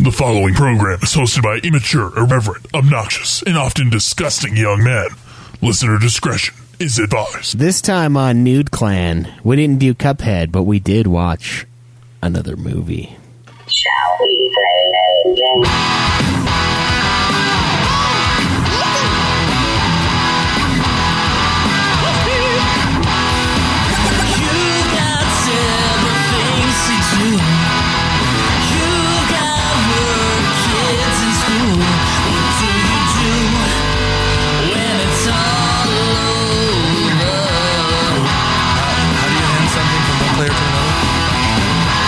The following program is hosted by immature, irreverent, obnoxious, and often disgusting young men. Listener discretion is advised. This time on Nude Clan, we didn't do Cuphead, but we did watch another movie. Shall we play a game? How do you hand something from one player to another?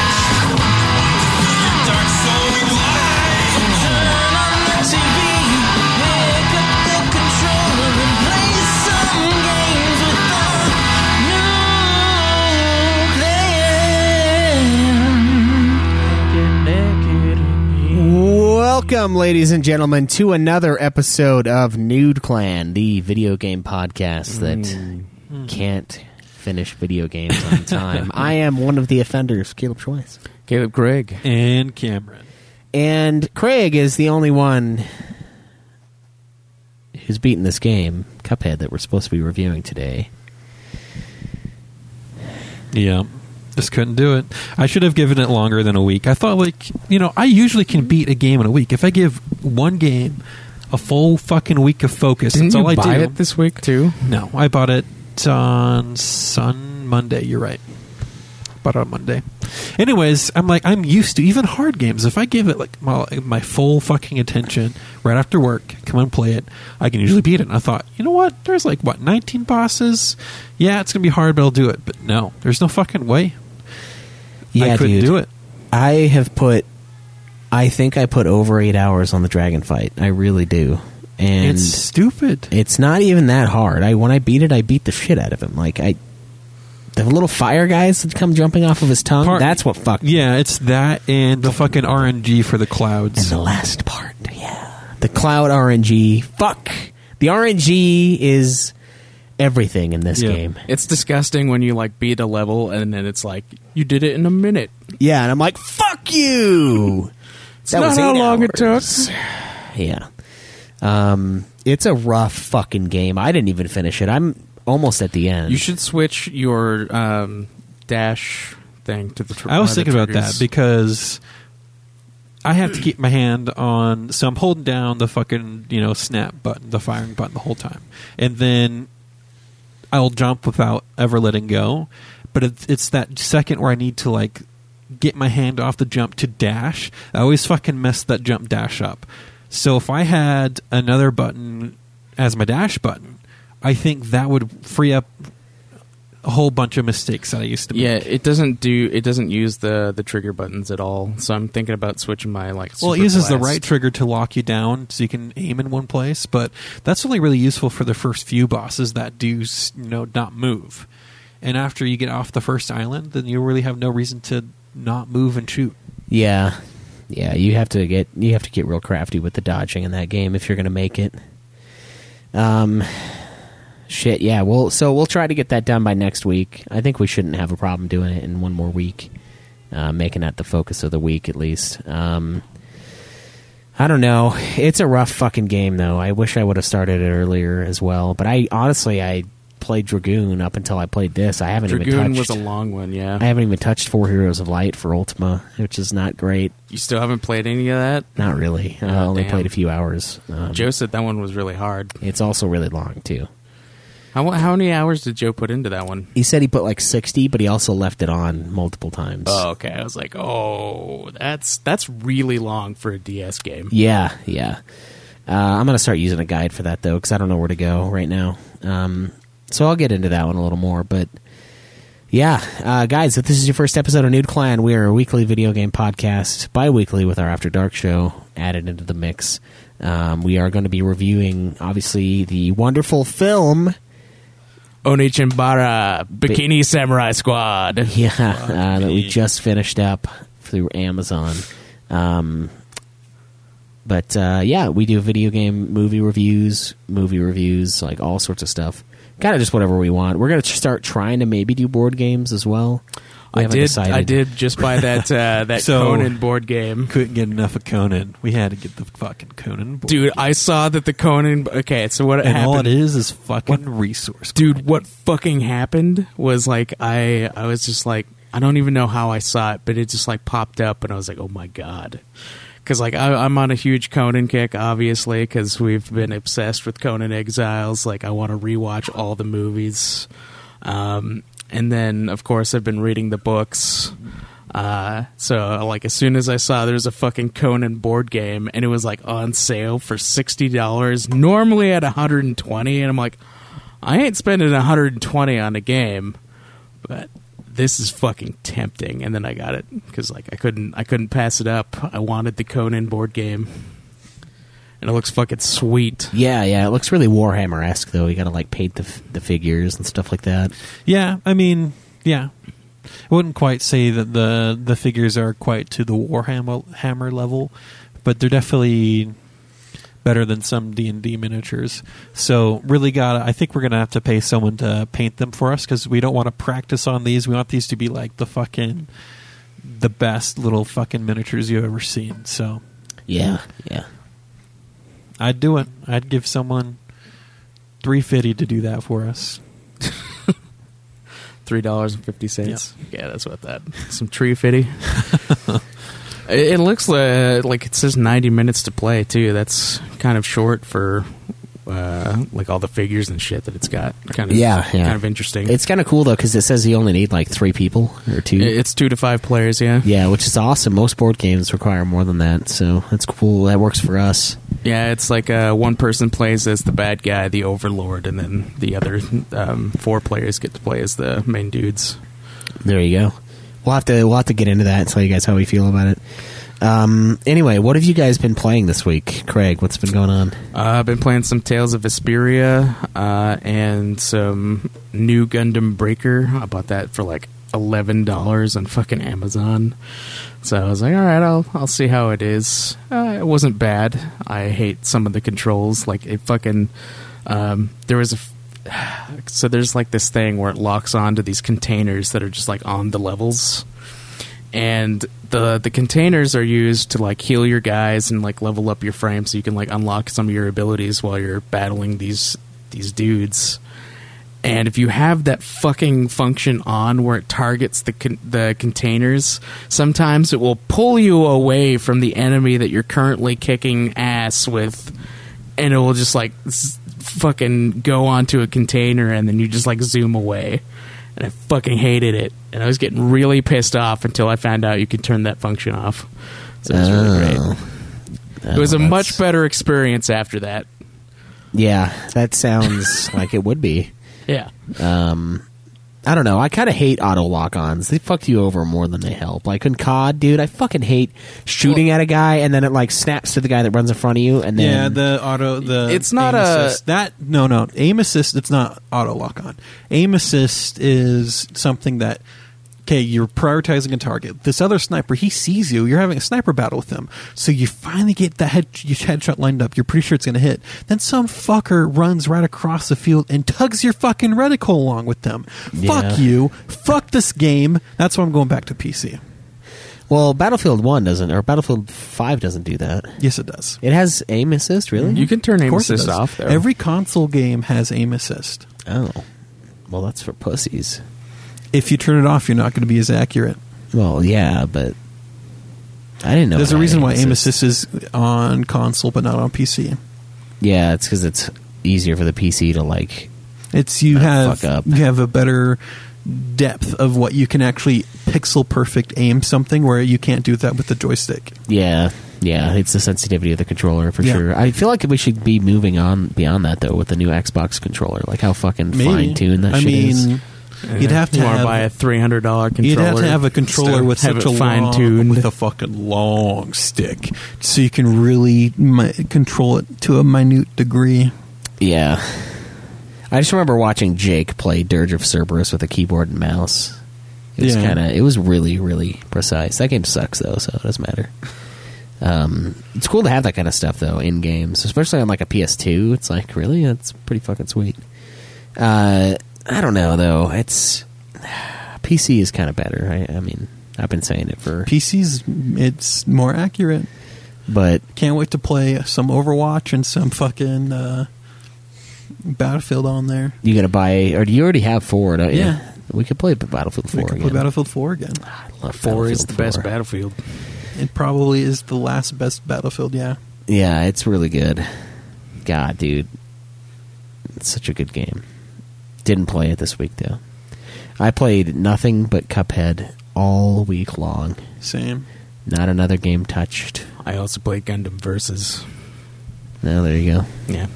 Welcome, ladies and gentlemen, to another episode of Nude Clan, the video game podcast that Mm. can't finish video games on time. I am one of the offenders, Caleb Schweiss. Caleb Craig. and Cameron. And Craig is the only one who's beaten this game, Cuphead, that we're supposed to be reviewing today. Yeah. Just couldn't do it. I should have given it longer than a week. I thought, like, you know, I usually can beat a game in a week. If I give one game a full fucking week of focus, Didn't that's you all I buy do. it this week too? no, I bought it on Sun Monday. You're right. Bought it on Monday. Anyways, I'm like, I'm used to even hard games. If I give it like my, my full fucking attention right after work, come and play it, I can usually beat it. And I thought, you know what? There's like what 19 bosses. Yeah, it's gonna be hard, but I'll do it. But no, there's no fucking way. I couldn't do it. I have put, I think I put over eight hours on the dragon fight. I really do, and it's stupid. it's not even that hard. I when I beat it, I beat the shit out of him. Like I, the little fire guys that come jumping off of his tongue. Part- that's what fucked. me. Yeah, it's that and the fucking RNG for the And clouds. the last part, yeah, the cloud RNG. Fuck, the RNG is everything in this Yeah. game. It's disgusting when you like beat a level and then it's like you did it in a minute. Yeah, and I'm like, fuck you. that not was how eight long it took. hours. Yeah. Um, it's a rough fucking game. I didn't even finish it. I'm almost at the end. You should switch your um, dash thing to the. Tr- I one was of the thinking about that triggers. because I have to keep my hand on, so I'm holding down the fucking you know snap button, the firing button the whole time, and then I'll jump without ever letting go. But it's, it's that second where I need to like get my hand off the jump to dash. I always fucking mess that jump dash up. So if I had another button as my dash button, I think that would free up a whole bunch of mistakes that I used to yeah, make. it doesn't do. It doesn't use the the trigger buttons at all. So I'm thinking about switching my like. Well, it super uses the blast. right trigger to lock you down so you can aim in one place, but that's only really useful for the first few bosses that do, s- you know, not move. And after you get off the first island, then you really have no reason to not move and shoot. yeah, yeah. You have to get you have to get real crafty with the dodging in that game if you're gonna make it. Um, shit. Yeah. Well, so we'll try to get that done by next week. I think we shouldn't have a problem doing it in one more week, uh, making that the focus of the week at least. Um, I don't know. It's a rough fucking game, though. I wish I would have started it eigher as well. But I honestly, I played Dragoon up until I played this. I haven't even Dragoon touched. was a long one. Yeah, I haven't even touched Four Heroes of Light for Ultima, which is not great. you still haven't played any of that. Not really. Uh, I Oh, only damn. played a few hours. Um, Joe said that one was really hard. it's also really long too. How how many hours did Joe put into that one? He said he put like sixty, but he also left it on multiple times. Oh, okay. I was like, oh, that's that's really long for a DS game. Yeah, yeah. Uh, I'm gonna start using a guide for that though, because I don't know where to go right now. Um, so I'll get into that one a little more. But yeah, uh, guys, if this is your first episode of Nude Clan, we are a weekly video game podcast, bi-weekly with our After Dark show added into the mix. Um, we are going to be reviewing, obviously, the wonderful film. Onichimbara Bikini Samurai Squad. Yeah, uh, that we just finished up through Amazon. Um, But uh, yeah, we do video game movie reviews, movie reviews, like all sorts of stuff. Kind of just whatever we want. We're gonna tr- start trying to maybe do board games as well. We I haven't did. decided. I did just buy that uh, that So- Conan board game. Couldn't get enough of Conan. We had to get the fucking Conan. Board. Dude, I saw that the Conan. Okay, so what and happened? all it is is fucking resource. dude what fucking happened was like i i was just like i don't even know how i saw it but it just like popped up and i was like oh my god because like I, i'm on a huge conan kick obviously because we've been obsessed with conan exiles like i want to rewatch all the movies um, and then of course i've been reading the books uh, so like as soon as I saw there was a fucking Conan board game and it was like on sale for sixty dollars, normally at hundred and twenty, and I'm like, I ain't spending 120 on a game, but this is fucking tempting. And then I got it because like I couldn't I couldn't pass it up. I wanted the Conan board game, and it looks fucking sweet. Yeah, yeah. It looks really Warhammer esque though. You gotta like paint the f- the figures and stuff like that. Yeah, I mean, yeah. I wouldn't quite say that the the figures are quite to the Warhammer hammer level, but they're definitely better than some D and D miniatures. So really, got. to I think we're gonna have to pay someone to paint them for us because we don't want to practice on these. We want these to be like the fucking the best little fucking miniatures you've ever seen. So Yeah, yeah. I'd do it. I'd give someone three fifty to do that for us. Three dollars and fifty cents. Yeah, that's what that. Some tree fitty. it, it looks uh, like it says 90 minutes to play too. That's kind of short for. Uh, like all the figures and shit that it's got, kind of Yeah, yeah. kind of interesting. It's kind of cool though because it says you only need like three people or two. it's two to five players, yeah. yeah, which is awesome. Most board games require more than that, so that's cool. That works for us. Yeah, it's like uh, one person plays as the bad guy, the overlord, and then the other um, four players get to play as the main dudes. There you go. We'll have to we'll have to get into that and tell you guys how we feel about it. Um, anyway, what have you guys been playing this week, Craig? What's been going on? Uh, I've been playing some Tales of Vesperia uh, and some new Gundam Breaker. I bought that for like eleven dollars on fucking Amazon. So I was like, all right, I'll I'll see how it is. Uh, it wasn't bad. I hate some of the controls. Like it fucking um, there was a f- so there's like this thing where it locks onto these containers that are just like on the levels and the the containers are used to like heal your guys and like level up your frame so you can like unlock some of your abilities while you're battling these these dudes and if you have that fucking function on where it targets the con- the containers, sometimes it will pull you away from the enemy that you're currently kicking ass with, and it will just like s- fucking go onto a container, and then you just like zoom away. And I fucking hated it, and I was getting really pissed off until I found out you could turn that function off. So it was really great. Oh. It was a much better experience after that. Yeah, that sounds like it would be. Yeah. I don't know. I kind of hate auto lock-ons. They fuck you over more than they help. Like in COD, dude, I fucking hate shooting at a guy and then it like snaps to the guy that runs in front of you and then Yeah, the auto the It's not aim a- assist. that no no aim assist. It's not auto lock on. Aim assist is something that okay you're prioritizing a target. This other sniper he sees you. You're having a sniper battle with him, so you finally get the head your headshot lined up. You're pretty sure it's going to hit. Then some fucker runs right across the field and tugs your fucking reticle along with them. Yeah. Fuck you. Fuck this game. That's why I'm going back to PC. Well, Battlefield 1 doesn't or Battlefield 5 doesn't do that. Yes, it does. It has aim assist, really? You can turn Of aim course it assist does. off though. Every console game has aim assist. Oh. Well, that's for pussies. if you turn it off, you're not going to be as accurate. Well, yeah, but I didn't know. There's it a had reason why aim assist is on console but not on PC. Yeah, it's because it's easier for the PC to like. It's you Oh, have fuck up. you have a better depth of what you can actually pixel perfect aim something where you can't do that with the joystick. Yeah, yeah, it's the sensitivity of the controller for Yeah. sure. I feel like we should be moving on beyond that though with the new Xbox controller. Like how fucking Maybe. fine tuned that I shit mean, is. you'd have to You wanna have buy a three hundred dollar controller. You'd have to have a controller instead of with have such it a long, fine-tuned. with a fucking long stick, so you can really mi- control it to a minute degree. Yeah, I just remember watching Jake play Dirge of Cerberus with a keyboard and mouse. It was Yeah. kind of. It was really, really precise. That game sucks though, so it doesn't matter. Um, it's cool to have that kind of stuff though in games, especially on like a PS2. It's like really, that's pretty fucking sweet. Uh, I don't know though. It's PC is kind of better. I, I mean, I've been saying it for, PC's it's more accurate. but Can't wait to play some Overwatch and some fucking uh, Battlefield on there. you gotta buy or do you already have four? Don't you? Yeah. We could play Battlefield Four we can again. play Battlefield 4 again. I love Four is Battlefield the best 4. battlefield. It probably is the last best Battlefield, yeah. Yeah, it's really good. God, dude. It's such a good game. Didn't play it this week, though. I played nothing but Cuphead all week long. Same. Not another game touched. I also play Gundam Versus. No, there you go. Yeah,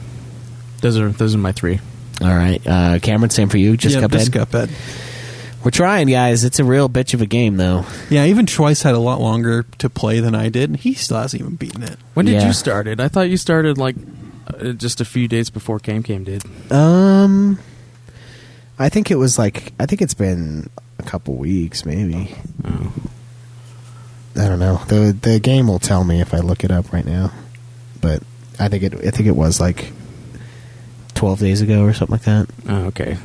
those are those are my three. All right. Uh, Cameron, same for you. Just yeah, Cuphead. just Cuphead. We're trying, guys. It's a real bitch of a game, though. Yeah, even Troyce had a lot longer to play than I did, and he still hasn't even beaten it. When did Yeah. you start it? I thought you started like uh, just a few days before Cam Cam did. Um, I think it was like, I think it's been a couple weeks, maybe. Oh. I don't know. the The game will tell me if I look it up right now, but I think it. I think it was like twelve days ago or something like that. Oh, okay.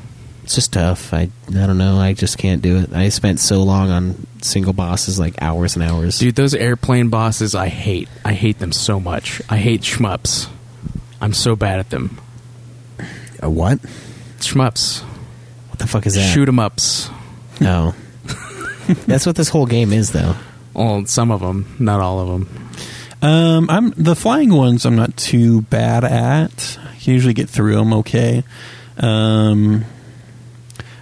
It's just tough. I I don't know. I just can't do it. I spent so long on single bosses, like hours and hours. Dude, those airplane bosses I hate. I hate them so much. I hate shmups. I'm so bad at them. A what? Shmups. What the fuck is that? Shoot 'em ups. No. That's what this whole game is, though. Well, some of them, not all of them. Um, I'm the flying ones. I'm not too bad at. I can usually get through them okay. Um,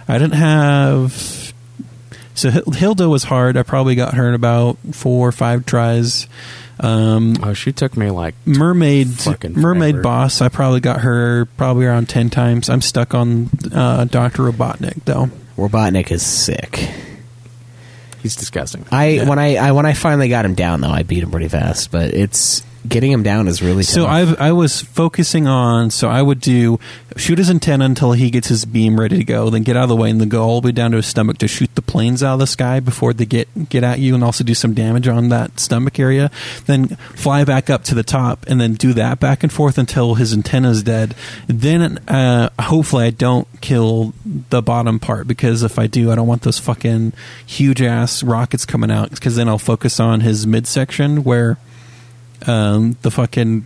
I didn't have. So Hil- Hilda was hard. I probably got her in about four or five tries. Um, Oh, she took me like mermaid Fucking mermaid forever. boss. I probably got her probably around ten times. I'm stuck on uh, Doctor Robotnik though. Robotnik is sick. he's disgusting. I Yeah. when I, I when I finally got him down, though, I beat him pretty fast. But it's getting him down is really So tough. I've, I was focusing on. So I would do shoot his antenna until he gets his beam ready to go. Then get out of the way and then go all the way down to his stomach to shoot the planes out of the sky before they get get at you, and also do some damage on that stomach area. Then fly back up to the top and then do that back and forth until his antenna is dead. Then uh, hopefully I don't kill the bottom part because if I do, I don't want those fucking huge ass rockets coming out because then I'll focus on his midsection where um, the fucking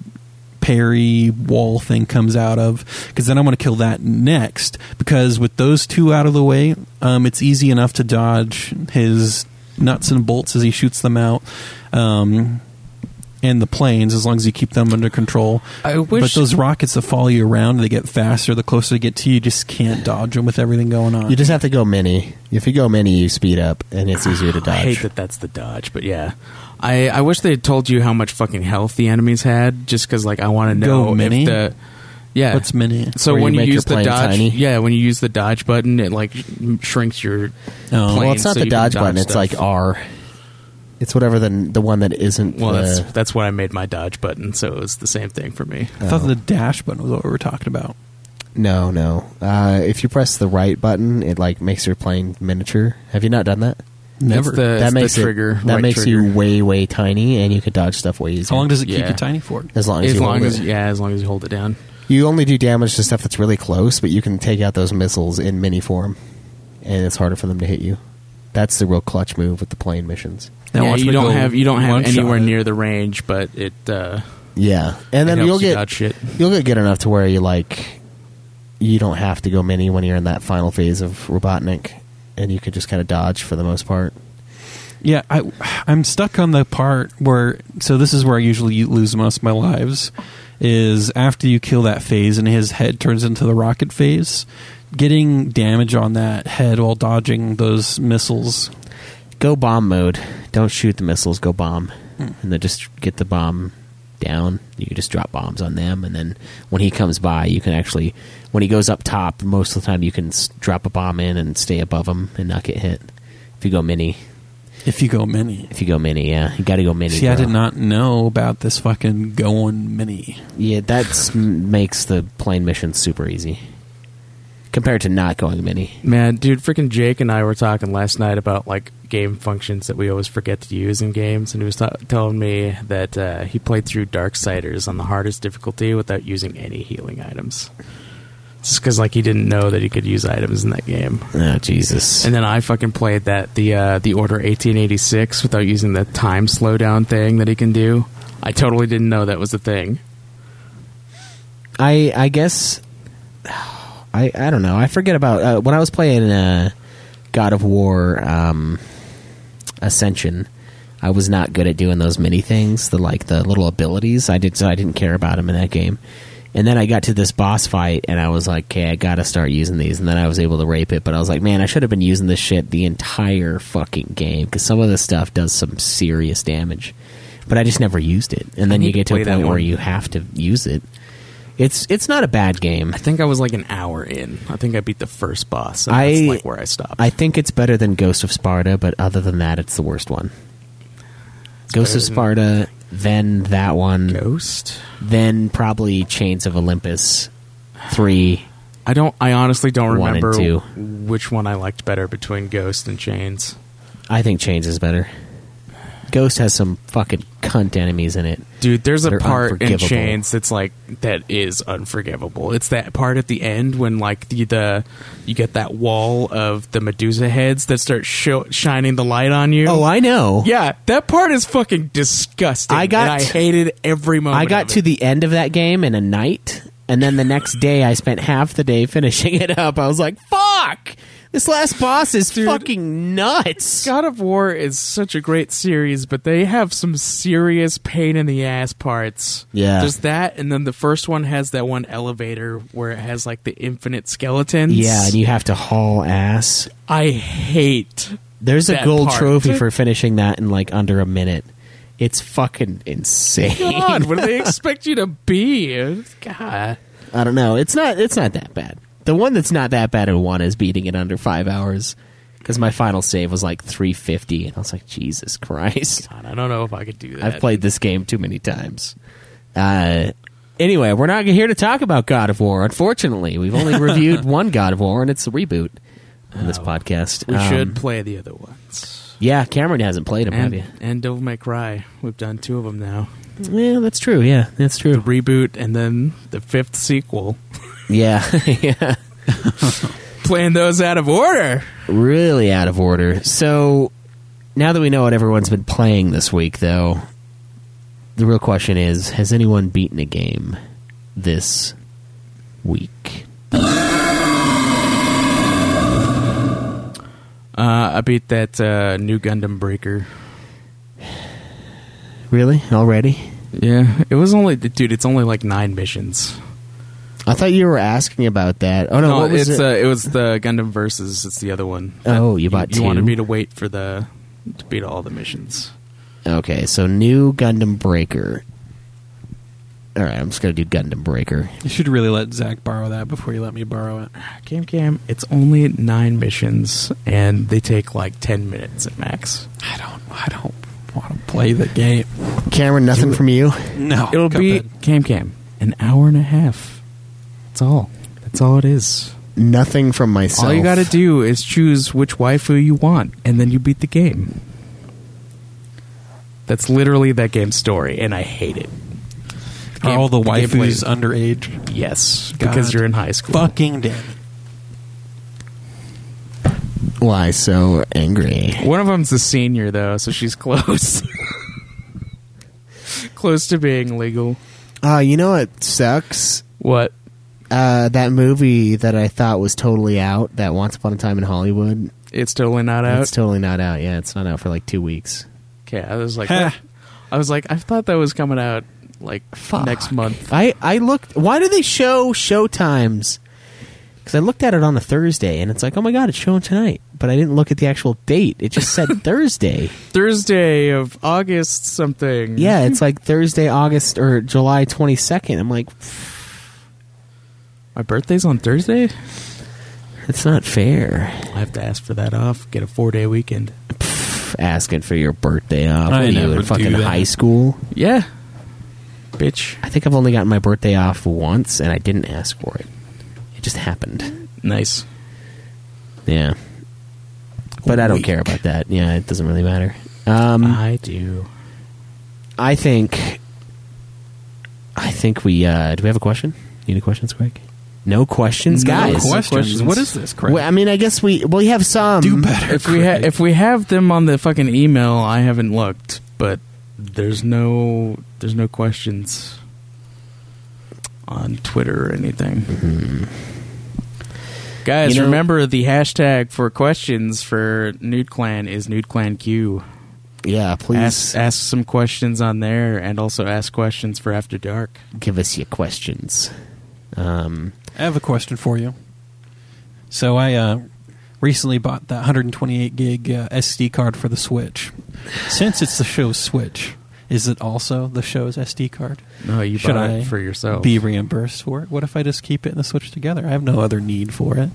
Perry wall thing comes out of because then I want to kill that next because with those two out of the way, um, it's easy enough to dodge his nuts and bolts as he shoots them out. Um, and the planes, as long as you keep them under control. I wish- but those rockets that follow you around, they get faster. The closer they get to you, you just can't dodge them with everything going on. you just have to go mini. If you go mini, you speed up, and it's easier to dodge. I hate that that's the dodge, but yeah. I, I wish they had told you how much fucking health the enemies had, just because like I want to Go know mini? if the yeah. What's mini? So Where you when you, make your use the plane dodge, tiny? yeah, when you use the dodge button, it like sh- shrinks your. Oh. plane Well, it's not so the you can dodge button. It's stuff. like R. It's whatever the the one that isn't. Well, that's the- that's what I made my dodge button, so it was the same thing for me. I thought the dash button was what we were talking about. no, no. Uh, if you press the right button, it like makes your plane miniature. Have you not done that? Never. It's the, it's that the makes it- trigger. that right makes trigger. you way way tiny, and you could dodge stuff way easier. How long does it keep Yeah. you tiny for? as long as, as you long hold as it. yeah, as long as you hold it down. you only do damage to stuff that's really close, but you can take out those missiles in mini form, and it's harder for them to hit you. That's the real clutch move with the plane missions. Now yeah, watch you me go don't have you don't have one-shot anywhere it. near the range, but it. Uh, Yeah, and then It helps you'll get you dodge shit. you'll get good enough to where you like you don't have to go mini when you're in that final phase of Robotnik, and you can just kind of dodge for the most part. Yeah, I, I'm stuck on the part where. So this is where I usually lose most of my lives. Is after you kill that phase and his head turns into the rocket phase, getting damage on that head while dodging those missiles. Go bomb mode. Don't shoot the missiles. Go bomb, and then just get the bomb down. You can just drop bombs on them, and then when he comes by, you can actually when he goes up top. Most of the time, you can s- drop a bomb in and stay above him and not get hit. If you go mini, If you go mini. if you go mini, yeah, you got to go mini. See, I bro. did not know about this fucking going mini. Yeah, that makes the plane mission super easy. compared to not going mini. Man, dude, freaking Jake and I were talking last night about like game functions that we always forget to use in games, and he was ta telling me that uh, he played through Darksiders on the hardest difficulty without using any healing items, just because like he didn't know that he could use items in that game. Oh Jesus! And then I fucking played that the uh, the Order 1886 without using the time slowdown thing that he can do. I totally didn't know that was a thing. I I guess I I don't know. I forget about uh, when I was playing uh, God of War um, Ascension. I was not good at doing those mini things, the like the little abilities. I did so I didn't care about them in that game. And then I got to this boss fight, and I was like, "Okay, I gotta start using these." And then I was able to rape it, but I was like, "Man, I should have been using this shit the entire fucking game because some of this stuff does some serious damage." But I just never used it. And then need you get to to a play that point where one. you have to use it. It's it's not a bad game. I think I was like an hour in. I think I beat the first boss. And I- that's like where I stopped. I think it's better than Ghost of Sparta, but other than that, it's the worst one. Ghost of better Sparta, then that one, Ghost. then probably Chains of Olympus, three. I don't. I honestly don't One and remember two. which one I liked better between Ghost and Chains. I think Chains is better. Ghost has some fucking cunt enemies in it. Dude, there's a They're part in unforgivable. Chains that's like that is unforgivable. It's that part at the end when like the, the you get that wall of the Medusa heads that start sho shining the light on you. Oh, I know. yeah, that part is fucking disgusting. I got- and I hated every moment. I of got it. to the end of that game in a night, and then the next day I spent half the day finishing it up. I was like, fuck! This last boss is fucking nuts. God of War is such a great series, but they have some serious pain in the ass parts. Yeah. There's that, and then the first one has that one elevator where it has like the infinite skeletons. Yeah, and you have to haul ass. I hate. There's a that gold part. trophy for finishing that in like under a minute. It's fucking insane. God, what do they expect you to be? God. I don't know. It's not. It's not that bad. The one that's not that bad at one is beating it under five hours. Because my final save was like 350, and I was like, Jesus Christ! God, I don't know if I could do that. I've played this game too many times. Uh, anyway, we're not here to talk about God of War. Unfortunately, we've only reviewed one God of War, and it's a reboot on this podcast. We Um, should play the other ones. Yeah, Cameron hasn't played them, have you? And, and Devil May Cry. We've done two of them now. Yeah, that's true. Yeah, that's true. Reboot and then the fifth sequel. Yeah, yeah. Playing those out of order. Really out of order. So now that we know what everyone's been playing this week, though, the real question is: Has anyone beaten a game this week? Uh, I beat that uh, new Gundam Breaker. Really? Already? Yeah, it was only dude. It's only like nine missions. I thought you were asking about that. Oh no, No, what was it's it? Uh, it was the Gundam Versus. It's the other one. Oh, you bought You wanted two? me to wait for the to beat all the missions. okay, so new Gundam Breaker. All right, I'm just gonna do Gundam Breaker. You should really let Zach borrow that before you let me borrow it. Cam Cam, it's only nine missions, and they take like ten minutes at max. I don't. I don't want to play the game. Cameron, nothing from you. No, It'll be Cuphead. Cam Cam, an hour and a half. That's all. That's all it is. Nothing from myself. All you gotta do is choose which waifu you want, and then you beat the game. That's literally that game's story, and I hate it. Are all the the gameplay is- waifus underage? Yes, because God. you're in high school. Fucking damn. it. Why so angry? One of them's a senior though, so she's close. close to being legal. Uh, you know what sucks? What? Uh, that movie that I thought was totally out, that Once Upon a Time in Hollywood, It's totally not out. it's totally not out. Yeah, it's not out for like two weeks. okay, I was like, Heh. I was like, I thought that was coming out like next month. I, I looked. Why do they show show times? Because I looked at it on a Thursday, and it's like, oh my god, it's showing tonight. But I didn't look at the actual date. It just said Thursday. Thursday of August something. Yeah, it's like Thursday, August or July twenty second. I'm like, My birthday's on Thursday. it's not fair. I have to ask for that off. Get a four day weekend. Asking for your birthday off. I What are you never in do fucking that. high school. Yeah, bitch. I think I've only gotten my birthday off once, and I didn't ask for it. It just happened. Nice. Yeah. But I don't Weak. care about that. Yeah, it doesn't really matter. Um, I do. I think. I think we. Uh, do we have a question? You Need a questions, Greg? No questions, No guys. questions. Questions. What is this crap? Well, um, I mean, I guess we. Well, you have some. Do better. If we ha- Craig. if we have them on the fucking email, I haven't looked, but there's no there's no questions on Twitter or anything. Mm-hmm. Guys, You know- remember the hashtag for questions for Nude Clan is Nude Clan Q. Yeah, Ask, please ask some questions on there, and also ask questions for After Dark. give us your questions. Um, I have a question for you. So I uh, recently bought that 128 gig uh, SD card for the Switch. Since it's the show's Switch, is it also the show's SD card? No, you Should bought I it for yourself. Be reimbursed for it? What if I just keep it and the Switch together? I have no other need for it.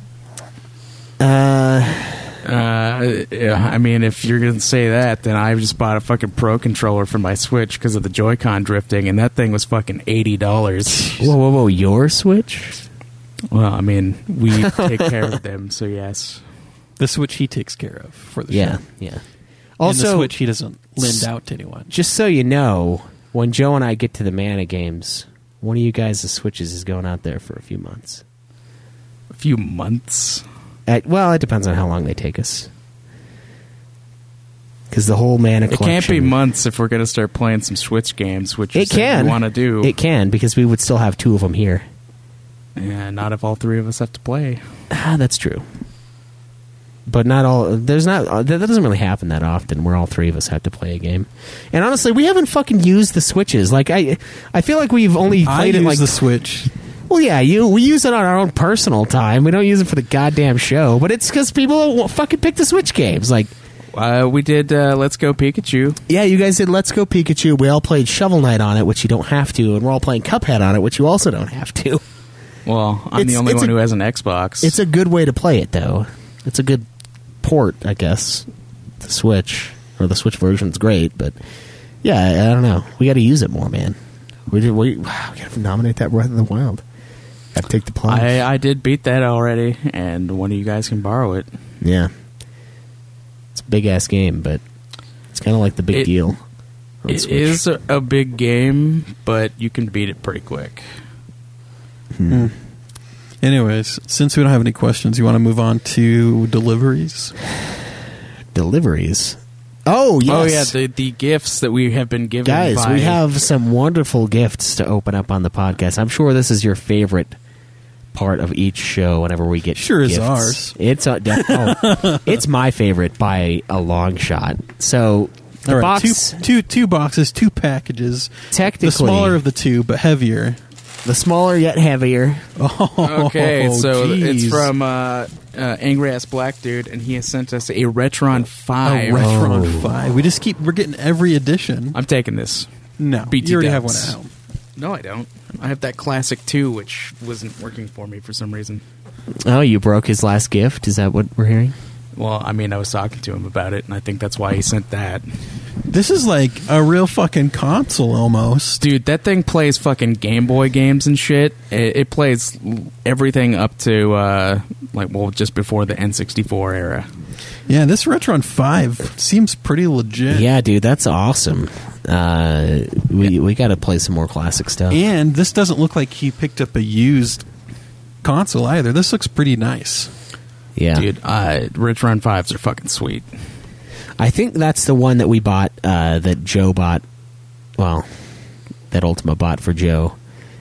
uh, Uh, yeah, I mean, if you're gonna say that, then I just bought a fucking pro controller for my Switch because of the Joy-Con drifting, and that thing was fucking eighty dollars. whoa, whoa, whoa! Your Switch? Well, I mean, we take care of them, so yes. The Switch he takes care of for the Yeah, show. yeah. and the Also, Switch he doesn't lend out to anyone. just so you know, when Joe and I get to the Mana games, one of you guys' Switches is going out there for a few months. A few months. At, well, it depends on how long they take us. Because the whole Mana It collection. can't be months if we're gonna start playing some Switch games, which It can. want to do. It can because we would still have two of them here. And not if all three of us have to play. Ah, that's true. But not all. There's not. uh, That that doesn't really happen that often. Where all three of us have to play a game. And honestly, we haven't fucking used the switches. Like I, I feel like we've only I played use it like. the Switch. well, yeah, you. We use it on our own personal time. We don't use it for the goddamn show. But it's because people won't fucking pick the switch games. Like Uh, we did uh, Let's Go Pikachu. Yeah, you guys did Let's Go Pikachu. We all played Shovel Knight on it, which you don't have to, and we're all playing Cuphead on it, which you also don't have to. Well, I'm It's- the only it's one a- who has an Xbox. It's a good way to play it, though. It's a good port, I guess. The Switch, or the Switch version's great, but yeah, I, I don't know. We got to use it more, man. We, did, we, wow, we got to nominate that Breath of the Wild. Got to take the plunge. I, I did beat that already, and one of you guys can borrow it. yeah. It's a big ass game, but it's kind of like the big It- deal. on It Switch. is a a big game, but you can beat it pretty quick. Anyways, since we don't have any questions, you want to move on to deliveries? Deliveries. Oh, yes. Oh yeah, the the gifts that we have been given. Guys, by- we have some wonderful gifts to open up on the podcast. I'm sure this is your favorite part of each show whenever we get Sure is gifts. ours. It's a, def- oh, it's my favorite by a long shot. So the All right, box two, two, two boxes, two packages. Technically- the smaller of the two, but heavier. the smaller yet heavier. Oh, Okay, so it's geez. from uh, uh, Angry Ass Black Dude, and he has sent us a Retron a Five. restaurant Oh. five. We just keep we're getting every edition. I'm taking this. No, BT you already have one Dubs. at home. No, I don't. I have that classic too, which wasn't working for me for some reason. Oh, you broke his last gift. Is that what we're hearing? Well, I mean, I was talking to him about it, and I think that's why he sent that. This is like a real fucking console almost. Dude, that thing plays fucking Game Boy games and shit. It, it plays l- everything up to uh, like well, just before the N64 era. Yeah, this Retron five seems pretty legit. Yeah, dude, that's awesome. Uh, we we got to play some more classic stuff. and this doesn't look like he picked up a used console either. This looks pretty nice. Yeah, Dude, uh, Retron fives are fucking sweet. I think that's the one that we bought, uh, that Joe bought. Well, that Ultima bought for Joe,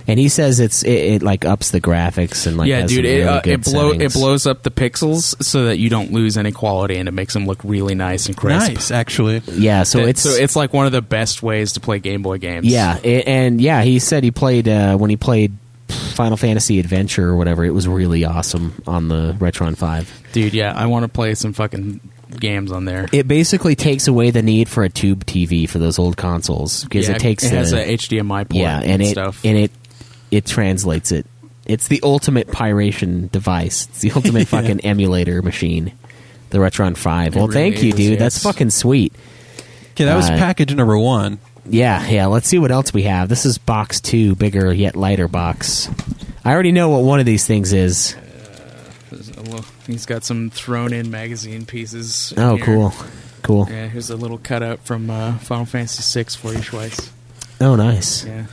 and he says it's it, it like ups the graphics and like yeah, has dude, some it, really uh, good it blow it settings. blows up the pixels so that you don't lose any quality, and it makes them look really nice and crisp. Nice, actually. Yeah, so That- it's, so it's like one of the best ways to play Game Boy games. yeah, a- and yeah, he said he played uh, when he played Final Fantasy Adventure or whatever. It was really awesome on the Retron Five. dude, yeah, I want to play some fucking games on there. It basically takes away the need for a tube TV for those old consoles because yeah, it takes it has the- a HDMI port. yeah, and, it stuff. and it it translates it. It's the ultimate piration device. It's the ultimate fucking emulator machine. The Retron Five. It well, thank really you, is, dude. yes. That's fucking sweet. Okay, that was Uh, package number one. Yeah, yeah. Let's see what else we have. This is box two, bigger yet lighter box. I already know what one of these things is. There's a little- He's got some thrown in magazine pieces. in Oh, here. cool, cool. Yeah, here's a little cutout from uh, Final Fantasy VI for you, Schweiss. Oh, nice. Yeah.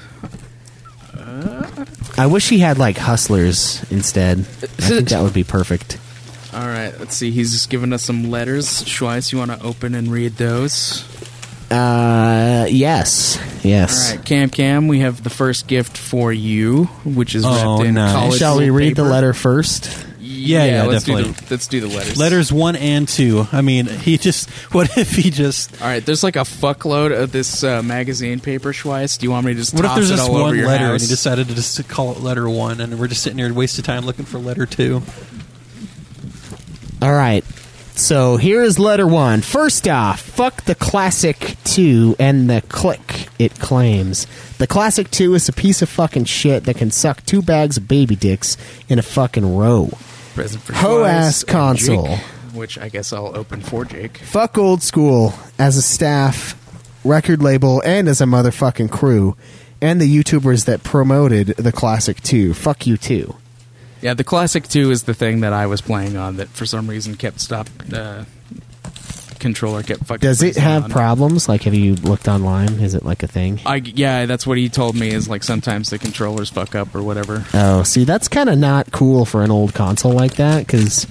I wish he had like hustlers instead. I think that would be perfect. All right, let's see. He's just giving us some letters. Schweiss, you want to open and read those? Uh, yes, yes. All right, Cam Cam, we have the first gift for you, which is wrapped Oh, in nice. college Shall we little read the paper. letter first? Yeah, yeah, let's Do definitely. the, let's do the letters. Letters one and two. I mean, he just. What if he just? All right, there's like a fuckload of this uh, magazine paper, Schweiss. Do you want me to just What if toss there's it just all over one your letter and house? he decided to just call it letter one, and we're just sitting here wasting time looking for letter two? All right. So here is letter one. First off, fuck the Classic 2 and the click it claims. The Classic 2 is a piece of fucking shit that can suck two bags of baby dicks in a fucking row. Present for Ho Schweiss ass uh, and console. Jake, which I guess I'll open for Jake. Fuck old school as a staff, record label, and as a motherfucking crew, and the YouTubers that promoted the Classic 2. Fuck you too. Yeah, the classic two is the thing that I was playing on that for some reason kept stop. Uh, controller kept fucking. Does it freezing have on. problems? Like, have you looked online? Is it like a thing? I yeah, that's what he told me. Is like sometimes the controllers fuck up or whatever. Oh, see, that's kind of not cool for an old console like that because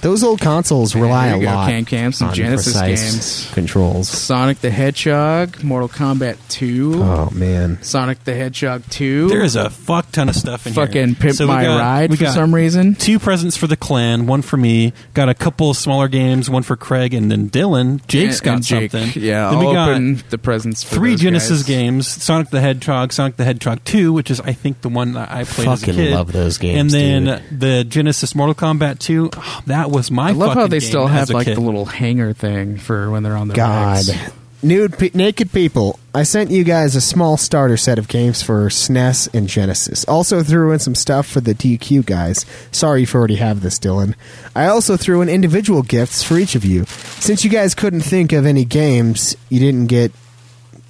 those old consoles rely there a you go, lot Cam Cam, some on Genesis precise games. controls. Sonic the Hedgehog, Mortal Kombat Two, Oh man, Sonic the Hedgehog Two. There is a fuck ton of stuff in here. fucking pimp So we my got- ride we for got some reason. Two presents for the clan, one for me. Got a couple smaller games, one for Craig and then Dylan. Jake's And- got and Jake. something. Yeah, then I'll we got open the presents. For three those Genesis guys. games: Sonic the Hedgehog, Sonic the Hedgehog Two, which is I think the one that I played. as a Fucking kid. love those games, and then dude. the Genesis Mortal Kombat Two. Oh, that was my. I love how fucking they game still as have a like kid. the little hanger thing for when they're on their God, backs. nude pe- naked people. I sent you guys a small starter set of games for SNES and Genesis. Also threw in some stuff for the DQ guys. Sorry if you already have this, Dylan. I also threw in individual gifts for each of you. Since you guys couldn't think of any games, you didn't get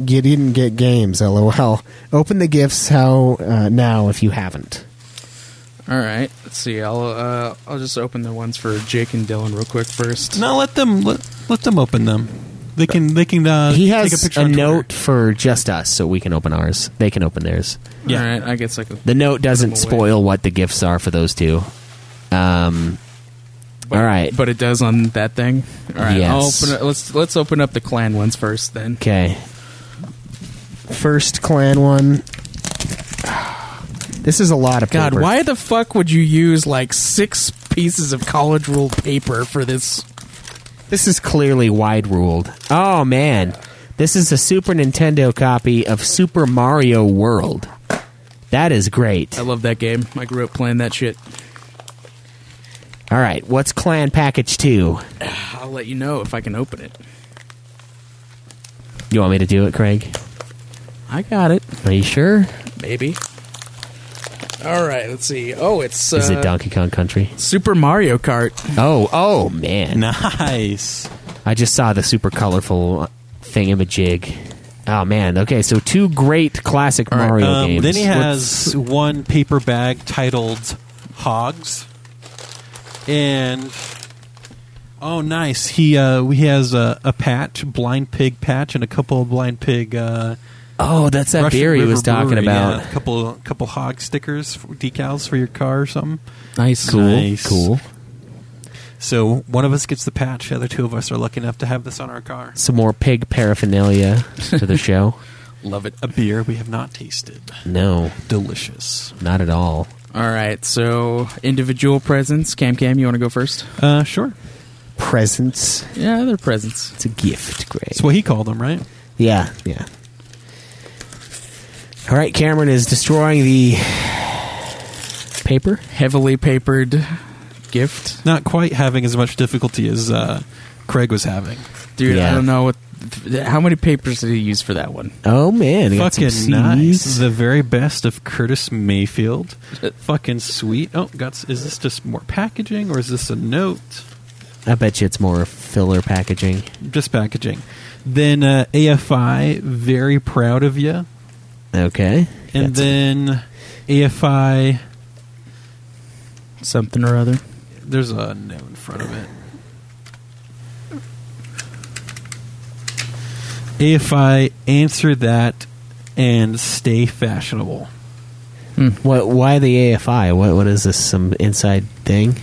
you didn't get games. LOL. Open the gifts how uh, now if you haven't. All right, let's see. I'll uh, I'll just open the ones for Jake and Dylan real quick first. No, let them let, let them open them. They can they can. Uh, He take a, has picture a, on Twitter. note for just us, so we can open ours. They can open theirs. Yeah. All right, I guess I could. The note doesn't Put 'em away. spoil what the gifts are for those two. Um, all right. but it does on that thing. All right, Yes. I'll open it. let's let's open up the clan ones first. Then Okay. First clan one. This is a lot of God, paper. why the fuck would you use like six pieces of college rule paper for this? This is clearly wide ruled. Oh man, this is a Super Nintendo copy of Super Mario World. That is great. I love that game. I grew up playing that shit. All right, what's clan package two? I'll let you know if I can open it. You want me to do it, Craig? I got it. Are you sure? Maybe. All right, let's see. Oh, it's uh, Is it Donkey Kong Country? Super Mario Kart. Oh, oh man! Nice. I just saw the super colorful thingamajig. Oh man! Okay, so two great classic Mario Um, games. then he has one paper bag titled "Hogs," and oh, nice. He uh, he has a, a patch, blind pig patch, and a couple of blind pig. Uh, oh, that's that Russian beer he River was talking Brewery, about. yeah, a couple couple hog stickers, for, decals for your car or something. Nice. Nice. So one of us gets the patch. The other two of us are lucky enough to have this on our car. Some more pig paraphernalia to the show. Love it. A beer we have not tasted. No, Delicious. not at all. All right, so individual presents. Cam Cam, you want to go first? Uh, sure. Presents. Yeah, they're presents. It's a gift, Greg. That's what he called them, right? Yeah, yeah. All right, Cameron is destroying the paper. Heavily papered gift. Not quite having as much difficulty as uh, Craig was having. Dude, Yeah. I don't know what. th- How many papers did he use for that one? Oh man, we got some Fucking nice. CDs. The very best of Curtis Mayfield. Fucking sweet. Oh, got s- is this just more packaging or is this a note? I bet you it's more filler packaging. Just packaging. Then uh, AFI, very proud of you. Okay, And That's- then AFI Something or other. There's a no in front of it. If I answer that and stay fashionable, What? Why the AFI? What? What is this? Some inside thing?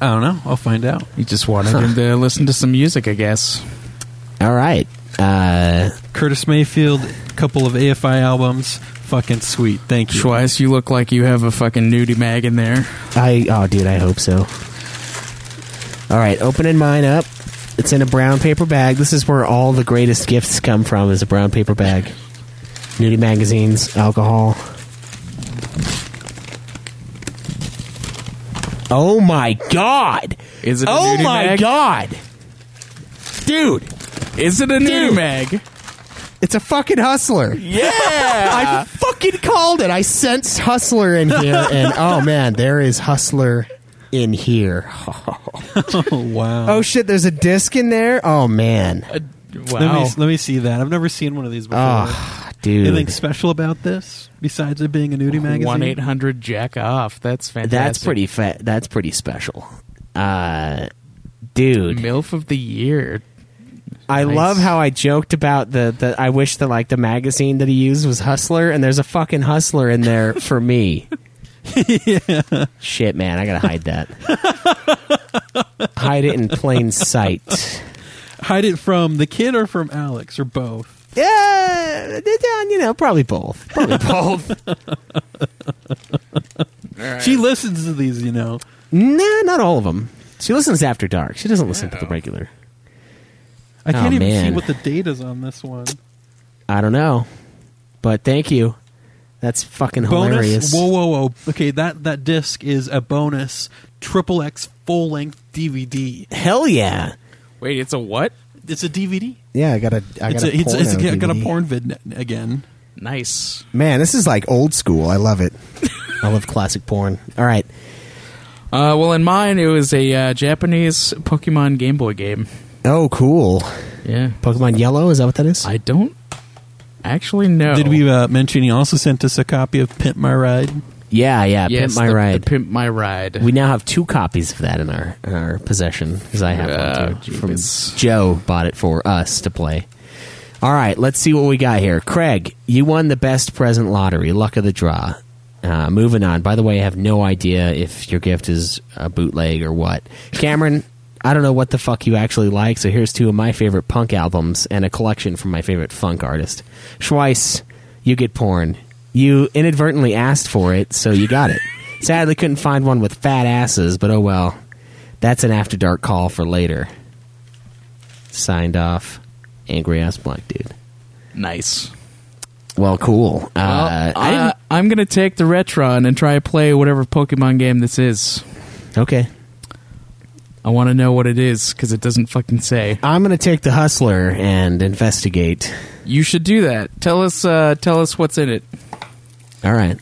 I don't know. I'll find out. You just wanted him to listen to some music, I guess. All right. Uh, Curtis Mayfield, couple of AFI albums, fucking sweet. Thank you. Schweiss, you look like you have a fucking nudie mag in there. I oh dude, I hope so. All right, opening mine up. It's in a brown paper bag. This is where all the greatest gifts come from is a brown paper bag. Nudie magazines, alcohol. Oh my god. Is it a oh nudie my mag? god. Dude, Is it a nudie Dude. mag? it's a fucking hustler. Yeah. I fucking called it. I sensed hustler in here and oh man, there is hustler in here. Oh, wow. Oh shit, there's a disc in there? Oh man. Uh, Let me let me see that. I've never seen one of these before. Ah, Oh, Anything dude. special about this besides it being a nudie magazine? One eight hundred jack off. That's fantastic. That's pretty fa- that's pretty special. Uh dude, milf of the year. I Nice. love how I joked about the, the I wish that like the magazine that he used was Hustler and there's a fucking Hustler in there for me. Shit, man, I got to hide that. hide it in plain sight. Hide it from the kid or from Alex or both. Yeah, you know, probably both. Probably both. She listens to these, you know. Nah, not all of them. She listens after dark. She doesn't listen to the regular. I can't Oh, even see man. what the date is on this one. I don't know, but thank you. That's fucking hilarious. Bonus. Whoa, whoa, whoa. Okay, that that disc is a bonus triple X full length DVD. Hell yeah! Wait, it's a what? It's a DVD. Yeah, I got a. I It's got a, a. it's, it's porno I got a DVD. porn vid n- again. Nice. Man, this is like old school. I love it. I love classic porn. All right, Uh, well, in mine it was a uh, Japanese Pokemon Game Boy game. oh cool. Yeah, Pokemon Yellow is that what that is? I don't actually know. Did we uh, mention he also sent us a copy of Pimp My Ride? yeah, yeah. Yes, Pimp My the- the Ride. Pimp my ride. we now have two copies of that in our in our possession because I have Oh, one too. From jeebus. Joe bought it for us to play. All right, let's see what we got here. Craig, you won the best present lottery, luck of the draw. Uh, moving on. By the way, I have no idea if your gift is a bootleg or what. Cameron, I don't know what the fuck you actually like, so here's two of my favorite punk albums and a collection from my favorite funk artist. Schweiss, you get porn. You inadvertently asked for it, so you got it. Sadly, couldn't find one with fat asses, but oh well. That's an after dark call for later. Signed off, angry ass black dude. nice. Well, cool. Well, Uh, I uh, I'm gonna take the Retron and try to play whatever Pokemon game this is. didn't- okay. I want to know what it is because it doesn't fucking say. I'm gonna take the hustler and investigate. You should do that. Tell us. Uh, tell us what's in it. All right,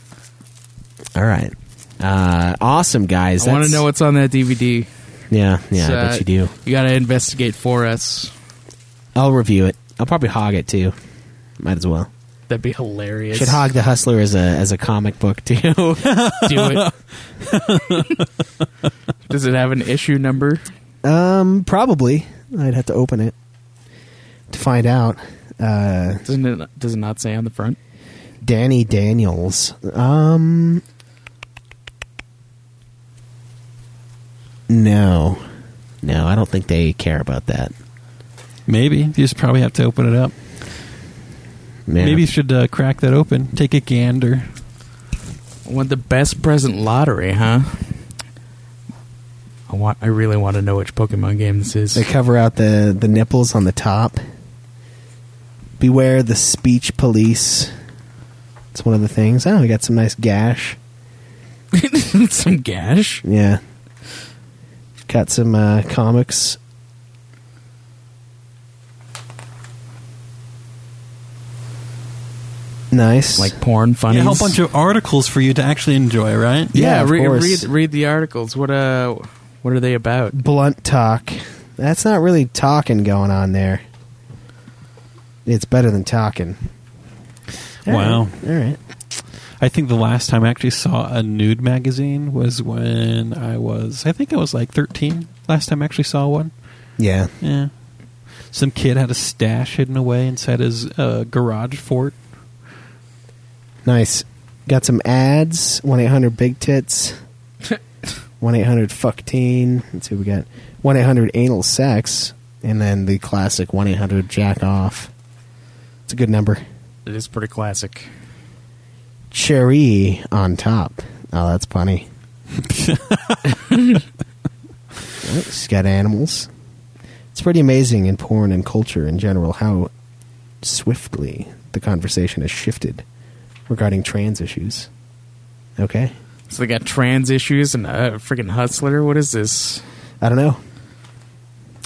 all right. Uh, awesome guys. I want to That's- know what's on that DVD. Yeah, yeah. So, I bet you do. You gotta investigate for us. I'll review it. I'll probably hog it too. Might as well. That'd be hilarious. Should hog the hustler as a as a comic book too. do it. Does it have an issue number? Um, probably. I'd have to open it to find out. Uh, Doesn't it? Does it not say on the front? Danny Daniels. Um, no, no. I don't think they care about that. Maybe. You just probably have to open it up. Yeah. Maybe you should uh, crack that open. Take a gander. I want the best present lottery, huh? I want. I really want to know which Pokemon game this is. they cover out the the nipples on the top. Beware the speech police. It's one of the things. Oh, we got some nice gash. Some gash. Yeah. Got some uh, comics. Nice. Like porn funnies. Yeah, a whole bunch of articles for you to actually enjoy, right? Yeah, Yeah, of re- course. read read the articles. What uh, what are they about? blunt talk. That's not really talking going on there. It's better than talking. Wow. All right. I think the last time I actually saw a nude magazine was when I was, I think I was like 13. Last time I actually saw one. Yeah. Yeah. Some kid had a stash hidden away inside his uh, garage fort. Nice. Got some ads. One eight hundred big tits. One eight hundred fuck teen. Let's see what we got. One eight hundred anal sex, and then the classic one eight hundred jack off. It's a good number. It is pretty classic. Cherry on top. Oh, that's funny. Well, She's got animals. It's pretty amazing in porn and culture in general how swiftly the conversation has shifted regarding trans issues. Okay. So they got trans issues and a freaking hustler. What is this? I don't know.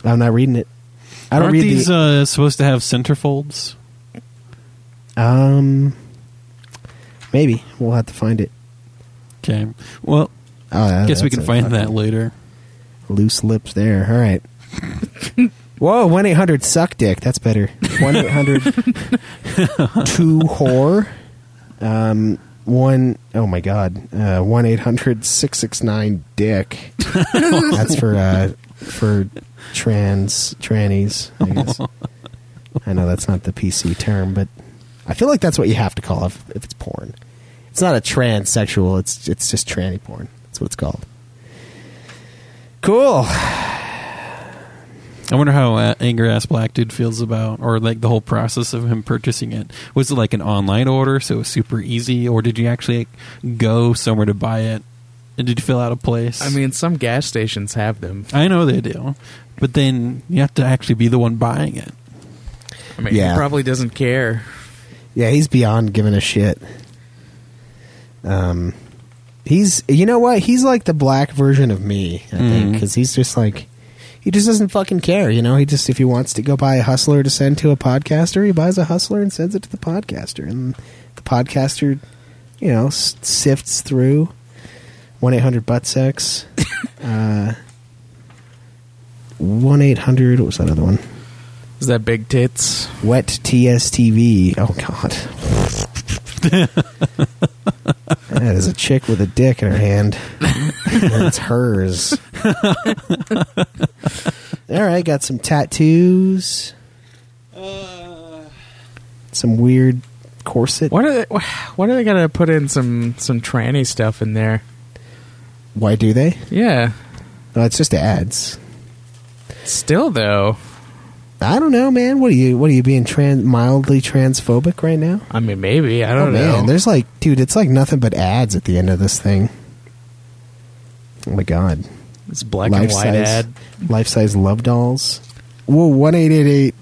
I'm not reading it. I don't Aren't read these these. uh, supposed to have centerfolds? um, maybe we'll have to find it. Okay. Well, Uh, I guess we that's can a find fucking that later. Loose lips there. All right. Whoa, one eight hundred suck dick. That's better. One eight hundred two whore. Um, one oh my god. Uh, one eight hundred six six nine dick. That's for uh for trans trannies. I guess. I know that's not the PC term, but I feel like that's what you have to call it if, if it's porn. It's not a transsexual. It's it's just tranny porn. That's what it's called. Cool. I wonder how uh, angry ass black dude feels about, or like the whole process of him purchasing it. Was it like an online order, so it was super easy, or did you actually go somewhere to buy it? And did you fill out a place? I mean, some gas stations have them. I know they do, but then you have to actually be the one buying it. I mean, Yeah. he probably doesn't care. Yeah, he's beyond giving a shit. Um, he's you know what? He's like the black version of me, I think, because he's just like he just doesn't fucking care. You know, he just if he wants to go buy a hustler to send to a podcaster, he buys a hustler and sends it to the podcaster, and the podcaster, you know, s- sifts through one eight hundred butt sex. Uh, One eight hundred. What was that other one? Is that big tits? Wet TSTV. Oh God. that is a chick with a dick in her hand. and it's hers. All right, got some tattoos. Some weird corset. Why do they? Why do they gotta put in some some tranny stuff in there? Why do they? Yeah. No, it's just ads. Still though, I don't know, man. What are you? What are you being trans, mildly transphobic right now? I mean, maybe I don't oh, know. man, there's like, dude, it's like nothing but ads at the end of this thing. Oh my god, it's black and white ad. life size love dolls. Whoa, one eight eight eight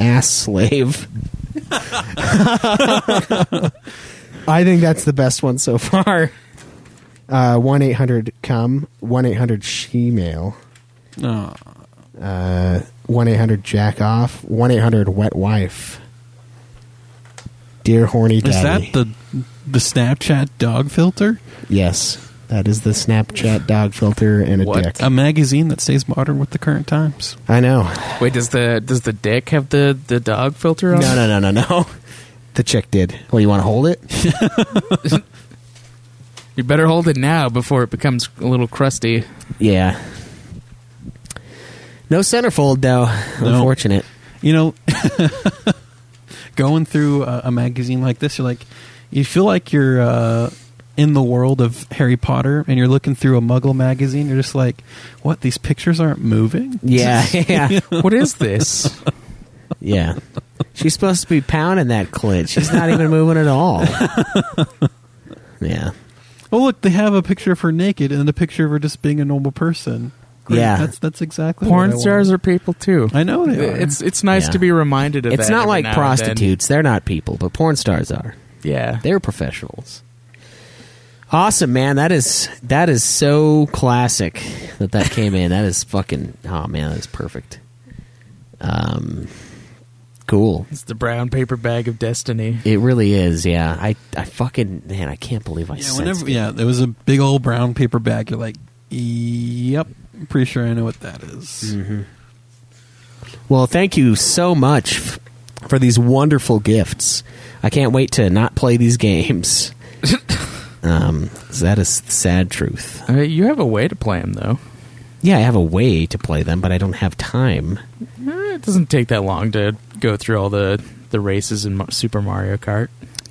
ass slave. I think that's the best one so far. Uh, One eight hundred come one eight hundred shemale. Oh, One eight hundred jack off. One eight hundred wet wife. Dear horny is daddy. that the the Snapchat dog filter? yes, that is the Snapchat dog filter and a What? dick. A magazine that stays modern with the current times. I know. Wait, does the does the dick have the the dog filter on? No, it? no, no, no, no. The chick did. Well, you want to hold it? You better hold it now before it becomes a little crusty. Yeah. No centerfold, though. Unfortunate. you know going through a, a magazine like this you're like you feel like you're uh, in the world of harry potter and you're looking through a muggle magazine you're just like what these pictures aren't moving Yeah, yeah, What is this? yeah. She's supposed to be pounding that clit. She's not even moving at all. Yeah. oh look they have a picture of her naked and a picture of her just being a normal person Great. Yeah. that's that's exactly Porn what I stars want. are people too. i know they are. It's it's nice Yeah. to be reminded of that. It's not every like now and prostitutes. They're not people, but porn stars are. then. Yeah. They're professionals. Awesome, man. That is that is so classic that that came in. That is fucking oh man, that is perfect. Um, cool. It's the brown paper bag of destiny. It really is. Yeah, I I fucking man, I can't believe I yeah sensed whenever it. yeah there was a big old brown paper bag you're like yep I'm pretty sure i know what that is. Mm-hmm. Well, thank you so much f- for these wonderful gifts. I can't wait to not play these games Um, so that is the sad truth. Uh, you have a way to play him, though. Yeah, I have a way to play them, but I don't have time. Eh, It doesn't take that long to go through all the, the races in Mar- Super Mario Kart.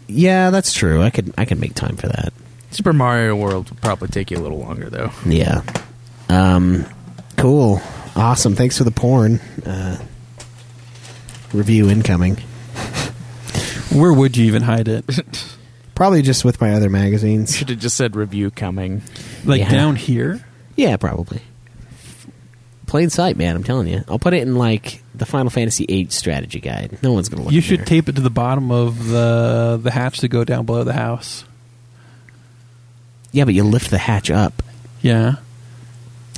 Yeah, that's true. I could I could make time for that. Super Mario World will probably take you a little longer, though. Yeah. Um, cool. Awesome. Thanks for the porn. Uh, review incoming. Where would you even hide it? Probably just with my other magazines. Should have just said review coming. Like Yeah. down here? Yeah, probably. Plain sight, man. I'm telling you. I'll put it in like the Final Fantasy VIII strategy guide. No one's gonna look. You in should there. tape it to the bottom of the the hatch to go down below the house. yeah, but you lift the hatch up. Yeah.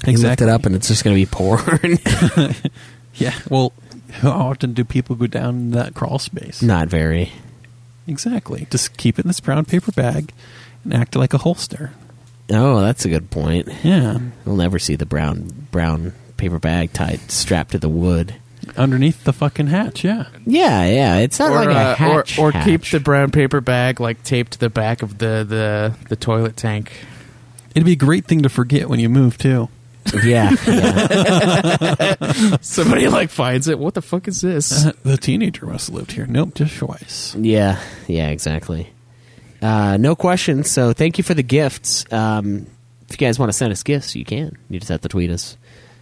You lift it up, and it's just gonna be porn. Yeah. Well, how often do people go down in that crawl space? Not very. Exactly. Just keep it in this brown paper bag and act like a holster. Oh, that's a good point. Yeah. We'll never see the brown brown paper bag tied strapped to the wood. Underneath the fucking hatch, yeah. Yeah, yeah. It's not or, like uh, a hatch. or, or keep hatch. the brown paper bag like taped to the back of the, the, the toilet tank. It'd be a great thing to forget when you move too. yeah, yeah. Somebody like finds it. What the fuck is this? the teenager must have lived here. Nope, just twice. Yeah, yeah, exactly. Uh, no questions. So thank you for the gifts. Um, if you guys want to send us gifts, you can. You just have to tweet us.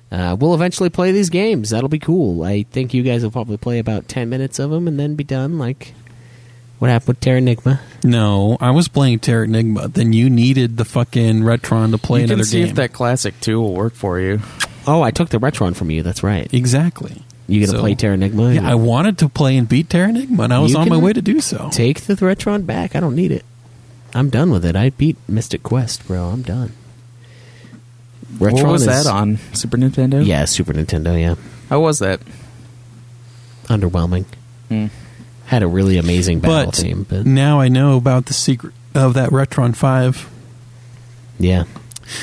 Uh, we'll eventually play these games. That'll be cool. I think you guys will probably play about ten minutes of them and then be done. Like what happened with Terra Enigma? No, I was playing Terra Enigma. Then you needed the fucking Retron to play you another can see game. if that classic two will work for you. Oh, I took the Retron from you. That's right. exactly. You gonna So- play Terra Enigma? Yeah, I wanted to play and beat Terra Enigma, and I was You on my can way to do so. take the Retron back. I don't need it. I'm done with it. I beat Mystic Quest, bro. I'm done. Retron what was is- that on Super Nintendo? Yeah, Super Nintendo. Yeah. How was that? underwhelming. Had a really amazing battle But team, but now I know about the secret of that Retron 5 yeah,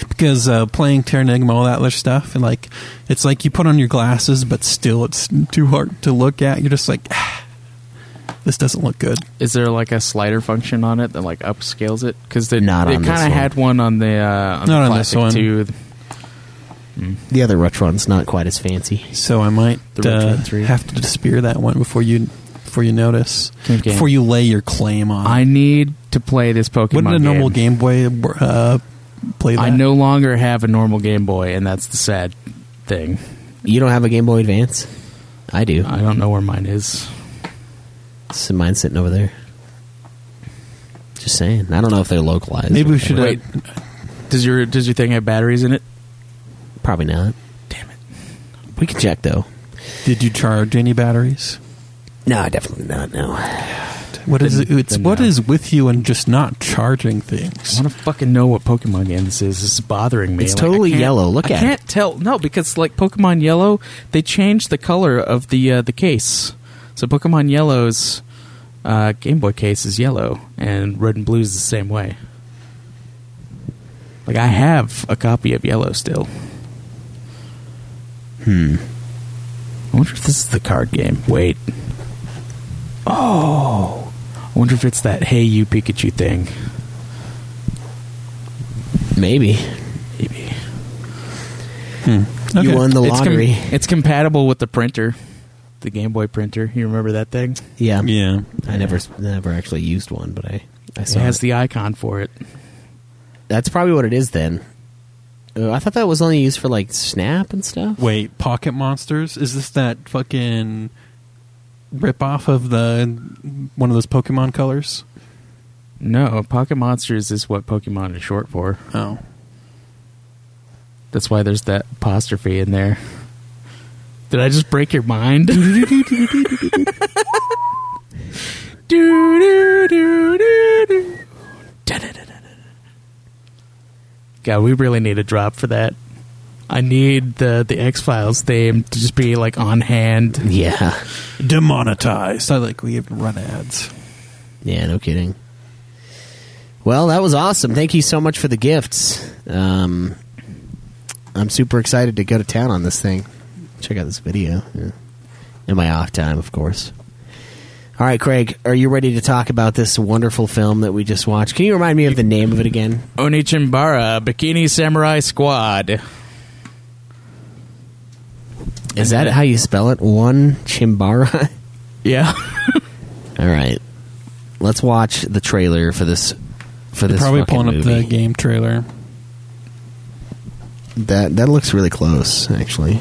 because uh, playing Terra Enigma, all that other stuff, and like it's like you put on your glasses, but still it's too hard to look at. You're just like, "Ah, this doesn't look good. Is there like a slider function on it that like upscales it? Because they, Not they on kind this one. of had one on the uh, Not on the on this classic one. two. the other Retron's not quite as fancy. So I might The uh, Retron 3. have to spear that one before you before you notice Okay. before you lay your claim on. I need to play this Pokemon. Wouldn't a normal Game Boy uh, play that? I no longer have a normal Game Boy, and that's the sad thing. You don't have a Game Boy Advance? I do. I don't know where mine is. It's in mine sitting over there. Just saying. I don't know if they're localized. Maybe or we should. uh, whatever. Wait, does your does your thing have batteries in it? Probably not. Damn it! We can check though. Did you charge any batteries? No, definitely not. No. What is Then- it? It's then what no. is with you and just not charging I things? want to fucking know what Pokemon game this is. This is bothering me. It's Like, I totally can't- yellow. Look I at can't tell. No, because like Pokemon Yellow, they changed the color of the uh, the case. So Pokemon Yellow's uh, Game Boy case is yellow, and Red and Blue is the same way. Like I have a copy of Yellow still. Hmm. Hmm. I wonder if this is the card game. Wait. Oh. I wonder if it's that Hey You Pikachu thing. Maybe Maybe. you Okay. won the It's com- lottery. it's compatible with the printer, the Game Boy printer. You remember that thing? Mm-hmm. yeah. Yeah. I never never actually used one, but I I It saw has it. the icon for it. That's probably what it is then. Uh, I thought that was only used for like Snap and stuff. Wait, Pocket Monsters? Is this that fucking rip off of the one of those Pokemon colors? No, Pocket Monsters is what Pokemon is short for. Oh. That's why there's that apostrophe in there. Did I just break your mind? God, we really need a drop for that. I need the the X Files theme to just be like on hand. Yeah. Demonetized. I like we even run ads. Yeah, no kidding. Well, that was awesome. Thank you so much for the gifts. Um, I'm super excited to go to town on this thing. Check out this video. Yeah. In my off time, of course. All right, Craig, are you ready to talk about this wonderful film that we just watched? Can you remind me of the name of it again? Onichimbara Bikini Samurai Squad. Is that how you spell it? One Chimbara? Yeah. All right. Let's watch the trailer for this for this Probably fucking pulling up movie. the game trailer. That that looks really close, actually.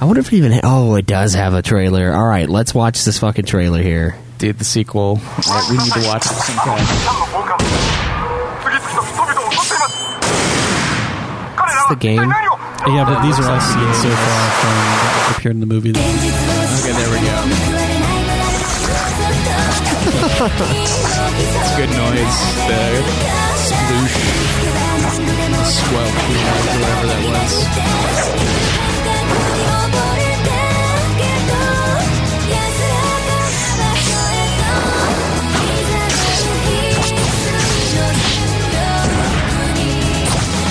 I wonder if it even. Ha- oh, it does have a trailer. All right, let's watch this fucking trailer here. Dude, the sequel. Like, we need to watch it sometime. が The game. 次々と人々を襲っています彼らは一体何を Yeah, but these are all scenes so far from that appeared in the movie. Though. Okay, there we go. it's good noise. The sploosh. Squelch. or Whatever that was.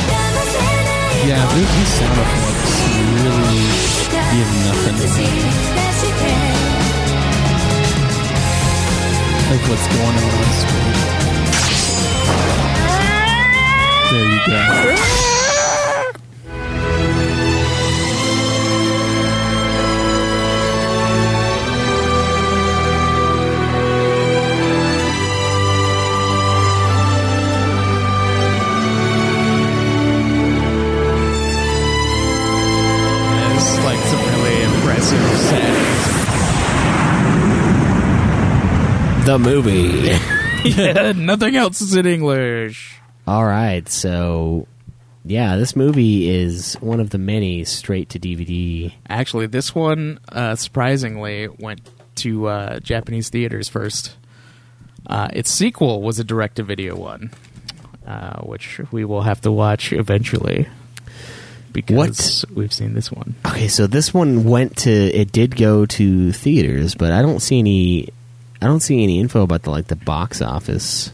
Yeah, these, these sound effects really give nothing. Like what's going on on screen. There you go. It's like some really impressive settings. The movie. Yeah, nothing else is in English. All right, so yeah, this movie is one of the many straight to DVD. Actually, this one uh, surprisingly went to uh, Japanese theaters first. Uh, its sequel was a direct-to-video one, uh, which we will have to watch eventually because we've seen this one. Okay, so this one went to it did go to theaters, but I don't see any I don't see any info about the like the box office.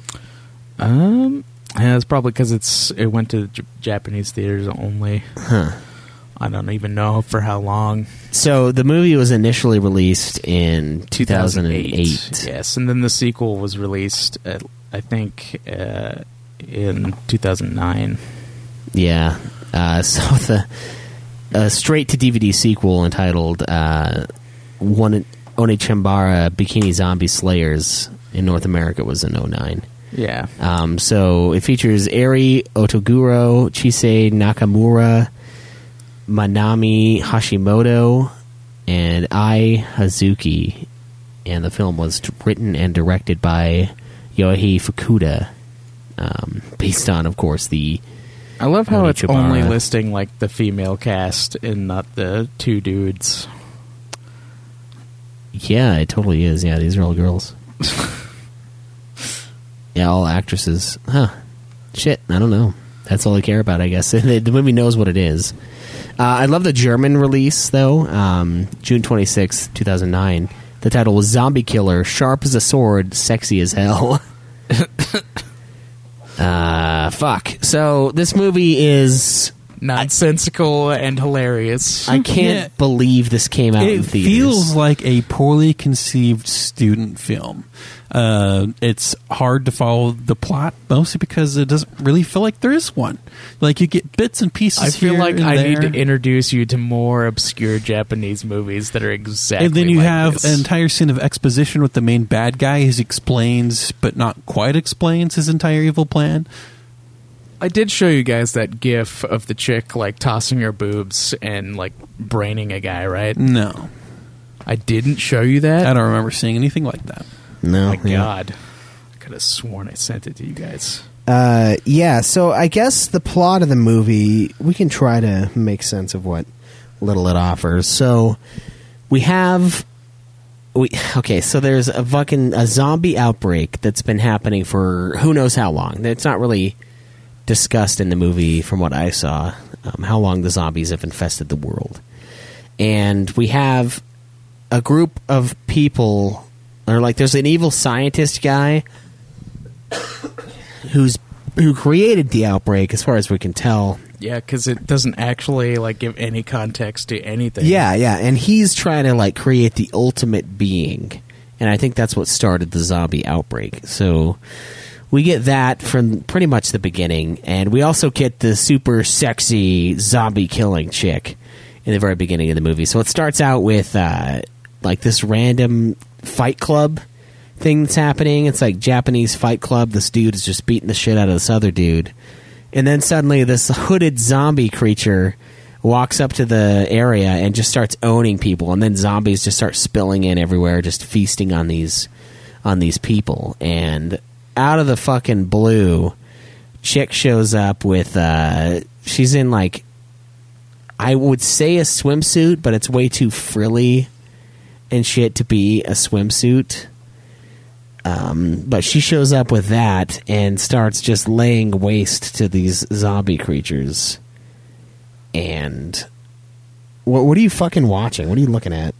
Um, yeah, it's probably because it's it went to J- Japanese theaters only. I don't even know for how long. So the movie was initially released in 2008. Yes, and then the sequel was released, at, I think, uh, in 2009. Yeah. Uh, so the a straight to DVD sequel entitled uh, One Onichimbara Bikini Zombie Slayers in North America was in 09. Yeah. Um, so it features Eri Otoguro, Chise Nakamura, Manami Hashimoto, and Ai Hazuki. And the film was t- written and directed by Yohei Fukuda, um, based on, of course, the I love how it's Onichibara. only listing like the female cast and not the two dudes. Yeah, it totally is. Yeah, these are all girls. yeah, all actresses. Huh. Shit, I don't know. That's all I care about, I guess. the the movie knows what it is. Uh, I love the German release, though. Um, June twenty sixth, 2009. The title was Zombie Killer, Sharp as a Sword, Sexy as Hell. uh, fuck. So, this movie is. Nonsensical and hilarious. I can't Yeah. believe this came out in It theaters. feels like a poorly conceived student film. Uh, it's hard to follow the plot, mostly because it doesn't really feel like there is one. Like you get bits and pieces. I feel here like and I there. need to introduce you to more obscure Japanese movies that are exactly. and then you like have this. an entire scene of exposition with the main bad guy who explains, but not quite explains, his entire evil plan. I did show you guys that gif of the chick like tossing her boobs and like braining a guy, right? No, I didn't show you that. Mm. I don't remember seeing anything like that. No, My yeah. God, I could have sworn I sent it to you guys. Uh, yeah, so I guess the plot of the movie, we can try to make sense of what little it offers. So we have we okay. So there's a fucking a zombie outbreak that's been happening for who knows how long. It's not really discussed in the movie, from what I saw, um, how long the zombies have infested the world. And we have a group of people, or like there's an evil scientist guy who's who created the outbreak, as far as we can tell. Yeah, because it doesn't actually like give any context to anything. Yeah, yeah, and he's trying to like create the ultimate being, and I think that's what started the zombie outbreak. So we get that from pretty much the beginning, and we also get the super sexy zombie killing chick in the very beginning of the movie. So it starts out with uh, like this random fight club thing that's happening. It's like Japanese fight club. This dude is just beating the shit out of this other dude. And then suddenly this hooded zombie creature walks up to the area and just starts owning people and then zombies just start spilling in everywhere just feasting on these on these people and out of the fucking blue chick shows up with uh she's in like I would say a swimsuit but it's way too frilly and shit to be a swimsuit um, but she shows up with that and starts just laying waste to these zombie creatures. And what what are you fucking watching? What are you looking at?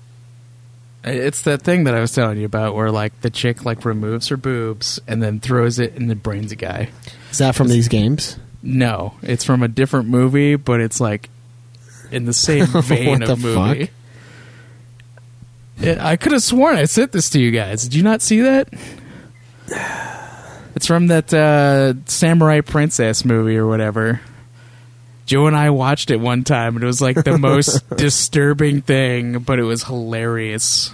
It's that thing that I was telling you about, where like the chick like removes her boobs and then throws it and then brains a guy. Is that from these games? No, it's from a different movie, but it's like in the same vein What of the movie. fuck? It, I could have sworn I sent this to you guys. Did you not see that? It's from that uh, Samurai Princess movie or whatever. Joe and I watched it one time, and it was like the most disturbing thing, but it was hilarious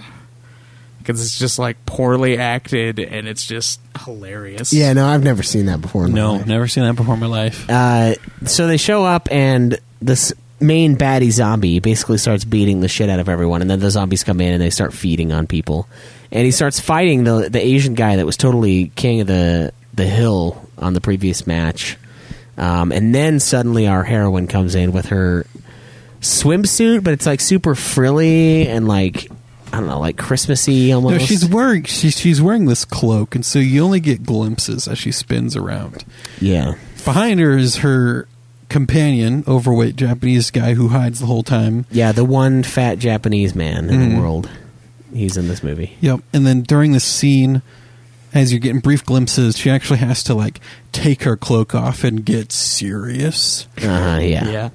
because it's just like poorly acted, and it's just hilarious. Yeah, no, I've never seen that before. in my No, life. never seen that before in my life. Uh, so they show up, and this main baddie zombie basically starts beating the shit out of everyone, and then the zombies come in and they start feeding on people, and he starts fighting the the Asian guy that was totally king of the the hill on the previous match, um, and then suddenly our heroine comes in with her swimsuit, but it's like super frilly and like. I don't know, like Christmassy almost. No, she's wearing she's she's wearing this cloak, and so you only get glimpses as she spins around. yeah, Behind her is her companion, overweight Japanese guy who hides the whole time. yeah. The one fat Japanese man in Mm-hmm. the world. He's in this movie. Yep. And then during this scene, as you're getting brief glimpses, she actually has to like take her cloak off and get serious. Uh, yeah.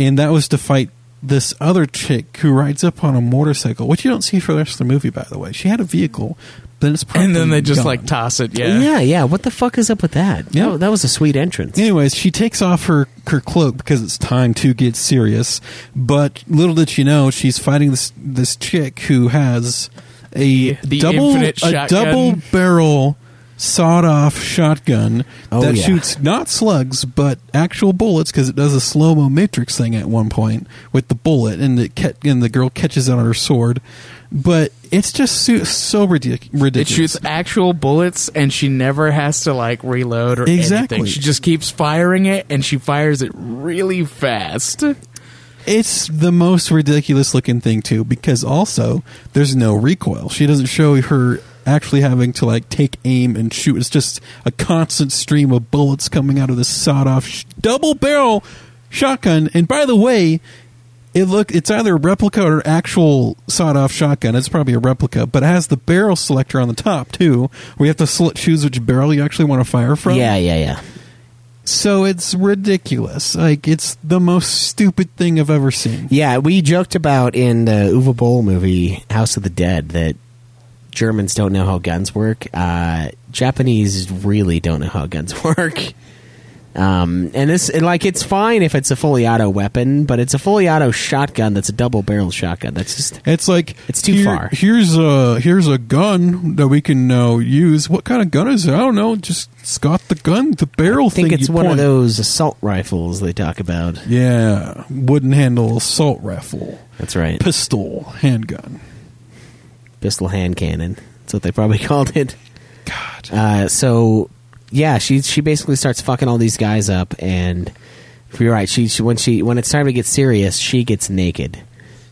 And that was to fight this other chick who rides up on a motorcycle, which you don't see for the rest of the movie, by the way. She had a vehicle, but it's probably And then they just gone. like toss it. Yeah, Yeah. yeah, What the fuck is up with that? Yeah. That, that was a sweet entrance. Anyways, she takes off her, her cloak because it's time to get serious. But little did she know, she's fighting this this chick who has a The double infinite a shotgun. double barrel sawed off shotgun Oh, that yeah. shoots not slugs but actual bullets because it does a slow mo matrix thing at one point with the bullet and it ca- and the girl catches it on her sword. But it's just so, so ridic- It ridiculous. shoots actual bullets, and she never has to like reload or Exactly. anything. She just keeps firing it, and she fires it really fast. It's the most ridiculous looking thing too, because also there's no recoil. She doesn't show her actually having to like take aim and shoot. It's just a constant stream of bullets coming out of this sawed off sh- double barrel shotgun. And by the way, it look it's either a replica or actual sawed off shotgun. It's probably a replica, but it has the barrel selector on the top too, where you have to sl- choose which barrel you actually want to fire from. Yeah, yeah, yeah. So it's ridiculous. Like it's the most stupid thing I've ever seen. Yeah, we joked about in the Uwe Boll movie, House of the Dead, that Germans don't know how guns work. Uh, Japanese really don't know how guns work. Um, and this, and, like, it's fine if it's a fully auto weapon, but it's a fully auto shotgun that's a double barrel shotgun. That's just. It's like It's too far. Here's a here's a gun that we can uh, use. What kind of gun is it? I don't know. Just it's got the gun, the barrel I think thing. it's you one of point. those assault rifles they talk about. Yeah, wooden handle assault rifle, That's right. pistol, handgun. pistol hand cannon. That's what they probably called it. God, Uh, so yeah, she she basically starts fucking all these guys up, and you're right. She, she when she when it's time to get serious, she gets naked.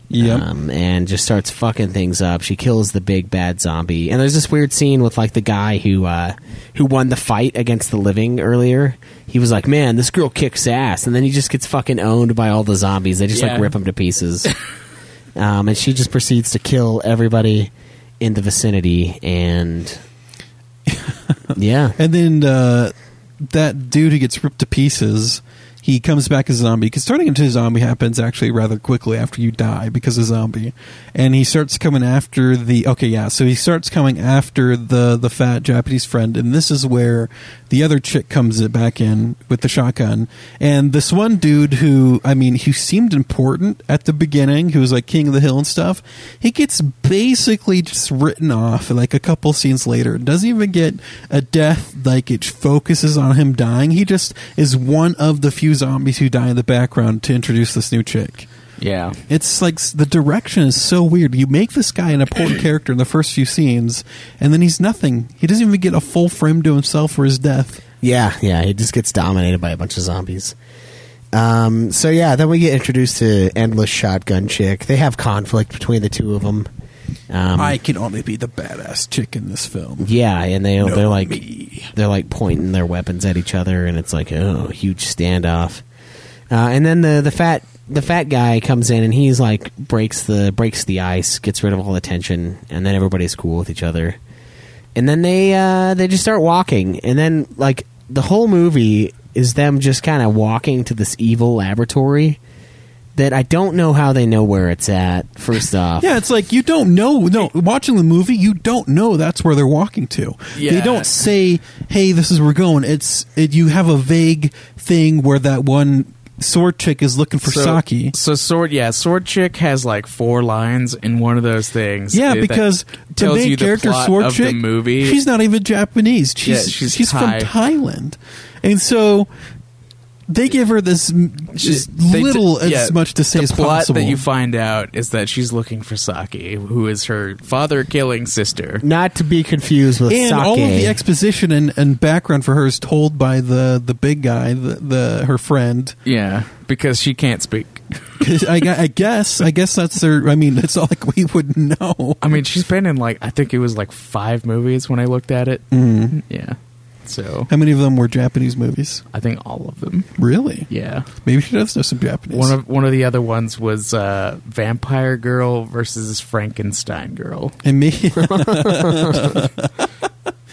Yep. Um, and just starts fucking things up. She kills the big bad zombie, and there's this weird scene with like the guy who uh, who won the fight against the living earlier. He was like, "Man, this girl kicks ass," and then he just gets fucking owned by all the zombies. They just Yeah. like rip him to pieces. um, and she just proceeds to kill everybody in the vicinity, and yeah, and then uh, that dude who gets ripped to pieces. he comes back as a zombie because turning into a zombie happens actually rather quickly after you die because a zombie, and he starts coming after the okay yeah so he starts coming after the the fat Japanese friend and this is where the other chick comes back in with the shotgun and this one dude who I mean who seemed important at the beginning who was like king of the hill and stuff he gets basically just written off like a couple scenes later It doesn't even get a death like it focuses on him dying he just is one of the few zombies who die in the background to introduce this new chick. Yeah. It's like s- the direction is so weird. You make this guy an important character in the first few scenes, and then he's nothing. He doesn't even get a full frame to himself for his death. Yeah, yeah, he just gets dominated by a bunch of zombies. Um, so yeah, then we get introduced to endless shotgun chick. They have conflict between the two of them. Um, I can only be the badass chick in this film. yeah, and they they're like me. they're like pointing their weapons at each other, and it's like oh, huge standoff. Uh, and then the the fat the fat guy comes in, and he's like breaks the breaks the ice, gets rid of all the tension, and then everybody's cool with each other. And then they uh, they just start walking, and then like the whole movie is them just kind of walking to this evil laboratory that I don't know how they know where it's at. First off, Yeah, it's like you don't know. No, watching the movie, you don't know that's where they're walking to. They Yeah. don't say, "Hey, this is where we're going." It's it, you have a vague thing where that one sword chick is looking for Saki. So sword, yeah, sword chick has like four lines in one of those things. Yeah, It- that because the tells main you character plot sword of chick, the movie. she's not even Japanese. Yeah, She's she's, she's from Thai. Thailand, and so they give her this m- She's- just they d- little as yeah, much to say the as plot possible. that you find out is that she's looking for Saki, who is her father killing sister. not to be confused with and sake. all of the exposition and, and background for her is told by the, the big guy, the, the her friend. Yeah, because she can't speak. 'Cause I, gu- I guess I guess that's their. I mean, that's all like we would know. I mean, she's been in like I think it was like five movies when I looked at it. Yeah, so How many of them were Japanese movies? I think all of them. Really? Yeah, Maybe she does know some Japanese. one of one of the other ones was uh, Vampire Girl versus Frankenstein Girl. and me,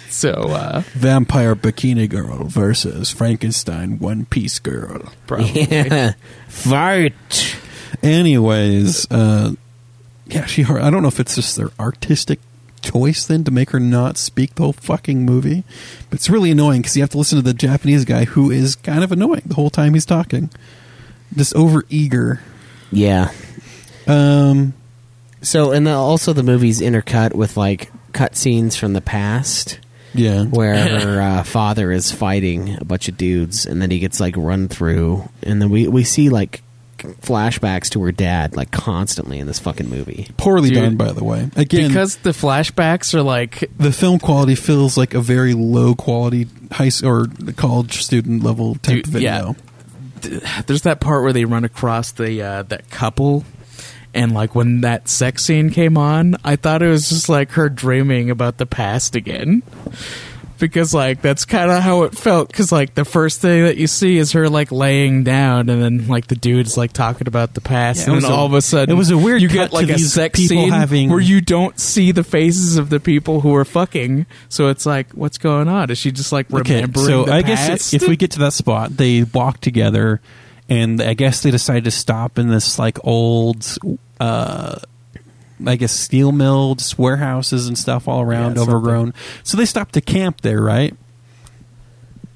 So uh, vampire bikini girl versus Frankenstein one piece girl. probably yeah, fart. Anyways, uh, yeah, she. I don't know if it's just their artistic choice then to make her not speak the whole fucking movie, but it's really annoying because you have to listen to the Japanese guy who is kind of annoying the whole time he's talking, just over eager. Yeah. Um, So and the, also the movie's intercut with like cutscenes from the past yeah, where her uh, father is fighting a bunch of dudes, and then he gets like run through, and then we we see like flashbacks to her dad like constantly in this fucking movie. poorly Dude. done by the way. Again, because the flashbacks are like the film quality feels like a very low quality high s- or college student level type Dude, video. yeah. there's that part where they run across the uh, that couple and like when that sex scene came on i thought it was just like her dreaming about the past again because like that's kind of how it felt because like the first thing that you see is her like laying down and then like the dude's like talking about the past Yeah, it and was then a- all of a sudden it was a weird you cut get to like a these sex people scene having- where you don't see the faces of the people who are fucking so it's like what's going on is she just like remembering so the I guess past? if we get to that spot, they walk together, and I guess they decide to stop in this like old, uh, I guess steel mill, just warehouses and stuff all around, Yeah, something. overgrown. So they stop to camp there, right?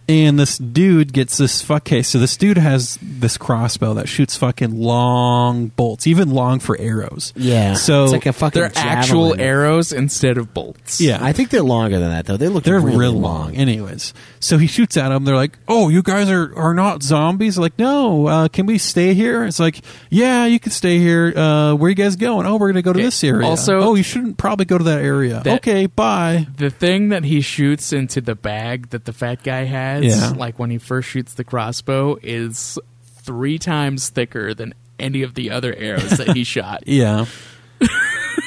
And this dude gets this fuck case. So this dude has this crossbow that shoots fucking long bolts, even long for arrows. Yeah. So it's like a fucking They're actual javelin. arrows instead of bolts. yeah, I think they're longer than that though. They look they're really, real long. long. Anyways, so he shoots at them. They're like, "Oh, you guys are are not zombies." Like, no, uh, can we stay here? It's like, yeah, you can stay here. Uh, where you guys going? Oh, we're gonna go to Okay. this area. Also- oh, you shouldn't probably go to that area. That- okay, bye. The thing that he shoots into the bag that the fat guy has, Yeah. like when he first shoots the crossbow, is three times thicker than any of the other arrows that he shot. Yeah.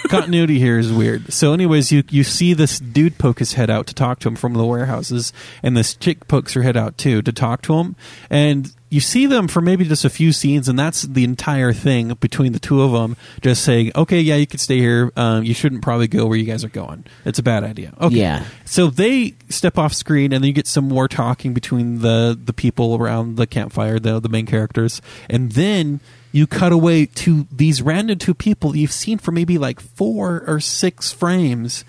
Continuity here is weird. So, anyways, you you see this dude poke his head out to talk to him from the warehouses, and this chick pokes her head out too to talk to him, and you see them for maybe just a few scenes, and that's the entire thing between the two of them. Just saying, okay, yeah, you can stay here. Um, you shouldn't probably go where you guys are going. It's a bad idea. Okay, Yeah. So they step off screen, and then you get some more talking between the the people around the campfire, the the main characters, and then you cut away to these random two people you've seen for maybe like four or six frames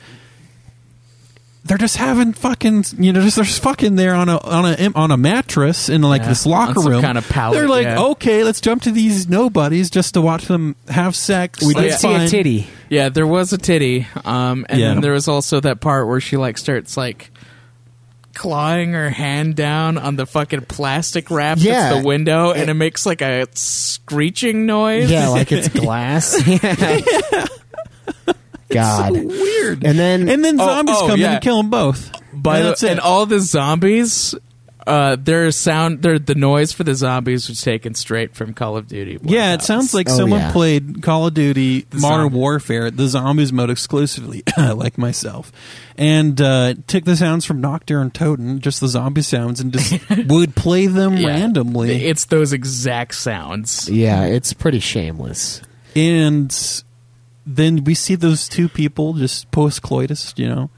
they're just having fucking you know just they're just fucking there on a on a on a mattress in like Yeah, this on locker some room kind of pallet, They're like, yeah. okay, let's jump to these nobodies just to watch them have sex. We did That's see a fine. titty. Yeah, there was a titty, um, and Yeah. then there was also that part where she like starts like clawing her hand down on the fucking plastic wrap Yeah. that's the window, and it makes like a screeching noise. Yeah, like it's glass. God. Weird. And then- and then Oh, zombies oh, come in yeah. and kill them both. By and the, that's it. and all the zombies, uh, their sound, their the noise for the zombies was taken straight from Call of Duty. yeah, it sounds like Oh, someone yeah. played Call of Duty Modern zombie- Warfare, the zombies mode exclusively, like myself, and uh, took the sounds from Nocturne Toten, just the zombie sounds, and just would play them Yeah. randomly. It's those exact sounds. Yeah, it's pretty shameless. and then we see those two people just post coitus, you know,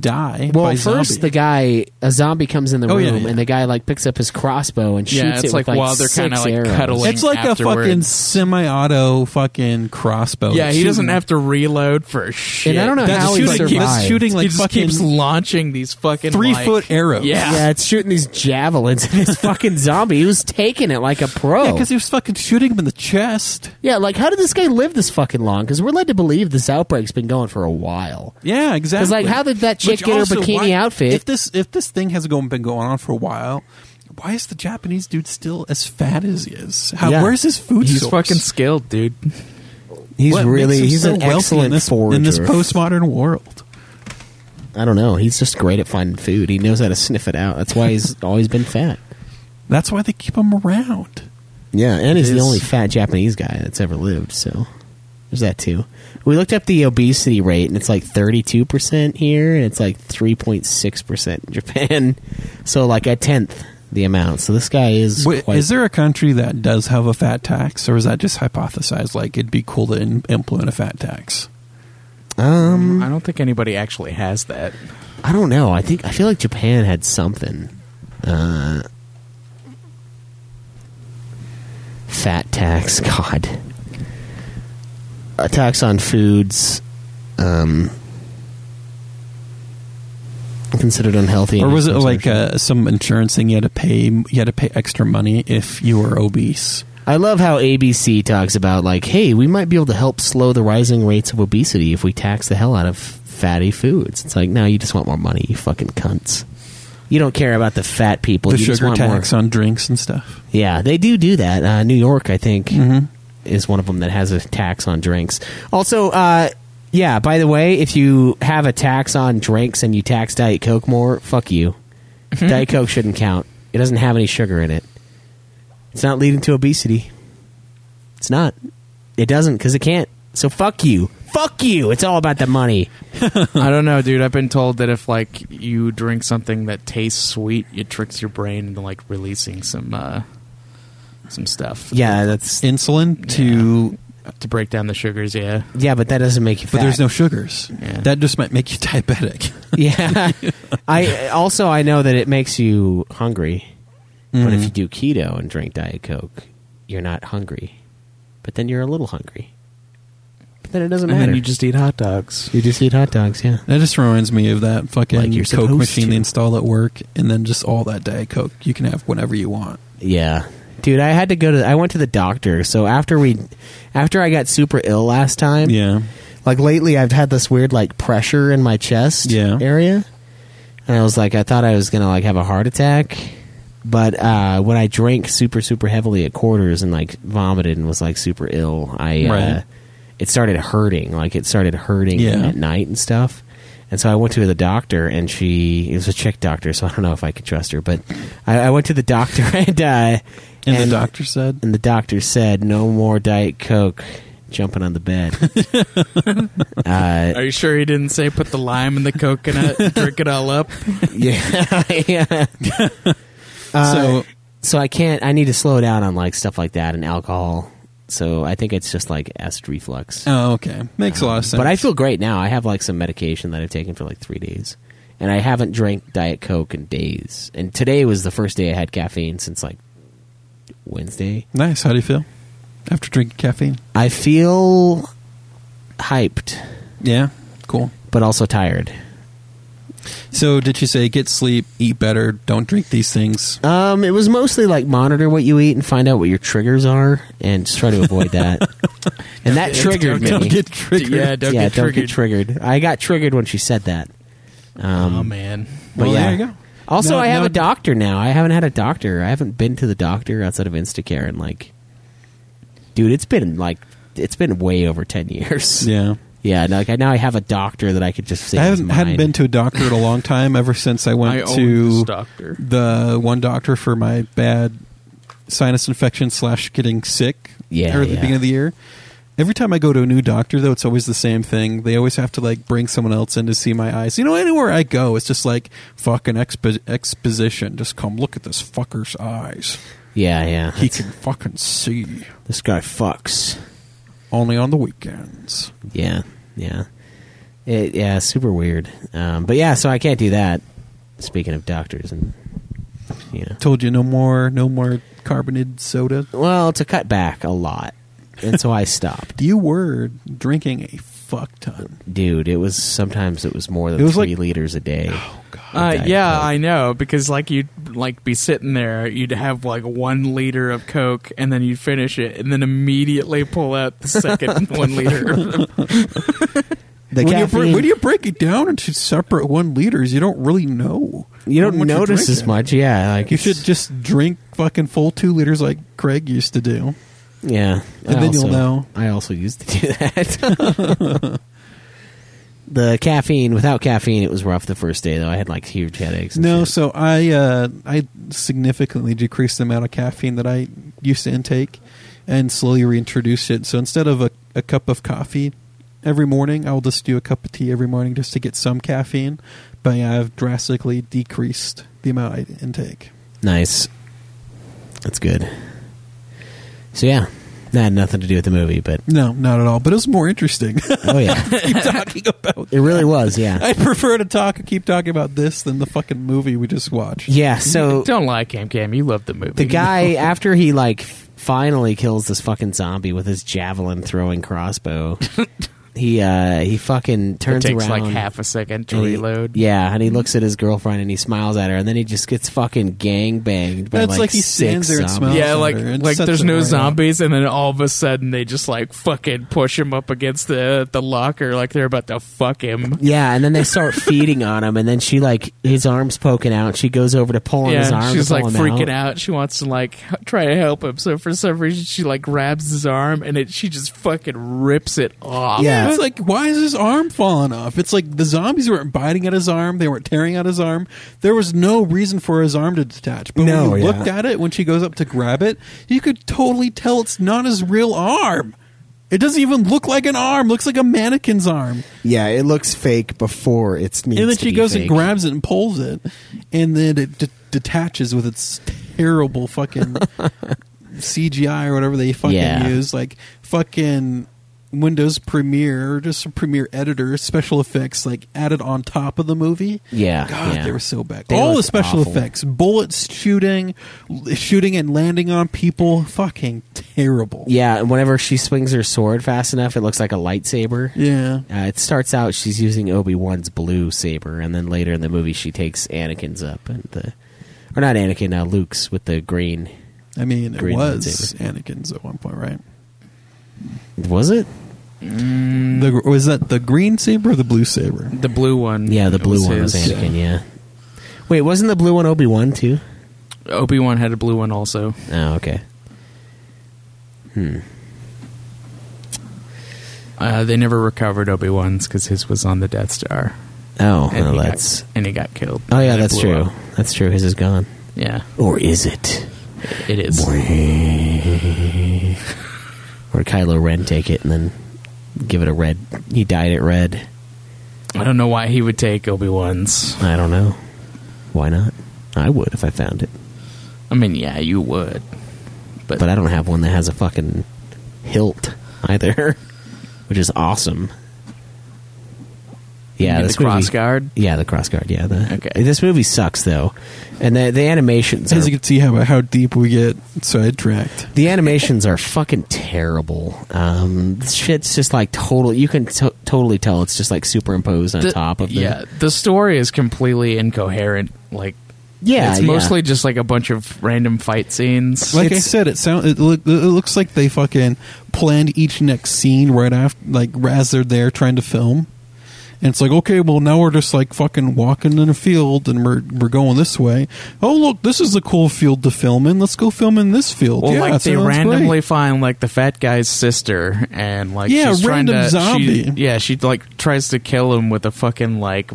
die. Well, by first zombie. the guy, a zombie comes in the Oh, yeah, room, yeah. and the guy like picks up his crossbow and shoots Yeah, it's it like with like while they're kind kinda, of like, cuddling. it's like a afterwards. fucking semi-auto fucking crossbow. yeah, he doesn't Shooting- have to reload for shit. And I don't know That's how he shooting, that's survived. shooting like he just fucking keeps launching these fucking three like- foot arrows. Yeah. Yeah, it's shooting these javelins and this fucking zombie. He was taking it like a pro. because he was fucking shooting him in the chest. Yeah, like how did this guy live this fucking long? Because we're led to believe this outbreak's been going for a while. Yeah, exactly. 'Cause, like, how did that chick Which get her also, bikini why- outfit? If this if this thing has going, been going on for a while, why is the Japanese dude still as fat as he is? How, Yeah. Where's his food He's source? fucking skilled, dude. He's What makes really him he's so an wealthy in excellent this, forger. in this postmodern world. I don't know. He's just great at finding food. He knows how to sniff it out. That's why he's always been fat. That's why they keep him around. Yeah, and he's the His- only fat Japanese guy that's ever lived. So there's that too. We looked up the obesity rate, and it's like 32 percent here, and it's like 3.6 percent in Japan. So like a tenth the amount. So this guy is Wait, quite is there a country that does have a fat tax, or is that just hypothesized? Like it'd be cool to in, implement a fat tax. um I don't think anybody actually has that. I don't know. I think I feel like Japan had something. Uh, fat tax. God. A tax on foods. Um, considered unhealthy. or and was it like consumption. uh, some insurance thing you had to pay? You had to pay extra money if you were obese. I love how ABC talks about like, hey, we might be able to help slow the rising rates of obesity if we tax the hell out of fatty foods. It's like, no, you just want more money, you fucking cunts. You don't care about the fat people. the you just sugar want more. tax on drinks and stuff. Yeah, they do do that. Uh, New York, I think, is one of them that has a tax on drinks. Also, uh, yeah. By the way, if you have a tax on drinks and you tax Diet Coke more, fuck you. Diet Coke shouldn't count. It doesn't have any sugar in it. It's not leading to obesity. It's not. It doesn't because it can't. So fuck you. Fuck you. It's all about the money. I don't know, dude. I've been told that if like you drink something that tastes sweet, it tricks your brain into like releasing some uh some stuff. Yeah, that's Insulin to, To break down the sugars, yeah. yeah, but that doesn't make you. Fat. but there's no sugars. Yeah. That just might make you diabetic. Yeah. I also I know that it makes you hungry. But Mm-hmm. if you do keto and drink diet coke, you're not hungry. But then you're a little hungry. But then it doesn't And matter. then you just eat hot dogs. you just eat hot dogs, yeah. That just reminds me of that fucking Like you're Coke supposed machine to. they install at work, and then just all that Diet Coke you can have whenever you want. Yeah. Dude, I had to go to I went to the doctor. So after we after I got super ill last time, Yeah, like lately I've had this weird like pressure in my chest Yeah. area. And I was like I thought I was going to like have a heart attack. But uh, when I drank super super heavily at quarters and like vomited and was like super ill, I uh, Right. it started hurting. Like it started hurting Yeah. at night and stuff. And so I went to the doctor, and she it was a chick doctor, so I don't know if I could trust her. But I, I went to the doctor, and uh, and, the doctor said, and the doctor said, "No more Diet Coke." Jumping on the bed. uh, Are you sure he didn't say put the lime in the coconut, drink it all up? yeah, yeah. so so I can't. I need to slow down on like stuff like that and alcohol. So I think it's just like acid reflux. Oh, okay. Makes a lot of sense. But I feel great now. I have like some medication that I've taken for like three days, and I haven't drank Diet Coke in days. And today was the first day I had caffeine since like Wednesday. nice. How do you feel after drinking caffeine? I feel hyped, Yeah, cool. but also tired. So did you say get sleep, eat better, don't drink these things? Um, it was mostly like monitor what you eat and find out what your triggers are, and just try to avoid that. and that triggered me. Don't get triggered. Yeah, don't yeah, get don't triggered. get triggered. I got triggered when she said that. Um, oh man. But Well, yeah. there you go. Also, No- I have no- a doctor now. I haven't had a doctor. I haven't been to the doctor outside of Instacare and like, dude, it's been like it's been way over ten years. Yeah. yeah. Now, like, now I have a doctor that I could just say. I is haven't hadn't mine. been to a doctor in a long time. Ever since I went I own to this doctor. the one doctor for my bad sinus infection slash getting sick. Yeah, or at yeah. the beginning of the year. Every time I go to a new doctor, though, it's always the same thing. They always have to like bring someone else in to see my eyes. You know, anywhere I go, it's just like fucking expo- exposition. Just come look at this fucker's eyes. Yeah, yeah. He That's- can fucking see this guy fucks. only on the weekends. Yeah, yeah, it, yeah. Super weird. Um, but yeah, so I can't do that. Speaking of doctors and you know, Told you no more, no more carbonated soda. well, to cut back a lot, and so I stopped. You were drinking a fuck ton. Dude, it was sometimes it was more than It was three like- Oh, liters a day. Uh, Diet yeah, Coke. I know because like you'd like be sitting there, you'd have like one liter of Coke, and then you'd finish it, and then immediately pull out the second one liter. The when, you caffeine, break, when you break it down into separate one liters, you don't really know. you how don't much you're notice as drinking. much. Yeah, like You it's- should just drink fucking full two liters like Craig used to do. Yeah, And I then you'll also- know. I also used to do that. the caffeine, without caffeine, it was rough the first day though. I had like huge headaches. and No, shit. so I uh, I significantly decreased the amount of caffeine that I used to intake, and slowly reintroduced it. So instead of a, a cup of coffee every morning, I'll just do a cup of tea every morning just to get some caffeine. But yeah, I've drastically decreased the amount I intake. nice. That's good. So yeah, that had nothing to do with the movie, but No, not at all. But it was more interesting. oh yeah, keep talking about. it really was. Yeah, I prefer to talk keep talking about this than the fucking movie we just watched. yeah. So Don't lie, Cam Cam. You love the movie. the guy after he like f- finally kills this fucking zombie with his javelin throwing crossbow he uh he fucking it turns takes around like half a second to and he- reload. yeah and he looks at his girlfriend and he smiles at her and then he just gets fucking gang banged by That's like, like he six stands there and zombies. smiles. Yeah, Zombie like and like sets there's it no right up. zombies, and then all of a sudden they just like fucking push him up against the the locker, like they're about to fuck him. yeah and then they start feeding on him and then she like his arms poking out she goes over to pull on his Yeah, arm she's to like pull him freaking out. She wants to like h- try to help him. So for some reason, she like grabs his arm and it she just fucking rips it off. Yeah, Yeah. it's like why is his arm falling off? It's like the zombies weren't biting at his arm; they weren't tearing at his arm. There was no reason for his arm to detach. But No, when you yeah. looked at it when she goes up to grab it, you could totally tell it's not his real arm. It doesn't even look like an arm; looks like a mannequin's arm. Yeah, it looks fake before it's needs and then to she be goes fake. and grabs it and pulls it, and then it d- detaches with its terrible fucking CGI or whatever they fucking Yeah. use, like fucking Windows Premiere or just a Premiere editor special effects like added on top of the movie. Yeah, God, yeah. they were so bad. They All the looked special awful. effects, bullets shooting, l- shooting and landing on people, fucking terrible. yeah and whenever she swings her sword fast enough it looks like a lightsaber Yeah. Uh, it starts out she's using Obi Wan's blue saber, and then later in the movie she takes Anakin's up and the, or not Anakin, uh, Luke's with the green. I mean, it Green was Anakin's at one point, right? Was it? The, was that the green saber or the blue saber? The blue one. Yeah, the blue one was Anakin. Yeah. Wait, wasn't the blue one Obi Wan too? Obi Wan had a blue one also. Oh, okay. Uh, they never recovered Obi Wan's because his was on the Death Star, Oh, and, well, he, that's. got, and he got killed. Oh yeah, And it that's blew true. up. That's true. His is gone, Yeah, or is it? it is. Or Kylo Ren take it and then give it a red. He dyed it red. I don't know why he would take Obi Wan's. I don't know. Why not? I would if I found it. I mean, yeah, you would. But, but I don't have one that has a fucking hilt either, which is awesome. Yeah, mean this the movie- crossguard? Yeah, the cross guard. Yeah, the, Okay. This movie sucks though, and the the animations. As Are, you can see, how how deep we get sidetracked. the animations are fucking terrible. Um, this shit's just like total. You can to- totally tell it's just like superimposed on the- top of the, yeah, the story is completely incoherent. Like, Yeah, it's yeah. mostly just like a bunch of random fight scenes. Like I It's- said, it sound it, look, it looks like they fucking planned each next scene right after, like as they're there trying to film. And it's like, okay, well now we're just like fucking walking in a field, and we're we're going this way. Oh look, this is a cool field to film in. Let's go film in this field. well, yeah, like they sounds great. randomly find like the fat guy's sister, and like Yeah, she's trying random to, zombie. She, yeah, she like tries to kill him with a fucking like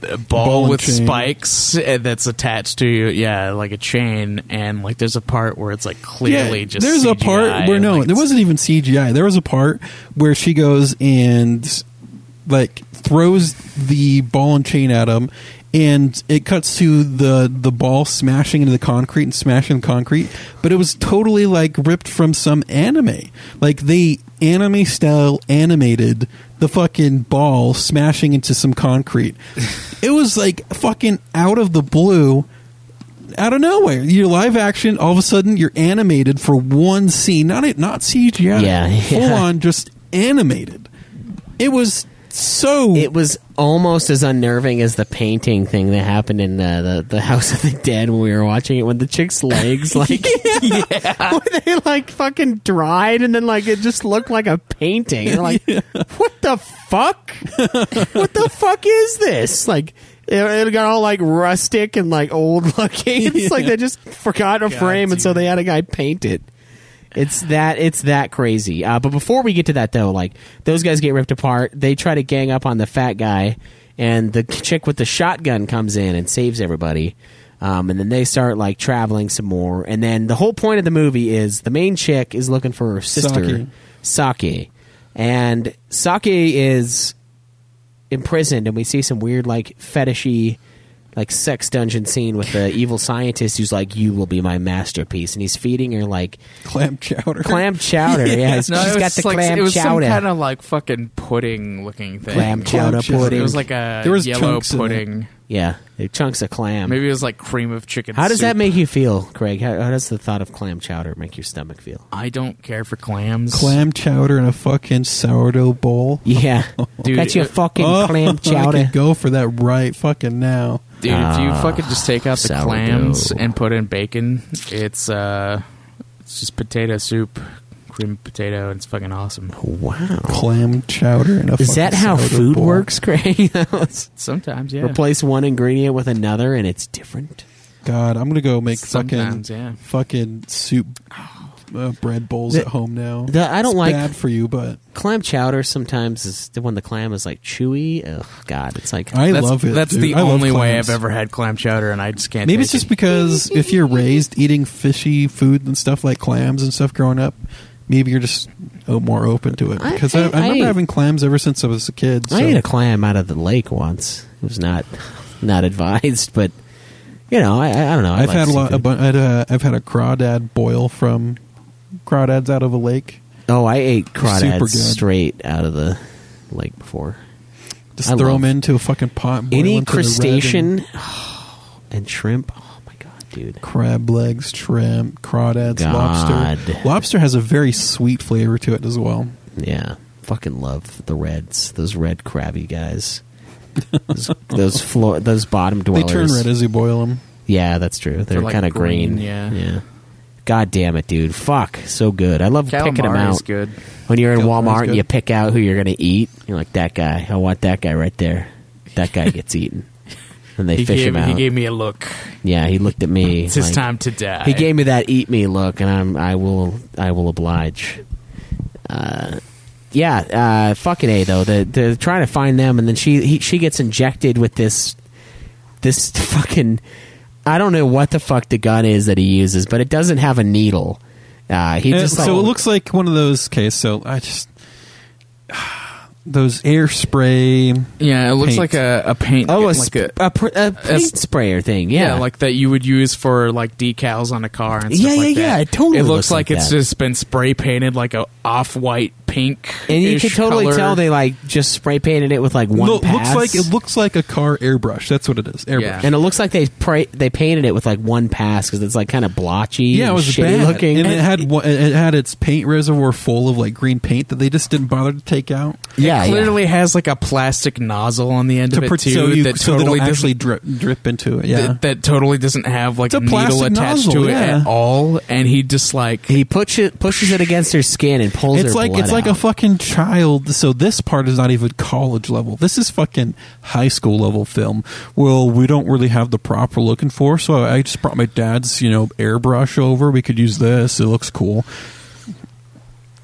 b- ball, Ball and with chain. spikes uh, that's attached to you. Yeah, like a chain, and like there's a part where it's like clearly just there's a part CGI, where no like, there wasn't even cgi there was a part where she goes and like throws the ball and chain at him and it cuts to the the ball smashing into the concrete and smashing the concrete but it was totally like ripped from some anime like they anime style animated the fucking ball smashing into some concrete it was like fucking out of the blue out of nowhere. You're live action. All of a sudden, you're animated for one scene. Not it. Not CGI. Yeah, yeah. Full on, just animated. It was so. It was almost as unnerving as the painting thing that happened in uh, the the House of the Dead when we were watching it. When the chick's legs, like, yeah, when they like fucking dried, and then like it just looked like a painting. You're like, what the fuck? what the fuck is this? Like. It, it got all like rustic and like old looking. It's like they just forgot a frame, and so they had a guy paint it. It's that it's that crazy. Uh, but before we get to that though, like those guys get ripped apart. They try to gang up on the fat guy, and the chick with the shotgun comes in and saves everybody. Um, and then they start like traveling some more. And then the whole point of the movie is the main chick is looking for her sister Sake, and Sake is imprisoned, and we see some weird like fetishy. Like sex dungeon scene with the evil scientist who's like, "You will be my masterpiece," and he's feeding her like clam chowder. clam chowder. Yeah, she's No, it got was the like, clam It was chowder. some kind of like fucking pudding looking thing. Clam chowder chowder. pudding. It was like a There was yellow chunks in it. pudding. yeah, like chunks of clam. Maybe it was like cream of chicken. how does soup. that make you feel, Craig? How, how does the thought of clam chowder make your stomach feel? I don't care for clams. Clam chowder in a fucking sourdough bowl. Yeah, Dude, got you a it- fucking Oh, clam I chowder. could go for that right fucking now. Dude, if you fucking just take out the Uh, sourdough. clams and put in bacon, it's uh it's just potato soup, creamed potato, and it's fucking awesome. Wow, Clam chowder in a. is that fucking how sourdough food bowl. works, Craig? Sometimes, yeah. Replace one ingredient with another, and it's different. God, I'm gonna go make fucking Sometimes, yeah. fucking soup. Uh, bread bowls The- at home now. the- I don't It's like- bad for you, but Clam chowder sometimes is when the clam is like chewy. Oh God, it's like I that's, love it. That's dude. the I love only way clams. I've ever had clam chowder, and I just can't. Maybe take it's just it. because if you're raised eating fishy food and stuff like clams and stuff growing up, maybe you're just oh, more open to it. I- Because I, I, I- remember I- having clams ever since I was a kid. So. I ate a clam out of the lake once. It was not not advised, but you know, I, I don't know. I I've like had a lot. A seafood. bu- I'd, uh, I've had a crawdad boil from crawdads out of a lake. oh, I ate Super crawdads good. straight out of the lake before. Just I throw love- them into a fucking pot. And boil Any them to the red and crustacean and shrimp. Oh my god, dude! Crab legs, shrimp, crawdads, lobster. God. Lobster Lobster has a very sweet flavor to it as well. Yeah, fucking love the reds. Those red crabby guys. those those, floor, those bottom They dwellers. turn red as you boil them. Yeah, that's true. They're, like, kind of green. green, yeah. Yeah. God damn it, dude! Fuck, so good. I love picking them Calamari out. is good. When you're in Calamari's Walmart and good. you pick out who you're going to eat, you're like, that guy. I want that guy right there. That guy gets eaten. And they He fish gave, him out. he gave me a look. yeah, he looked at me. It's his like- time to die. He gave me that eat me look, and I'm, I will I will oblige. Uh, yeah, uh, fucking a though. They're, they're trying to find them, and then she he, she gets injected with this this fucking I don't know what the fuck the gun is that he uses, but it doesn't have a needle. Uh, he Uh, just like, so it looks like one of those. Okay, so I just those air spray. Yeah, it looks Paint. like a, a paint. Oh, a, like sp- a, pr- a paint sprayer thing. Yeah, yeah. like that you would use for like decals on a car and stuff Yeah, yeah, like that. yeah, it totally It looks looks, like, like it's that. just been spray painted like a off-white pink. and you can totally tell they like just spray painted it with like one. Lo- looks pass. like it looks like a car airbrush. That's what it is. Airbrush. Yeah. And it looks like they pra- they painted it with like one pass because it's like kind of blotchy. Yeah, and it was shitty bad. looking. and it had one- it had its paint reservoir full of like green paint that they just didn't bother to take out yeah, yeah. clearly has like a plastic nozzle on the end of it protect too so, you, that so they totally don't doesn't- actually drip drip into it. Yeah, that, that totally doesn't have It's like a a needle plastic attached nozzle, to it yeah. at all, and he just like He push it, pushes it against her skin and pulls it's her like blood it's like a out. fucking child. So this part is not even college level. This is fucking high school level film. Well, we don't really have the prop we're looking for, so I just brought my dad's you know airbrush over. We could use this. It looks cool.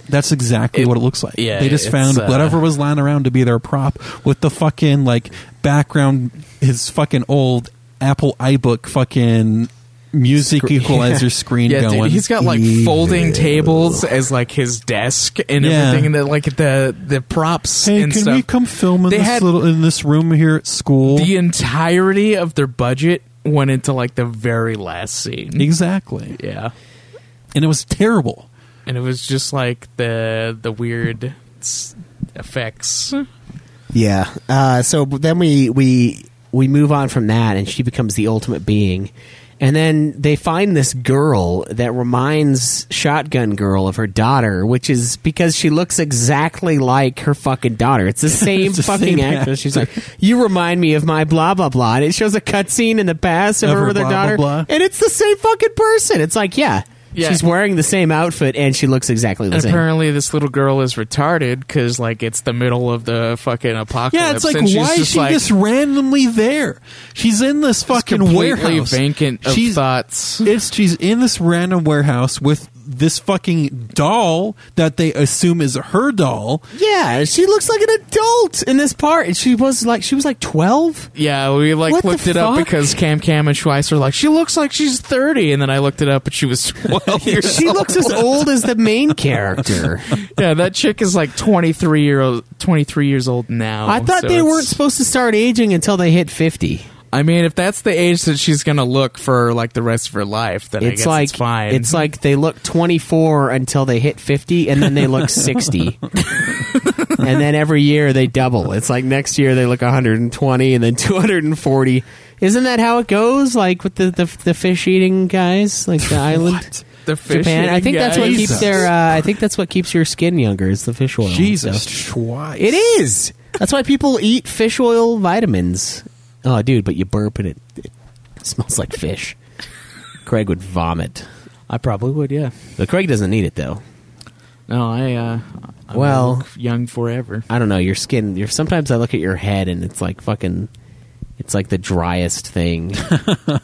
That's exactly It- what it looks like. yeah, they just it's, found uh, whatever was lying around to be their prop with the fucking like background. His fucking old Apple iBook fucking music equalizer screen Yeah, going. dude, he's got like folding tables as like his desk and Yeah. everything, and then like the the props Hey, and can stuff. we come film in They this had- little in this room here at school? the entirety of their budget went into like the very last scene. exactly, Yeah, and it was terrible. and it was just like the the weird s- effects. Yeah. Uh, so b- then we we we move on from that, and she becomes the ultimate being. And then they find this girl that reminds Shotgun Girl of her daughter, which is because she looks exactly like her fucking daughter. It's the same It's the fucking same actress. She's like, actor. "You remind me of my blah blah blah." And it shows a cutscene in the past of Of her her with her blah, blah, daughter, blah. and it's the same fucking person. It's like, yeah, Yeah. she's wearing the same outfit, and she looks exactly the And same. apparently, this little girl is retarded because like it's the middle of the fucking apocalypse. Yeah, it's like and she's why is just, she like, just randomly there? She's in this just fucking completely warehouse. vacant of she's thoughts? it's she's in this random warehouse with this fucking doll that they assume is her doll. Yeah, she looks like an adult in this part. And she was like she was like twelve. Yeah, we like What the looked it up fuck? because Cam Cam and Schweiss were like, she looks like she's thirty, and then I looked it up and she was twelve years She old. looks as old as the main character. yeah, that chick is like twenty three year old, twenty three years old now. I thought Oh, so they it's- weren't supposed to start aging until they hit fifty. I mean, if that's the age that she's gonna look for like the rest of her life, then I It's guess like it's fine. it's like they look twenty four until they hit fifty, and then they look sixty. and then every year they double. It's like next year they look one hundred and twenty, and then two hundred and forty. Isn't that how it goes? Like with the the, the fish eating guys, like the island. the fish Japan. I eating think that's what guys. keeps their. Uh, I think that's what keeps your skin younger is the fish oil. and Jesus, stuff. Schweiss. it is. That's why people eat fish oil vitamins. Oh, dude, but you burp and it, it smells like fish. Craig would vomit. I probably would. Yeah. But Craig doesn't need it though. No, I. uh I'm Well- young- young forever. I don't know your skin. Your sometimes I look at your head and it's like fucking. It's like the driest thing.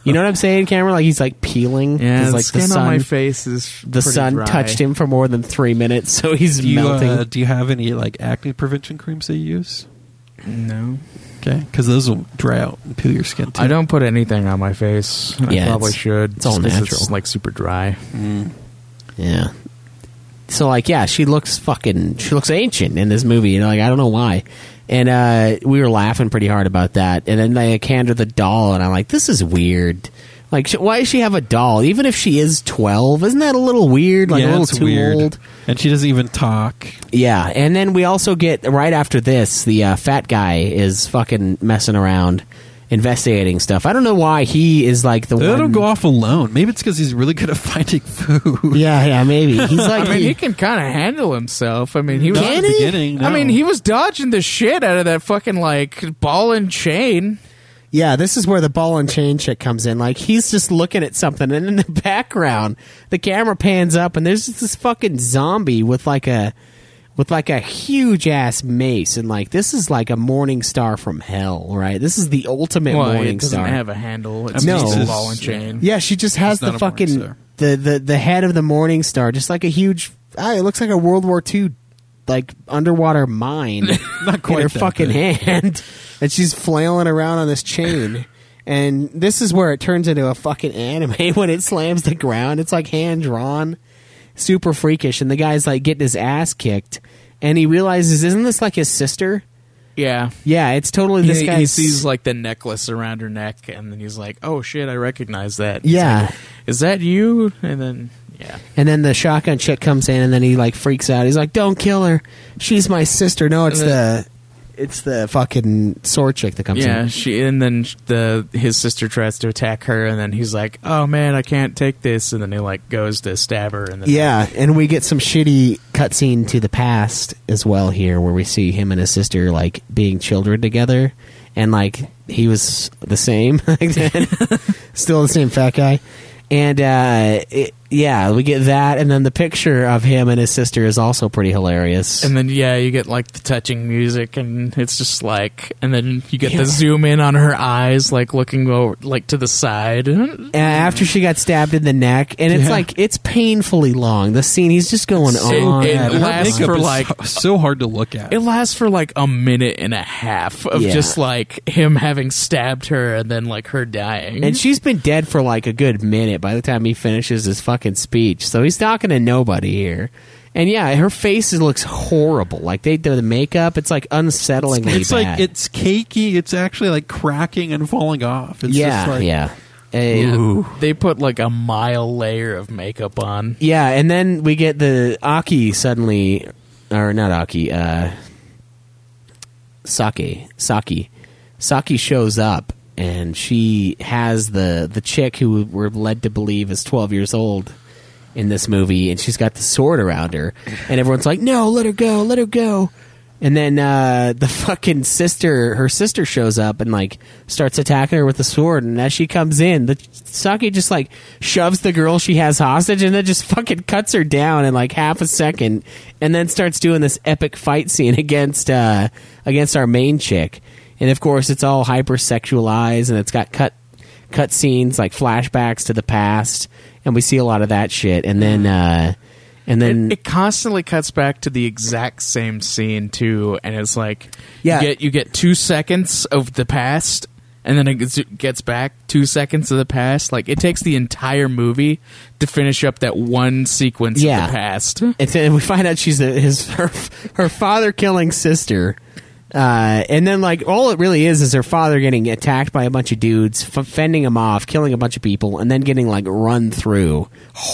you know what I'm saying, Cameron? Like he's like peeling. 'cause, Yeah, the like skin on my face is The sun touched him for more than three minutes, so Oh, he's Do you, melting. uh, do you have any like acne prevention creams that you use? No, Okay, because those will dry out and peel your skin. Too. I don't put anything on my face. Yeah, I probably it's- should. it's all just 'cause natural. It's like super dry. Yeah. So like yeah, she looks fucking she looks ancient in this movie, and like I don't know why. And uh we were laughing pretty hard about that. And then they hand her the doll, and I'm like, this is weird. Like, sh- why does she have a doll? Even if she is twelve, isn't that a little weird? Like yeah, a little it's too weird. old. And she doesn't even talk. Yeah. And then we also get right after this, the uh, fat guy is fucking messing around, investigating stuff. I don't know why he is like the They one. don't go off alone. Maybe it's because he's really good at finding food. Yeah, yeah, maybe he's like I mean, the- he can kind of handle himself. I mean, he was. Not at the beginning. I no. mean, he was dodging the shit out of that fucking like ball and chain. Yeah, this is where the ball and chain shit comes in. Like he's just looking at something, and in the background, the camera pans up, and there's just this fucking zombie with like a with like a huge ass mace, and like this is like a morning star from hell, right? This is the ultimate Well, morning it doesn't star. have a handle. It's No. just a Jesus. ball and chain. yeah, she just has It's the not a Morning fucking Star. the, the the head of the morning star, just like a huge. ah, it looks like a World War II like underwater mine. not in quite her that fucking big. hand, and she's flailing around on this chain. And this is where it turns into a fucking anime when it slams the ground. It's like hand drawn, super freakish, and the guy's like getting his ass kicked. and he realizes, isn't this like his sister? Yeah. Yeah, it's totally this he, guy. he sees like the necklace around her neck, and then he's like, "Oh shit, I recognize that." He's Yeah. like, is that you? And then yeah, And then the shotgun chick comes in, and then he like freaks out. He's like, "Don't kill her. She's my sister." No, it's And the it's the fucking sword chick that comes yeah. in. She and then sh- the his sister tries to attack her, and then he's like, "Oh man, I can't take this," and then he like goes to stab her, and then Yeah, and we get some shitty cutscene to the past as well here, where we see him and his sister like being children together, and like he was the same, like then. still the same fat guy, and uh, it, yeah, we get that, and then the picture of him and his sister is also pretty hilarious. And then yeah, you get like the touching music, and it's just like, and then you get the zoom in on her eyes, like looking over, like to the side. Uh, after she got stabbed in the neck, and it's Yeah. like it's painfully long. The scene he's just going It- on. it and Her lasts makeup for is like- so- so hard to look at. It lasts for like a minute and a half of Yeah. just like him having stabbed her, and then like her dying. And she's been dead for like a good minute by the time he finishes his fucking speech. So he's talking to nobody here. And yeah, her face looks horrible. Like they do the makeup, it's like unsettlingly it's bad. like it's cakey. It's actually like cracking and falling off. It's yeah, just like, yeah. Uh, Yeah. they put like a mile layer of makeup on. yeah, and then we get the Aki suddenly or not Aki, uh Saki. Saki. Saki shows up and she has the the chick who we're led to believe is 12 years old in this movie and she's got the sword around her and everyone's like no let her go let her go and then uh, the fucking sister her sister shows up and like starts attacking her with the sword and as she comes in the saki just like shoves the girl she has hostage and then just fucking cuts her down in like half a second and then starts doing this epic fight scene against uh against our main chick and of course it's all hypersexualized and it's got cut cut scenes like flashbacks to the past and we see a lot of that shit and then uh and then It, it constantly cuts back to the exact same scene too, and it's like Yeah. you get you get two seconds of the past, and then it gets, it gets back two seconds of the past. Like it takes the entire movie to finish up that one sequence Yeah. of the past. and then we find out she's a, his her, her father killing sister uh, and then like all it really is is her father getting attacked by a bunch of dudes f- fending him off killing a bunch of people and then getting like run through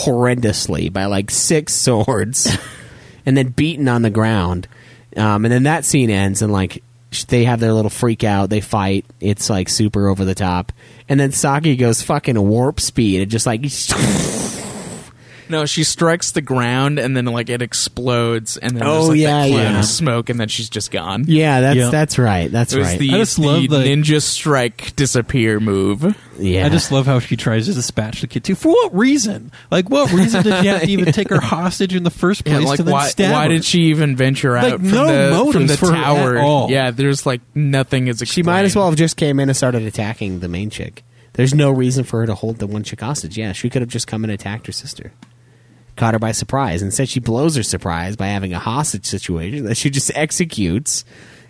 horrendously by like six swords and then beaten on the ground um, and then that scene ends and like sh- they have their little freak out they fight it's like super over the top and then saki goes fucking warp speed and just like No, she strikes the ground, and then like it explodes, and then there's Oh, like yeah, that cloud yeah. of smoke, and then she's just gone. yeah that's Yeah. that's right that's It was right the, I just the love the- ninja strike disappear move. yeah I just love how she tries to dispatch the kid too. For what reason? Like, what reason did you have to even take her hostage in the first Yeah, place? like to then why, stab why her? did she even venture out Like, from, no the, from motives the for her at tower? all. Yeah, there's like nothing is explained. She might as well have just came in and started attacking the main chick. There's no reason for her to hold the one chick hostage. Yeah, she could have just come and attacked her sister. Caught her by surprise. Instead, she blows her surprise by having a hostage situation that she just executes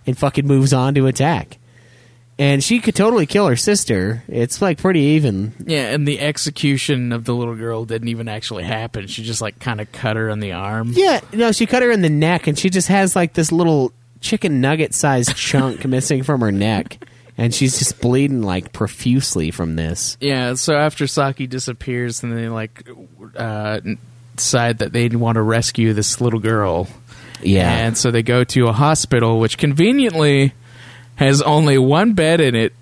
and fucking moves on to attack. And she could totally kill her sister. It's like pretty even. Yeah, and the execution of the little girl didn't even actually happen. She just like kind of cut her on the arm. Yeah, no, she cut her in the neck, and she just has like this little chicken nugget sized chunk missing from her neck. And she's just bleeding like profusely from this. Yeah, so after Saki disappears, and they like uh, decide that they want to rescue this little girl. Yeah. and so they go to a hospital, which conveniently has only one bed in it.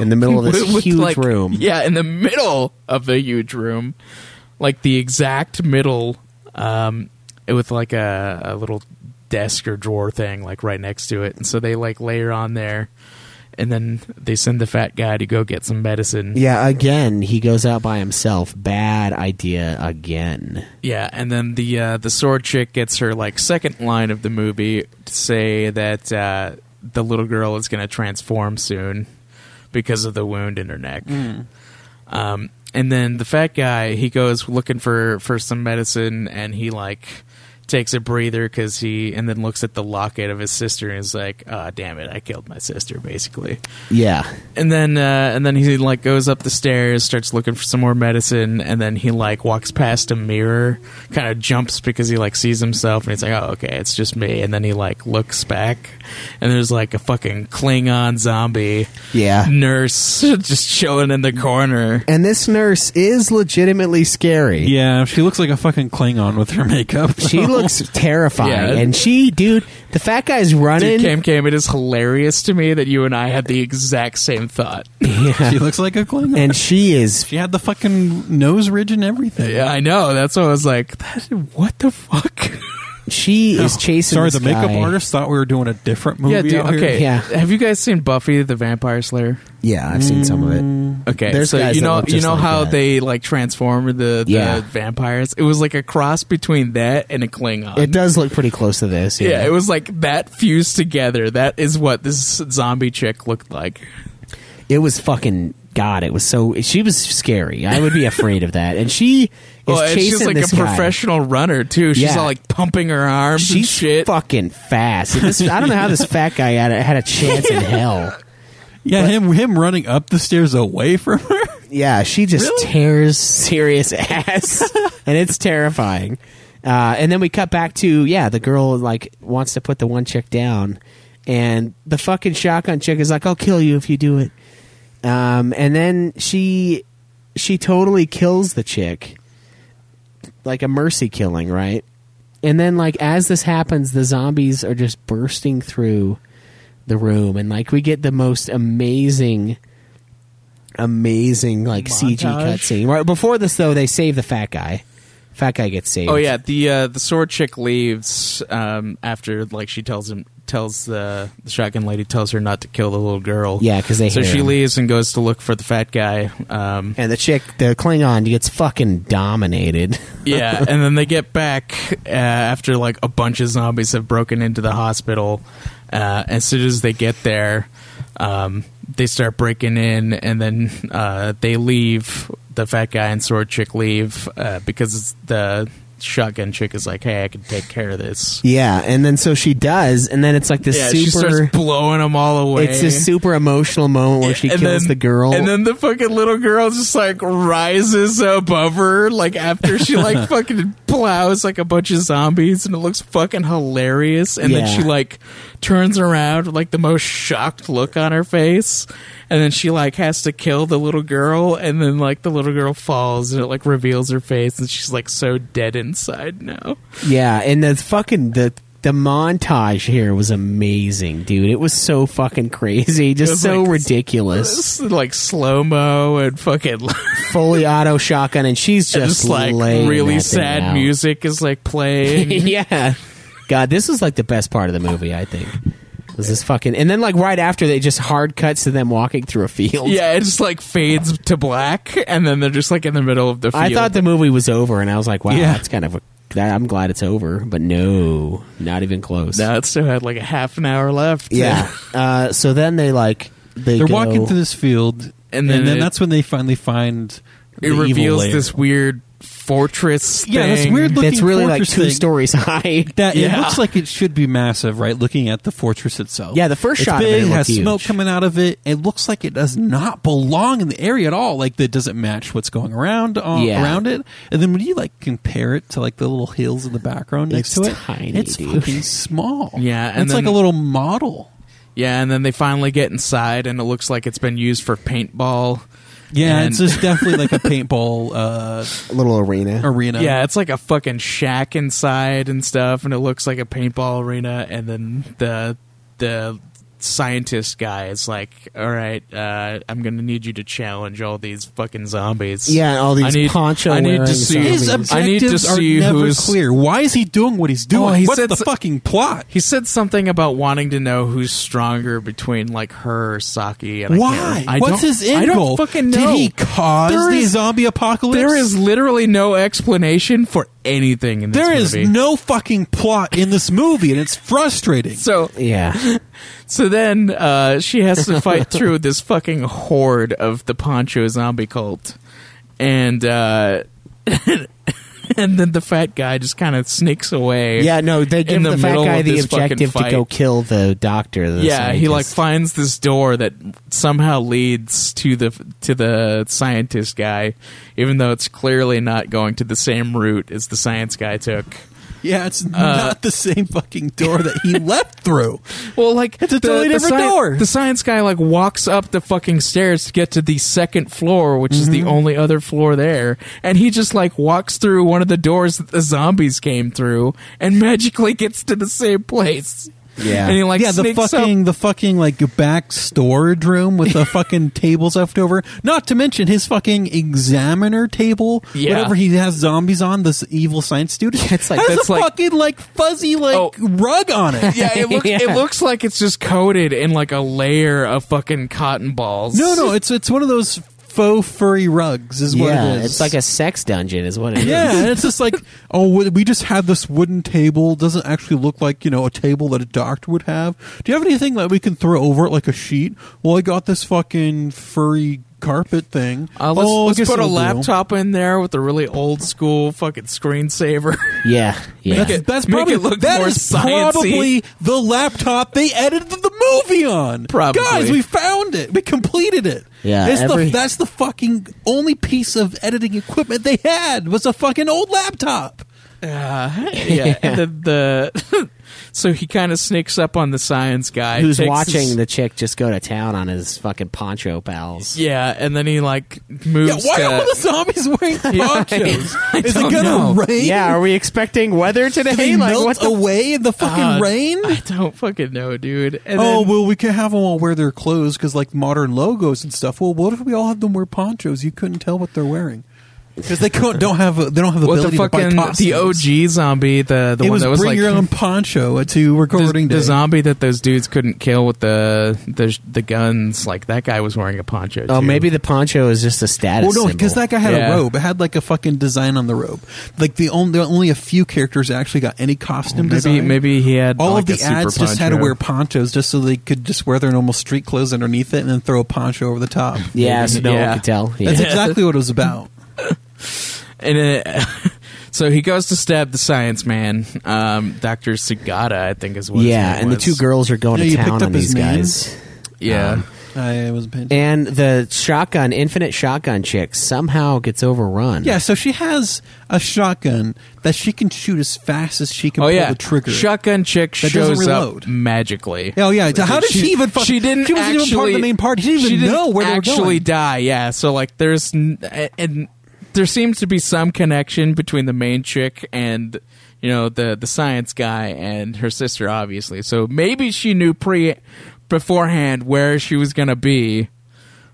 in the middle of this With, with, huge like- room. Yeah, in the middle of the huge room, like the exact middle, um, with like a, a little desk or drawer thing, like right next to it. And so they like layer on there, and then they send the fat guy to go get some medicine. Yeah, again, he goes out by himself. Bad idea again. Yeah, and then the uh, the sword chick gets her like second line of the movie to say that uh, the little girl is going to transform soon because of the wound in her neck. Um, and then the fat guy he goes looking for for some medicine, and he like takes a breather because he, and then looks at the locket of his sister and is like, "Ah, damn it, I killed my sister," basically. Yeah. And then, uh, and then he like goes up the stairs, starts looking for some more medicine, and then he like walks past a mirror, kind of jumps because he like sees himself, and he's like, "Oh, okay, it's just me." And then he like looks back, and there's like a fucking Klingon zombie Yeah. nurse just chilling in the corner. And this nurse is legitimately scary. Yeah, she looks like a fucking Klingon with her makeup. She looks terrifying, Yeah. and she, dude, the fat guy's running. Dude, Cam Cam, it is hilarious to me that you and I had the exact same thought. She looks like a Klingon. and she is she had the fucking nose ridge and everything. Yeah, I know. That's what I was like. That, what the fuck? she is chasing. Oh, Sorry, this the makeup guy. artist thought we were doing a different movie. yeah, dude. out here. Okay. Yeah. Have you guys seen Buffy the Vampire Slayer? Yeah, I've seen some of it. Okay. There's so guys you that know look you just know like how that. they like transform the, the Yeah. vampires. It was like a cross between that and a Klingon. It does look pretty close to this. Yeah, Yeah, it was like that fused together. That is what this zombie chick looked like. it was fucking god. It was so she was scary. I would be afraid of that. And she is Oh, and chasing she's like this a guy. professional runner too. She's Yeah. all like pumping her arms and She's shit. fucking fast. And this- I don't know how this fat guy had a, had a chance in hell. yeah, him him running up the stairs away from her. Yeah, she just tears serious ass, and it's terrifying. Uh, and then we cut back to yeah, the girl like wants to put the one chick down, and the fucking shotgun chick is like, "I'll kill you if you do it." Um, and then she she totally kills the chick, like a mercy killing, right? And then like as this happens, the zombies are just bursting through the room, and like we get the most amazing amazing like CG Montage. cutscene. Right before this, though, they save the fat guy. Fat guy gets saved. Oh yeah, the uh, the sword chick leaves um, after like she tells him tells the, the shotgun lady tells her not to kill the little girl. Yeah, 'cause they so hear she him. leaves and goes to look for the fat guy. Um, And the chick, the Klingon, gets fucking dominated. yeah, and then they get back uh, after like a bunch of zombies have broken into the hospital. Uh, as soon as they get there, um, they start breaking in, and then uh, they leave. The fat guy and sword chick leave uh, because the shotgun chick is like, "Hey, I can take care of this." yeah, and then so she does, and then it's like this yeah, she super. starts blowing them all away. It's this super emotional moment where she And kills then- the girl. and then the fucking little girl just like rises above her, like after she like fucking plows like a bunch of zombies, and it looks fucking hilarious. And then Yeah. she like turns around with like the most shocked look on her face, and then she like has to kill the little girl, and then like the little girl falls, and it like reveals her face, and she's like so dead inside now. yeah, and the fucking the the montage here was amazing, dude. It was so fucking crazy, It just was, so like, ridiculous. It's like slow mo and fucking. Fully auto shotgun, and she's just, just like laying really that thing sad out. music is like playing. yeah. God, this was like the best part of the movie, I think. Was this fucking and then like right after they just hard cuts to them walking through a field. yeah, it just like fades to black, and then they're just like in the middle of the field. I thought the movie was over and I was like, wow, Yeah. that's kind of a that, I'm glad it's over, but no, not even close. no, it still had like a half an hour left. Yeah. uh, so then they like they They're go- walking through this field, And and then then, it- that's when they finally find the it evil reveals lair. this weird fortress. Yeah, this thing. weird looking That's really like fortress two thing. stories high. That Yeah. it looks like it should be massive, right? Looking at the fortress itself. Yeah, the first it's shot of it big, looked has huge. smoke coming out of it. It looks like it does not belong in the area at all. Like that doesn't match what's going around uh, Yeah. around it. And then when you like compare it to like the little hills in the background next It's to it, tiny, it's dude. fucking small. Yeah, and it's like then- a little model. Yeah, and then they finally get inside, and it looks like it's been used for paintball. Yeah, And- it's just definitely like a paintball uh, Little arena. arena. Yeah, it's like a fucking shack inside and stuff, and it looks like a paintball arena. And then the the scientist guy is like, "All right, uh, I'm gonna need you to challenge all these fucking zombies." Yeah, and all I these need, poncho I need to wearing see. His zombies. I need to objectives are see never who's clear. Why is he doing what he's doing? Oh, he What's said the so- fucking plot? He said something about wanting to know who's stronger between like her or Saki. And I Why? can't- I What's don't- his end I don't goal? fucking Did know. he cause There the is- zombie apocalypse? There is literally no explanation for anything in this there is movie. no fucking plot in this movie, and it's frustrating. so Yeah. So then uh, she has to fight through this fucking horde of the Poncho zombie cult. And uh, and then the fat guy just kind of sneaks away. Yeah, no, they give in the the, fat middle guy of the this fucking objective to fight. go kill the doctor. the yeah, he like scientist. finds this door that somehow leads to the to the scientist guy, even though it's clearly not going to the same route as the science guy took. Yeah, Uh, it's not the same fucking door that he leapt through. Well, like It's a totally different sci- door. The science guy like walks up the fucking stairs to get to the second floor, which is the Mm-hmm. only other floor there, and he just like walks through one of the doors that the zombies came through, and magically gets to the same place. Yeah. and he like yeah, the sneaks up- fucking the fucking like back storage room with the fucking tables left over. Not to mention his fucking examiner table. Yeah. Whatever he has zombies on, this evil science student. It's like- has that's a like- fucking like fuzzy like Oh. rug on it. Yeah, it looks it Yeah. looks like it's just coated in like a layer of fucking cotton balls. No, no, it's it's one of those faux furry rugs is what yeah, it is. it's like a sex dungeon, is what it is. Yeah, and it's just like, oh, we- we just have this wooden table. Doesn't actually look like you know a table that a doctor would have. Do you have anything that we can throw over it like a sheet? Well, I got this fucking furry carpet thing. Uh, let's oh, I let's guess put a it'll do. laptop in there with a really old school fucking screensaver. yeah, yeah. That's, it- that's make probably it look that more is sciencey. probably the laptop they edited the movie on. Probably. guys, we found it. We completed it. Yeah, it's every- the, that's the fucking only piece of editing equipment they had was a fucking old laptop. yeah, and the, the so he kind of sneaks up on the science guy Who's takes watching his- the chick just go to town on his fucking poncho pals? yeah, and then he like Yeah, moves. why to, are all the zombies wearing ponchos? I Is it don't gonna know. rain? are we expecting weather today? Do they melt away in the fucking Uh, rain? I don't fucking know, dude. And Oh then- well, we can have them all wear their clothes because like modern logos and stuff. Well, what if we all had them wear ponchos? You couldn't tell what they're wearing because they couldn't, don't have a, they don't have the what the ability fucking to buy costumes. the OG zombie, the the It one was that was bring like your own poncho to recording the, day. the zombie that those dudes couldn't kill with the the the guns. Like that guy was wearing a poncho. Oh, too. maybe the poncho is just a status. Well, no, because symbol. that guy had Yeah. a robe. It had like a fucking design on the robe. Like the only only a few characters actually got any costume maybe design. maybe he had all like, of the a super ads just had to poncho. wear ponchos just so they could just wear their normal street clothes underneath it and then throw a poncho over the top. yeah, so no Yeah. one could tell. Yeah. That's exactly what it was about. and it, so he goes to stab the science man, um, Doctor Sugata, I think is what. his Yeah, name and the was. two girls are going Yeah, to you town picked on up his these name. guys. Yeah, um, I was paying And the shotgun, infinite shotgun chick, somehow gets overrun. Yeah, so she has a shotgun that she can shoot as fast as she can oh pull yeah, the trigger. shotgun chick That doesn't shows reload. up magically. Oh yeah, so how did she, even? Fuck, she didn't She wasn't actually, even part of the main party. She didn't she even didn't know where actually they were going. die. Yeah, so like there's n- and there seems to be some connection between the main chick and you know the the science guy and her sister, obviously. So maybe she knew pre beforehand where she was gonna be.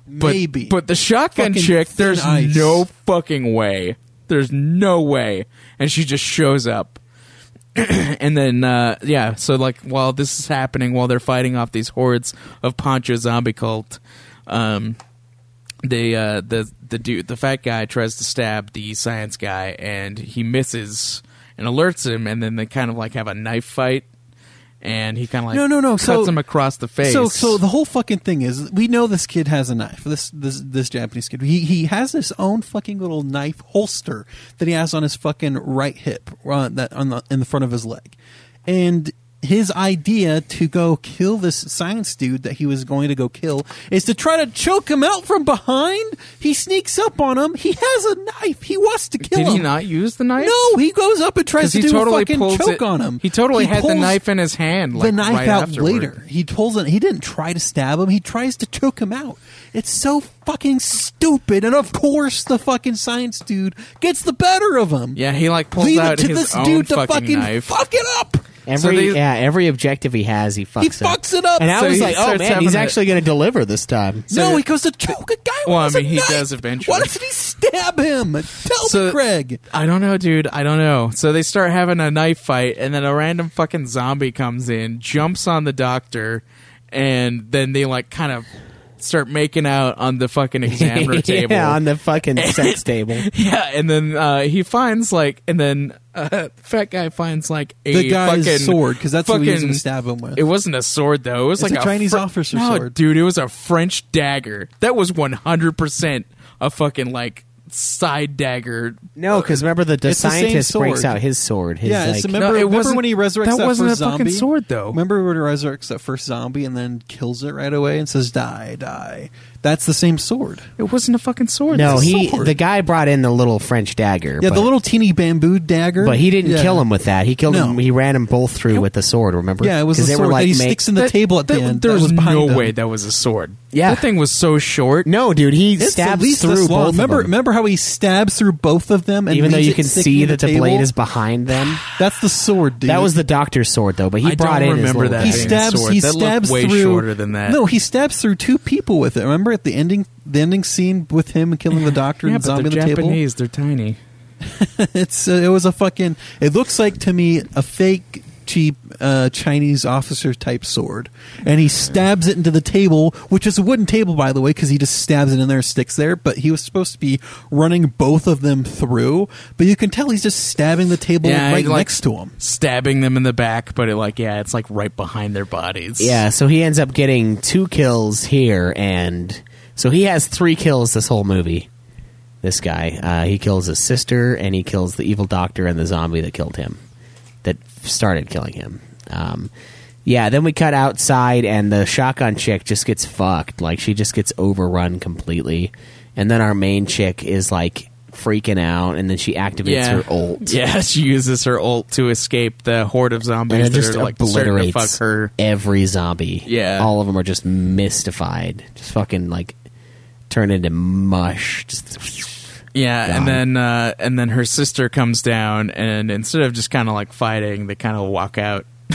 But, Maybe, but the shotgun Fucking chick, thin there's ice. no fucking way. There's no way, and she just shows up and then uh, yeah, so like while this is happening, while they're fighting off these hordes of Pancho zombie cult, um, they uh, the the dude the fat guy tries to stab the science guy and he misses and alerts him, and then they kind of like have a knife fight, and he kind of like no, no, no. cuts so him across the face. So, so the whole fucking thing is, we know this kid has a knife. This this this Japanese kid, he he has his own fucking little knife holster that he has on his fucking right hip, uh, that on the in the front of his leg, and. His idea to go kill this science dude that he was going to go kill is to try to choke him out from behind. He sneaks up on him. He has a knife. He wants to kill did him. he not use the knife? No, he goes up and tries because to he do totally a fucking pulls choke it- on him. He totally had the pulls knife in his hand. Like, the knife right out afterward. later. He pulls it. He didn't try to stab him. He tries to choke him out. It's so fucking stupid. And of course, the fucking science dude gets the better of him. Yeah, he like pulls leave out it to his this own dude to fucking, fucking knife. fuck it up. Every So they- yeah, every objective he has, he fucks. He up. fucks it up. And I So was he like, oh starts man, having he's a- actually going to deliver this time. no, he goes to choke a guy. Well, I with mean, a he knife. does eventually. Why doesn't he stab him? Tell So- me, Craig. I don't know, dude. I don't know. So they start having a knife fight, and then a random fucking zombie comes in, jumps on the doctor, and then they like kind of start making out on the fucking examiner table. yeah, on the fucking sex table. Yeah, and then uh, he finds like, and then uh, fat guy finds like a The guy's fucking sword, 'cause that's what he was fucking- gonna stab him with. It wasn't a sword though. It was It's like a Chinese Fr- officer no, sword. dude. It was a French dagger. That was one hundred percent a fucking like side dagger. No, because remember the, the It's the same scientist breaks sword. out his sword. His, yeah, it's, like- remember, No, it remember wasn't- when he resurrects that that, wasn't first a fucking zombie? sword, though. Remember when he resurrects that first zombie and then kills it right away and says, "Die, die." That's the same sword. It wasn't a fucking sword. no, It's a he sword. the guy brought in the little French dagger. Yeah, but, the little teeny bamboo dagger. but he didn't Yeah. kill him with that. He killed No. him. He ran him both through with the sword. Remember? Yeah, it was 'Cause the they sword were like that he make- sticks in the That- table at that- the end. There that was behind no him. way that was a sword. Yeah. that thing was so short. No, dude, he It's at stabs least through this long. both. Remember, of them. remember how he stabs through both of them, and even though leaves you it can sticking see in that the table? blade is behind them. That's the sword, dude. That was the doctor's sword, though. But he I brought don't in remember his little that he being a dagger. stabs. sword. He That looked stabs way through. shorter than that. No, he stabs through two people with it. Remember at the ending, the ending scene with him killing the doctor yeah, and the but zombie they're on the table. Japanese. They're tiny. It's uh, it was a fucking. It looks like to me a fake cheap uh, Chinese officer type sword, and he stabs it into the table, which is a wooden table by the way, because he just stabs it in there, and sticks there. But he was supposed to be running both of them through, but you can tell he's just stabbing the table right he, like, next to him. stabbing them in the back, but it like yeah, it's like right behind their bodies. Yeah, so he ends up getting two kills here, and so he has three kills this whole movie. This guy, uh, he kills his sister, and he kills the evil doctor and the zombie that killed him, that started killing him. Um, yeah, then we cut outside, and the shotgun chick just gets fucked. Like she just gets overrun completely, and then our main chick is like freaking out, and then she activates yeah. her ult. Yeah, she uses her ult to escape the horde of and zombies it that just are like starting to obliterates fuck her. every zombie. Yeah. all of them are just mystified, just fucking like turn into mush. Just Yeah, God. and then uh, and then her sister comes down, and instead of just kind of like fighting, they kind of walk out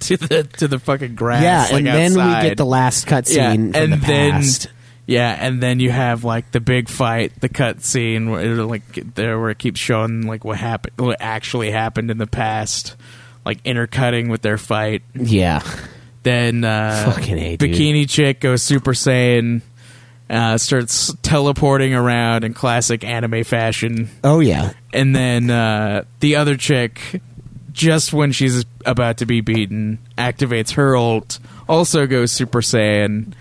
to the to the fucking grass. yeah, like, and then we get outside. the last cutscene yeah, from and the then past. yeah, and then you have like the big fight, the cutscene where it, like get there where it keeps showing like what happened, what actually happened in the past, like intercutting with their fight. yeah, Then uh, Fucking A, dude. bikini chick goes Super Saiyan, uh, starts teleporting around in classic anime fashion, oh yeah, and then uh, the other chick, just when she's about to be beaten, activates her ult, also goes Super Saiyan.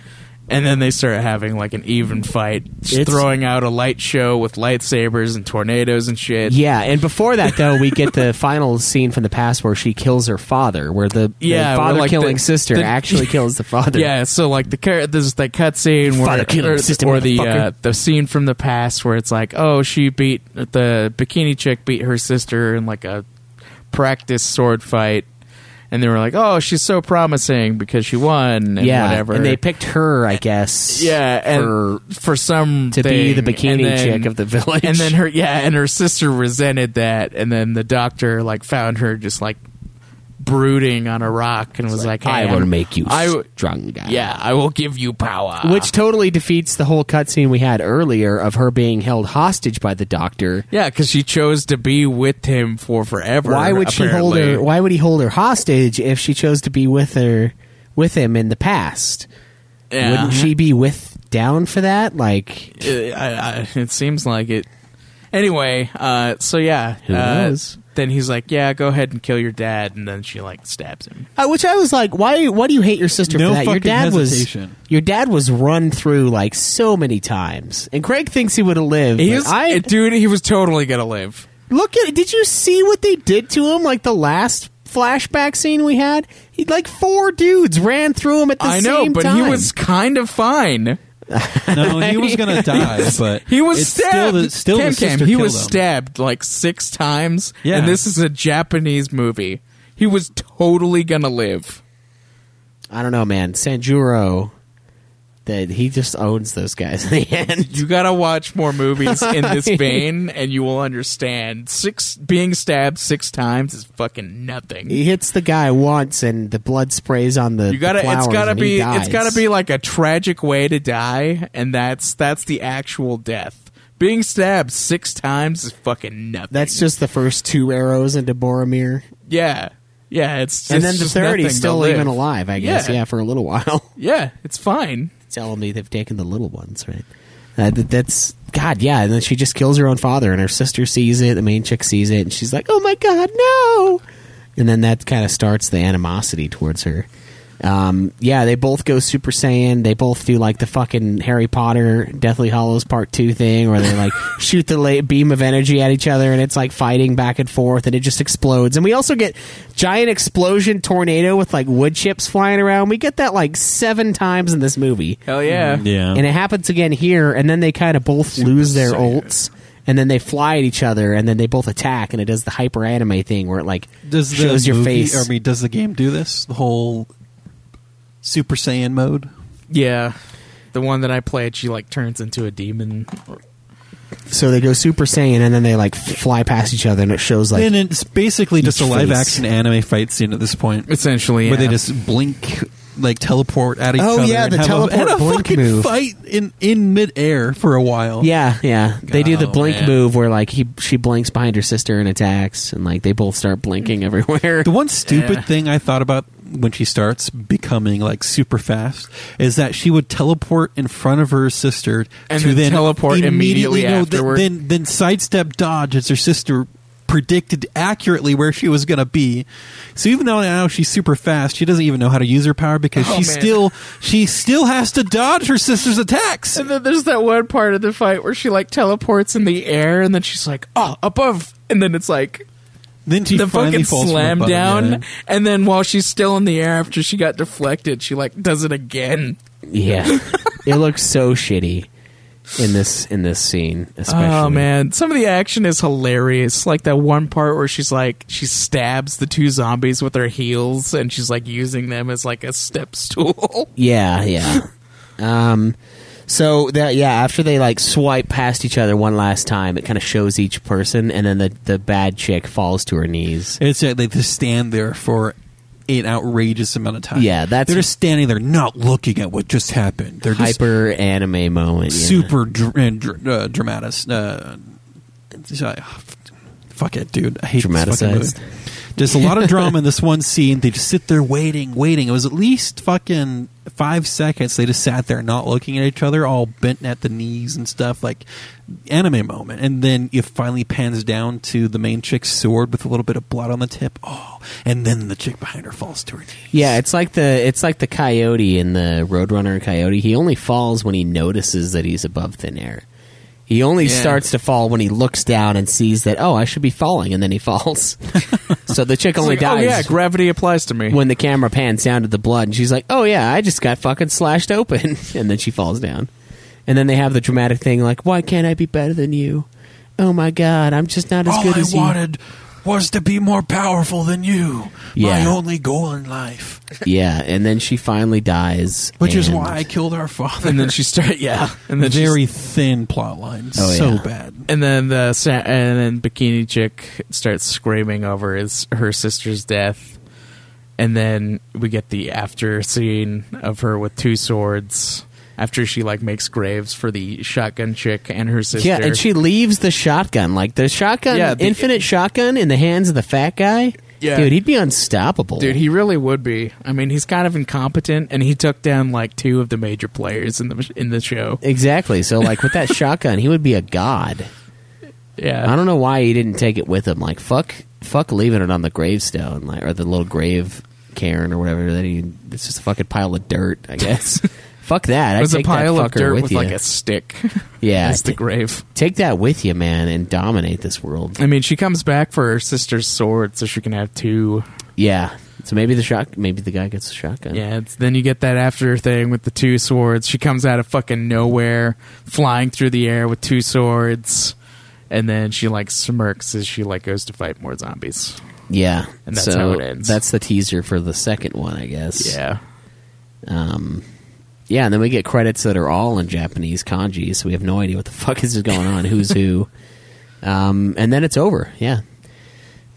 And then they start having like an even fight, She's It's- throwing out a light show with lightsabers and tornadoes and shit. yeah. And before that, though, we get the final scene from the past where she kills her father, where the, the Yeah, where, father like, killing the- sister the- actually kills the father. Yeah, so like the char- there's that cutscene where Father killer or, system, or the motherfucker. uh, the scene from the past where it's like, oh, she beat the bikini chick beat her sister in like a practice sword fight, and they were like, oh, she's so promising because she won and yeah, whatever. and they picked her, I guess. yeah, for- and for, some to be the thing, bikini and then- chick of the village. and then her yeah, and her sister resented that, and then the doctor like found her just like brooding on a rock and was like, I hey, will I'm- make you I w- strong guy. yeah, I will give you power. Which totally defeats the whole cutscene we had earlier of her being held hostage by the doctor. yeah, because she chose to be with him for forever. Why would she hold her? apparently. Why would he hold her hostage if she chose to be with her, with him in the past? Yeah. Wouldn't she be with down for that? Like, Uh, I, I, it seems like it. Anyway, uh, so yeah, Who uh, knows? Then he's like, "Yeah, go ahead and kill your dad," and then she like stabs him. uh, which I was like, why? Why do you hate your sister No for that? Your fucking dad hesitation. was your dad was run through like so many times, and Craig thinks he would have lived. He but was, I dude, he was totally gonna live. Look at Did you see what they did to him? Like the last flashback scene we had, he like four dudes ran through him at the I same time. know, but he was kind of fine. No, he was gonna die, but He was it's stabbed. Still, the, still Cam the Cam, sister he killed was him. stabbed like six times, Yeah. and this is a Japanese movie. He was totally gonna live. I don't know, man. Sanjuro, that he just owns those guys in the end. You gotta watch more movies in this vein, and you will understand. Six being stabbed six times is fucking nothing. He hits the guy once, and the blood sprays on the. You gotta, the flowers it's gotta and he be, it's dies. gotta be like a tragic way to die, and that's that's the actual death. Being stabbed six times is fucking nothing. That's just the first two arrows into Boromir, yeah, yeah. It's and it's then the just third nothing to he's still live. even alive. I guess, yeah, Yeah. for a little while. Yeah, it's fine. telling me they've taken the little ones, right? Uh, that, that's God, yeah. And then she just kills her own father, and her sister sees it. The main chick sees it, and she's like, "Oh my God, no!" And then that kind of starts the animosity towards her. Um, yeah, they both go Super Saiyan. They both do like the fucking Harry Potter Deathly Hollows Part Two thing, where they like shoot the la- beam of energy at each other, and it's like fighting back and forth, and it just explodes. And we also get giant explosion tornado with like wood chips flying around. We get that like seven times in this movie, Hell yeah. Mm, Yeah. and it happens again here. And then they kind of both lose their Saiyan. ults. And then they fly at each other, and then they both attack, and it does the hyper anime thing where it like Does the shows your movie- face. I mean, does the game do this? The whole Super Saiyan mode. Yeah. The one that I played, she like turns into a demon. So they go Super Saiyan, and then they like fly past each other, and it shows like and it's basically just a each live face. action anime fight scene at this point, Essentially, where they yeah. just blink, like teleport at each Oh, other. yeah, and the have teleport a, and a blink fucking move. fight in in midair for a while. yeah, yeah. They do the Oh, blink man. move where like he she blinks behind her sister and attacks, and like they both start blinking everywhere. The one stupid Yeah. thing I thought about when she starts becoming like super fast is that she would teleport in front of her sister And to then teleport immediately no, th- afterward. Then then sidestep dodge as her sister predicted accurately where she was going to be. So even though now she's super fast, she doesn't even know how to use her power because Oh, she man. still she still has to dodge her sister's attacks. And then there's that one part of the fight where she like teleports in the air, and then she's like, "Oh, above!" And then it's like Then she the finally fucking falls slam from above, down. yeah. And then while she's still in the air after she got deflected, she like does it again. yeah, it looks so shitty in this in this scene, especially. Oh man, some of the action is hilarious. Like that one part where she's like she stabs the two zombies with her heels, and she's like using them as like a step stool. Yeah, yeah. um, so that yeah, after they like swipe past each other one last time, it kind of shows each person, and then the the bad chick falls to her knees. It's like they just stand there for an outrageous amount of time. Yeah, that's- they're just standing there, not looking at what just happened. They're just Hyper anime moment. yeah. super dr- and dr- uh, dramatis. Uh, sorry. fuck it, dude. I hate this fucking movie. Dramaticized. Just a lot of drama in this one scene. They just sit there waiting, waiting. It was at least fucking five seconds. They just sat there, not looking at each other, all bent at the knees and stuff, like anime moment. And then it finally pans down to the main chick's sword with a little bit of blood on the tip. Oh, and then the chick behind her falls to her knees. Yeah, it's like the it's like the coyote in the Roadrunner coyote. He only falls when he notices that he's above thin air. He only Yeah. starts to fall when he looks down and sees that oh, I should be falling, and then he falls. so the chick only Like, oh dies yeah, gravity applies to me. when the camera pans down to the blood, and she's like, "Oh yeah, I just got fucking slashed open," and then she falls down. And then they have the dramatic thing like, "Why can't I be better than you? Oh my god, I'm just not as All good I as you." wanted was to be more powerful than you. Yeah. My only goal in life. Yeah, and then she finally dies, Which is and- why I killed our father. and then she start yeah, and then she's- very thin plot line. Oh, so yeah. bad. and then the sa- and then bikini chick starts screaming over his her sister's death and then we get the after scene of her with two swords after she like makes graves for the shotgun chick and her sister Yeah, and she leaves the shotgun. Like the shotgun, Yeah, the- infinite shotgun in the hands of the fat guy. Yeah. dude, he'd be unstoppable. dude he really would be i mean he's kind of incompetent and he took down like two of the major players in the in the show exactly. So like with that shotgun, he would be a god. yeah I don't know why he didn't take it with him. Like fuck, fuck leaving it on the gravestone, like or the little grave cairn or whatever. That he, it's just a fucking pile of dirt, I guess. fuck that. it was I a take that pile of fucker dirt with, with, you. like a stick yeah. as the t- grave take that with you, man, and dominate this world. i mean she comes back for her sister's sword so she can have two Yeah. So maybe the shot, maybe the guy gets a shotgun. Yeah, it's, then you get that after thing with the two swords. She comes out of fucking nowhere, flying through the air with two swords, and then she like smirks as she like goes to fight more zombies. Yeah, And that's so how it ends. That's the teaser for the second one, I guess. Yeah, um, yeah, and then we get credits that are all in Japanese kanji, so we have no idea what the fuck is going on, who's who, um, and then it's over. Yeah,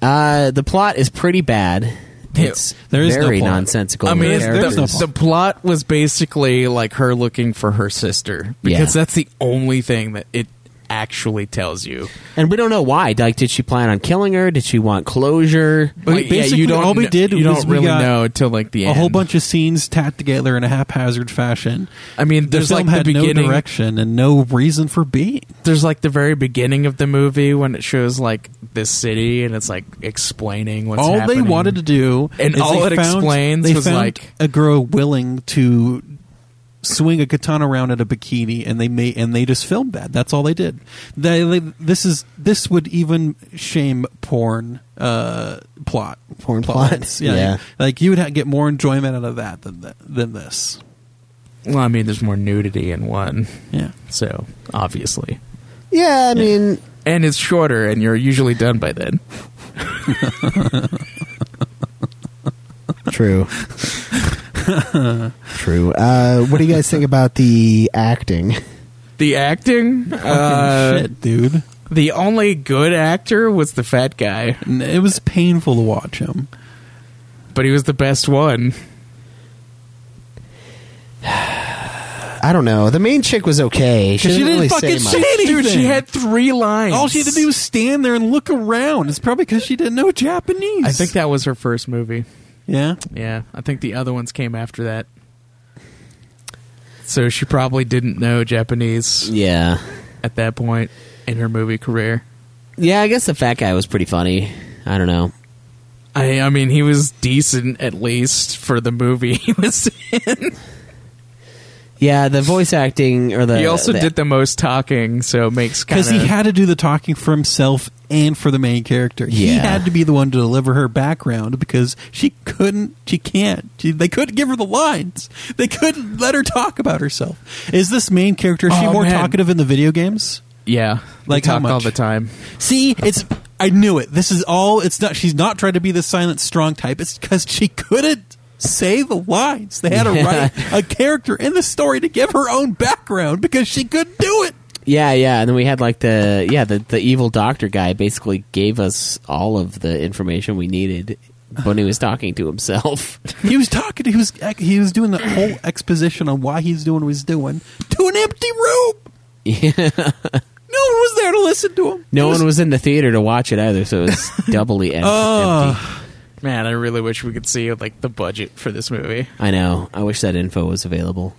uh, the plot is pretty bad. It's there is no very plot. nonsensical. I mean it's, Characters- the, the plot was basically like her looking for her sister because Yeah. that's the only thing that it actually tells you. And we don't know why. Like, did she plan on killing her? Did she want closure? But basically, all we kn- did you was don't we really got know till like the a end. whole bunch of scenes tacked together in a haphazard fashion. I mean, the there's film like had the no beginning. direction and no reason for being. there's like the very beginning of the movie when it shows like this city and it's like explaining what's all happening. they wanted to do, And is all they it found- explains they was, found like- a girl willing to swing a katana around at a bikini, and they made and they just filmed that. That's all they did. They, they- this is this would even shame porn uh, plot Porn plot? plots. Yeah, Yeah. like you would ha- get more enjoyment out of that than th- than this. Well, I mean, there's more nudity in one, Yeah, so obviously, Yeah, I mean, and it's shorter, and you're usually done by then. true. true. Uh, what do you guys think about the acting? The acting, uh, shit, dude. the only good actor was the fat guy, And It was painful to watch him. but he was the best one. I don't know. The main chick was okay. She, didn't, really say much. Dude, she had three lines. All she had to do was stand there and look around. It's probably because she didn't know Japanese. I think that was her first movie. Yeah. Yeah, I think the other ones came after that. So she probably didn't know Japanese Yeah. at that point in her movie career. Yeah, I guess the fat guy was pretty funny. I don't know. I I mean, he was decent at least for the movie he was in. Yeah, the voice acting or the he also did the most talking, so it makes kind because of he had to do the talking for himself and for the main character. He Yeah. had to be the one to deliver her background because she couldn't, she can't, she, they couldn't give her the lines. They couldn't let her talk about herself. Is this main character? Is she Oh, more man. talkative in the video games? yeah, Like they how talked all much? the time. See, it's I knew it. This is all. It's not. She's not trying to be the silent strong type. It's because she couldn't say the lines. They had to Yeah. write a character in the story to give her own background because she couldn't do it. Yeah, yeah, and then we had like the yeah the the evil doctor guy basically gave us all of the information we needed when he was talking to himself. He was talking. He was he was doing the whole exposition on why he's doing what he's doing to an empty room. No one was there to listen to him. No one was in the theater to watch it either, so it was doubly em- empty. Man, I really wish we could see like the budget for this movie. I know. I wish that info was available.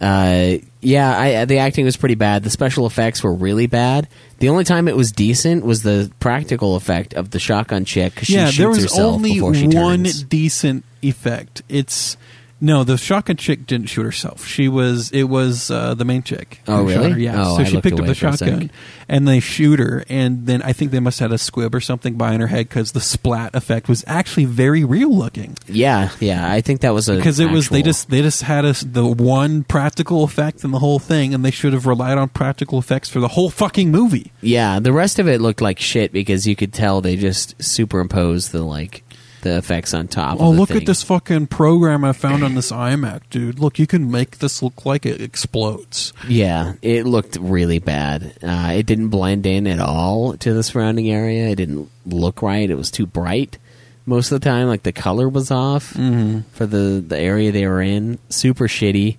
Uh, yeah, I, uh, the acting was pretty bad. The special effects were really bad. The only time it was decent was the practical effect of the shotgun chick. 'cause She yeah, shoots there was herself only before she one turns. decent effect. It's no, the shotgun chick didn't shoot herself. She was it was uh, the main chick. Oh, who shot really? her, Yeah. Oh, so I she looked picked up away the for a sec. shotgun and they shoot her, and then I think they must have had a squib or something by in her head because the splat effect was actually very real looking. Yeah, yeah. I think that was a because it was they actual- just they just had us the one practical effect in the whole thing and they should have relied on practical effects for the whole fucking movie Yeah, the rest of it looked like shit because you could tell they just superimposed the like the effects on top. oh of the look thing. at this fucking program i found on this imac dude look you can make this look like it explodes Yeah, it looked really bad. Uh, it didn't blend in at all to the surrounding area. It didn't look right. It was too bright most of the time. Like the color was off Mm-hmm. for the the area they were in. Super shitty.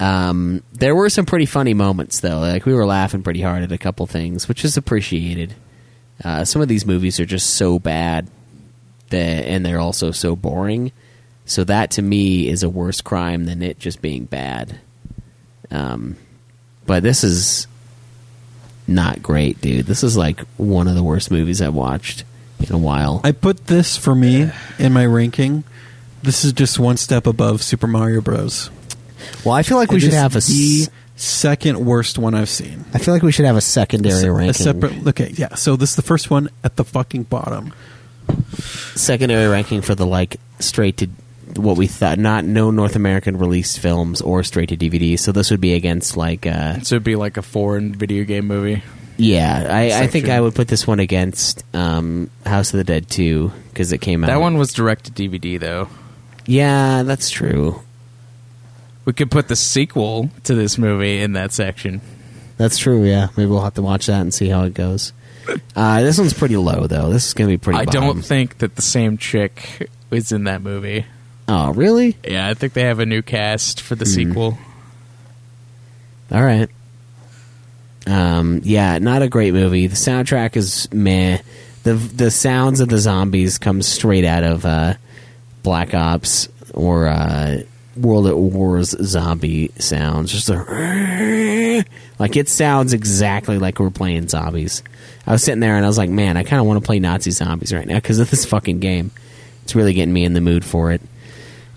Um, there were some pretty funny moments though. Like we were laughing pretty hard at a couple things, which is appreciated. Uh, some of these movies are just so bad that, and they're also so boring. So that to me is a worse crime than it just being bad. Um, but this is not great, dude. This is like one of the worst movies I've watched in a while. i put this for me in my ranking this is just one step above super mario bros well, I feel like we It should is have a the s- second worst one i've seen I feel like we should have a secondary a, ranking. a separate okay yeah so this is the first one at the fucking bottom secondary ranking for the like straight to what we thought not no North American released films or straight to DVD. So this would be against like uh, So it'd be like a foreign video game movie. yeah. I, I think Section. I would put this one against um, House of the Dead two because it came out That one was direct to DVD though. Yeah, that's true. We could put the sequel to this movie in that section. That's true. Yeah, maybe we'll have to watch that and see how it goes. Uh, this one's pretty low though. This is gonna be pretty. I bottom. don't think that the same chick is in that movie. Oh, really? Yeah, I think they Hmm. have a new cast for the sequel. All right. Um, yeah, not a great movie. The soundtrack is meh. The the sounds of the zombies come straight out of uh, Black Ops or uh, World at War's zombie sounds. Just a, like it sounds exactly like we're playing zombies. I was sitting there and I was like, man, I kind of want to play Nazi zombies right now because of this fucking game. It's really getting me in the mood for it.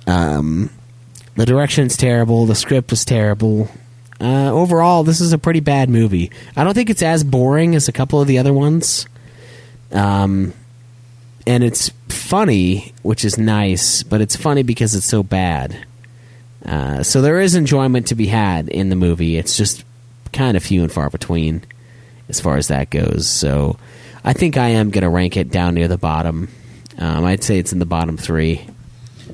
Um, the direction's terrible. The script was terrible. Uh, overall, this is a pretty bad movie. I don't think it's as boring as a couple of the other ones. Um, and it's funny, which is nice, but it's funny because it's so bad. Uh, so there is enjoyment to be had in the movie. It's just kind of few and far between as far as that goes. So I think I am going to rank it down near the bottom. Um, I'd say it's in the bottom three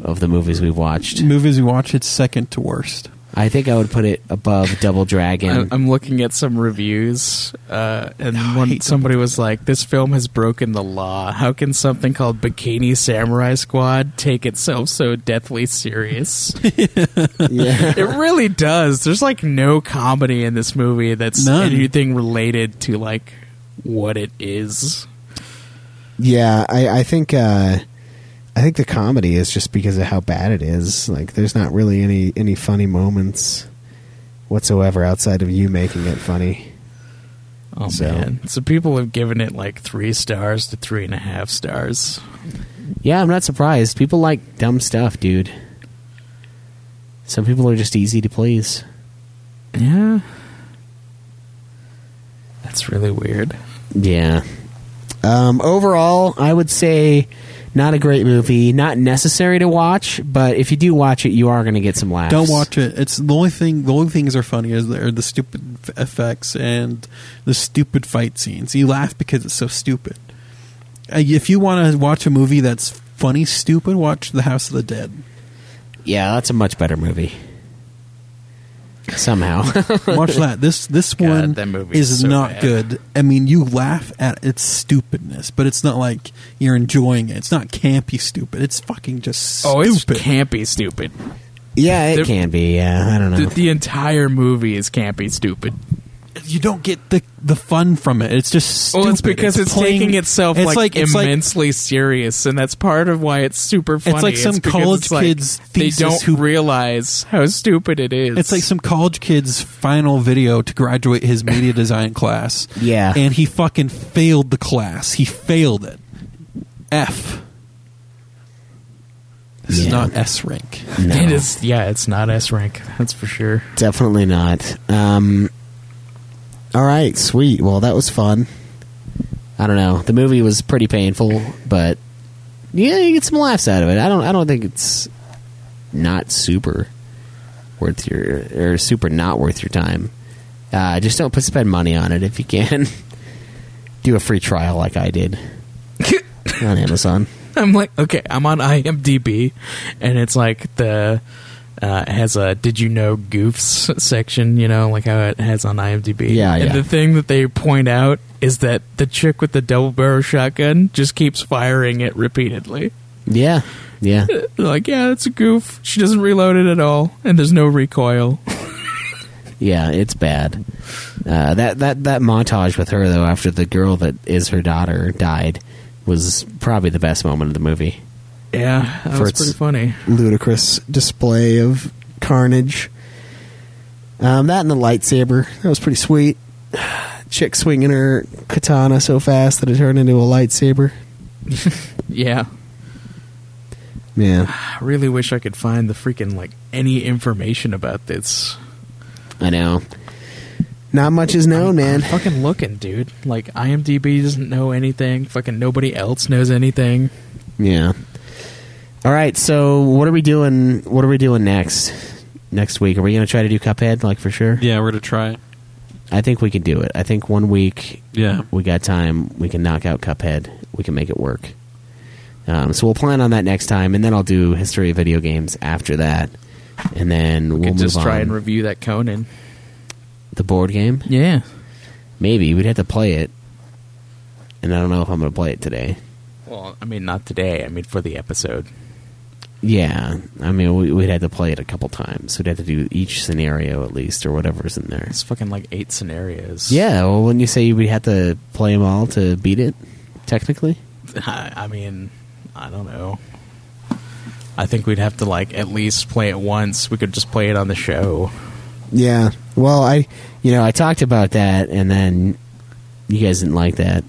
of the movies we've watched. Movies we watch, it's second to worst. I think I would put it above Double I- Dragon. I'm looking at some reviews, uh, and one, somebody was like, "This film has broken the law. How can something called Bikini Samurai Squad take itself so deathly serious?" yeah. it really does. There's like no comedy in this movie that's None. anything related to like what it is. Yeah, I, I think uh, I think the comedy is just because of how bad it is. Like, there's not really any any funny moments whatsoever outside of you making it funny. Oh So- man! So people have given it like three stars to three and a half stars. Yeah, I'm not surprised. People like dumb stuff, dude. Some people are just easy to please. Yeah, that's really weird. Yeah. Um, overall, I would say not a great movie. Not necessary to watch, but if you do watch it, you are going to get some laughs. Don't watch it. It's the only thing. The only things are funny is are the stupid f- effects and the stupid fight scenes. You laugh because it's so stupid. Uh, If you want to watch a movie that's funny, stupid, watch The House of the Dead. Yeah, that's a much better movie. Somehow. Watch that. This this God, one that movie is is so not bad. good. I mean, you laugh at its stupidness, but it's not like you're enjoying it. It's not campy stupid. It's fucking just stupid. Oh, it's campy stupid. yeah, it There- can be. Yeah, I don't know. The, the entire movie is campy stupid. you don't get the the fun from it. It's just stupid. Well, it's because it's, plain- taking itself it's like, it's immensely serious, and that's part of why it's super funny. like some because college it's like kid's They thesis don't who- realize how stupid it is. It's like some college kid's final video to graduate his media design class. Yeah. And he fucking failed the class. He failed it. F. This is Yeah. not S rank. No. It is, yeah, it's not S rank. That's for sure. Definitely not. Um, all right, sweet. Well, that was fun. I don't know. The movie was pretty painful, but yeah, you get some laughs out of it. I don't. I don't think it's not super worth your or super not worth your time. Uh, just don't put spend money on it if you can. Do a free trial like I did on Amazon. I'm like, okay, I'm on IMDb, and it's like the uh, it has a "Did you know goofs" section, you know, like how it has on IMDb. Yeah, And yeah. the thing that they point out is that the chick with the double barrel shotgun just keeps firing it repeatedly. Yeah, yeah. They're like, yeah, that's a goof. She doesn't reload it at all, and there's no recoil. Yeah, it's bad. Uh, that that that montage with her though, after the girl that is her daughter died, was probably the best moment of the movie. Yeah, that For was its- pretty funny. Ludicrous display of carnage. Um, that and the lightsaber that was pretty sweet. Chick swinging her katana so fast that it turned into a lightsaber. Yeah, Man, I really wish I could find the freaking like any information about this. I know. not much is known, man. Fucking looking, dude. Like IMDb doesn't know anything. Fucking nobody else knows anything. Yeah. All right, so what are we doing? What are we doing next? Next week, are we going to try to do Cuphead? Like for sure? Yeah, we're gonna try it. I think we can do it. I think one week Yeah. we got time. We can knock out Cuphead. We can make it work. Um, so we'll plan on that next time, and then I'll do history of video games after that, and then we will Could move just try on. and review that Conan. the board game. Yeah. Maybe we'd have to play it, and I don't know if I'm going to play it today. Well, I mean, not today. I mean, for the episode. Yeah, I mean, we, we'd have to play it a couple times. We'd have to do each scenario at least, or whatever's in there. It's fucking like eight scenarios. Yeah, well, wouldn't you say we had to play them all to beat it, technically? I, I mean, I don't know. I think we'd have to like at least play it once. We could just play it on the show. Yeah. Well, I, you know, I talked about that, and then you guys didn't like that.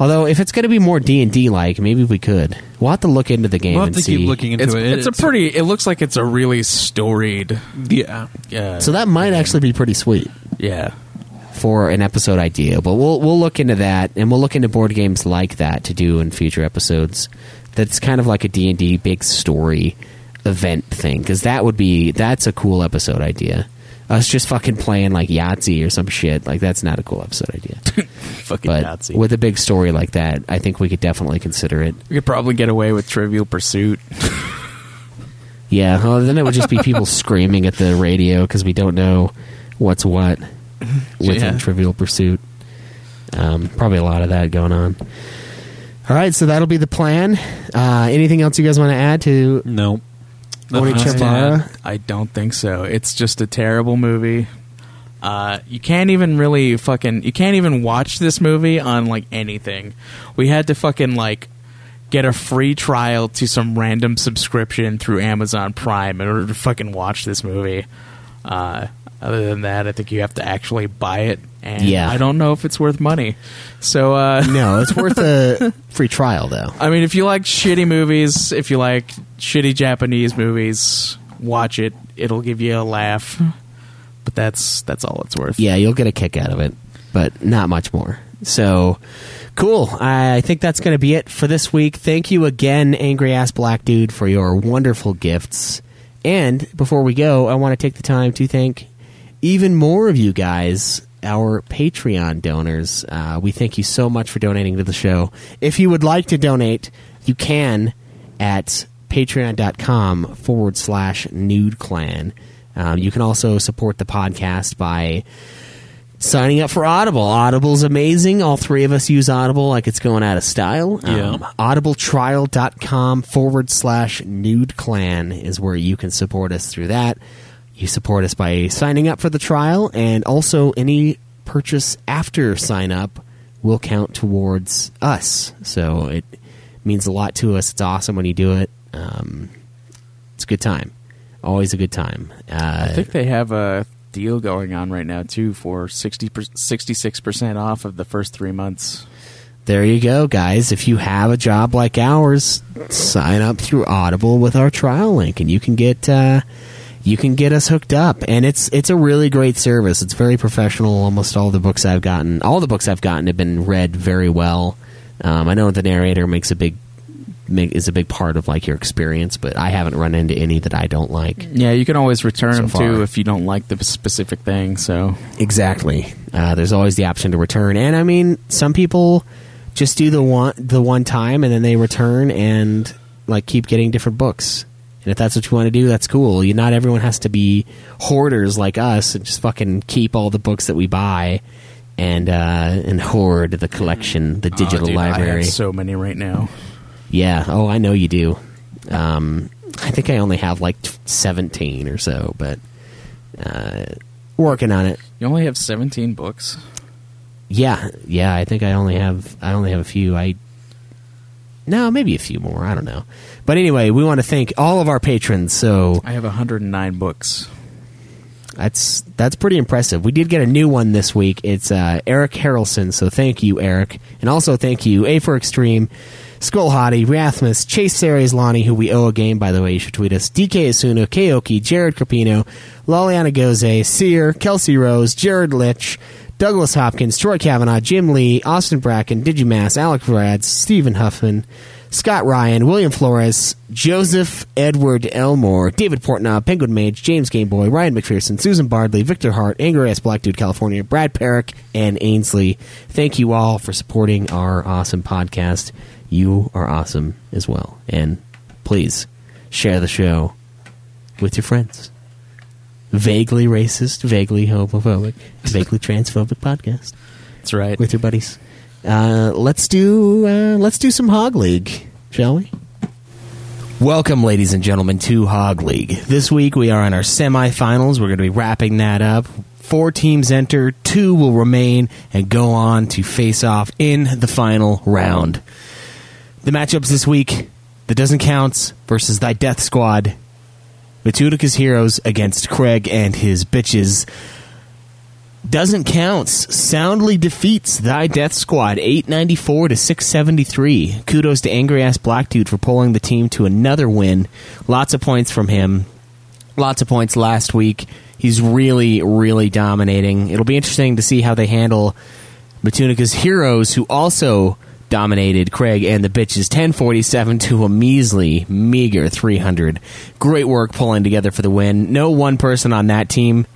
Although, if it's going to be more D and D like, maybe we could. We'll have to look into the game We'll have and to see. keep looking into It's, it. it's, a pretty. It looks like it's a really storied. yeah. Uh, so that might actually be pretty sweet yeah. for an episode idea. But we'll we'll look into that, and we'll look into board games like that to do in future episodes. That's kind of like a D and D big story event thing because that would be that's a cool episode idea. Us just fucking playing like Yahtzee or some shit like that's not a cool episode idea. Fucking but Nazi. with a big story like that, I think we could definitely consider it. we could probably get away with Trivial Pursuit. Yeah, well, then it would just be people screaming at the radio because we don't know what's what within Yeah. Trivial Pursuit. Um, probably a lot of that going on. All right, so that'll be the plan. Uh, anything else you guys want to add to No. Oni else to Chibara? I don't think so. It's just a terrible movie. Uh, you can't even really fucking. You can't even watch this movie on like anything. We had to fucking like get a free trial to some random subscription through Amazon Prime in order to fucking watch this movie. Uh, other than that, I think you have to actually buy it, and Yeah. I don't know if it's worth money. So uh, No, it's worth a free trial though. I mean, if you like shitty movies, if you like shitty Japanese movies, watch it. It'll give you a laugh. But that's that's all it's worth. Yeah, you'll get a kick out of it, but not much more. So cool. I think that's going to be it for this week. Thank you again, Angry Ass Black Dude, for your wonderful gifts. And before we go, I want to take the time to thank even more of you guys, our Patreon donors. Uh, we thank you so much for donating to the show. If you would like to donate, you can at patreon.com forward slash nude clan. Um, you can also support the podcast by signing up for Audible. Audible's amazing. All three of us use Audible like it's going out of style. Um, audibletrial.com forward slash nude clan is where you can support us through that. You support us by signing up for the trial, and also any purchase after sign up will count towards us. So it means a lot to us. It's awesome when you do it. Um, it's a good time. Always a good time. Uh, I think they have a deal going on right now too for 66 percent off of the first three months. There you go, guys. If you have a job like ours, sign up through Audible with our trial link, and you can get uh, you can get us hooked up. And it's it's a really great service. It's very professional. Almost all the books I've gotten, all the books I've gotten have been read very well. Um, I know the narrator makes a big make, is a big part of like your experience, but I haven't run into any that I don't like. Yeah, you can always return So them far. too if you don't like the specific thing. So Exactly. Uh, there's always the option to return, and I mean, some people just do the one the one time, and then they return and like keep getting different books. And if that's what you want to do, that's cool. You not everyone has to be hoarders like us and just fucking keep all the books that we buy and uh, and hoard the collection, the digital Oh, dude, I library. have so many right now. yeah. Oh, I know you do. Um, I think I only have like t- seventeen or so, but uh, working on it. You only have seventeen books. Yeah, yeah. I think I only have I only have a few. I no, maybe a few more. I don't know. But anyway, we want to thank all of our patrons. So I have hundred and nine books. that's that's pretty impressive. We did get a new one this week. It's uh, Eric Harrelson. So thank you, Eric, and also thank you A for Extreme, Skull Hottie, Rathmus, Chase Series, Lonnie, who we owe a game by the way. You should tweet us. DK Asuno, Kaoki, Jared Carpino, Laliana Goze, Sear, Kelsey Rose, Jared Litch. Douglas Hopkins, Troy Kavanaugh, Jim Lee, Austin Bracken, Digimass, Alec Vrad, Stephen Huffman, Scott Ryan, William Flores, Joseph Edward Elmore, David Portnow, Penguin Mage, James Gameboy, Ryan McPherson, Susan Bardley, Victor Hart, Angry Ass Black Dude California, Brad Perrick, and Ainsley. Thank you all for supporting our awesome podcast. You are awesome as well. And please share the show with your friends. Vaguely racist, vaguely homophobic, vaguely transphobic podcast That's right. with your buddies. Uh, let's do uh, let's do some Hog League, shall we? Welcome, ladies and gentlemen, to Hog League. This week we are in our semifinals. We're going to be wrapping that up. Four teams enter, two will remain, and go on to face off in the final round. The matchups this week the Doesn't Counts versus Thy Death Squad, Matutica's Heroes against Craig and his Bitches. Doesn't Counts soundly defeats Thy Death Squad 894 to 673. Kudos to Angry Ass Black Dude for pulling the team to another win. Lots of points from him. Lots of points last week. He's really, really dominating. It'll be interesting to see how they handle Matunica's Heroes, who also dominated Craig and the bitches 1047 to a measly, meager 300. Great work pulling together for the win. No one person on that team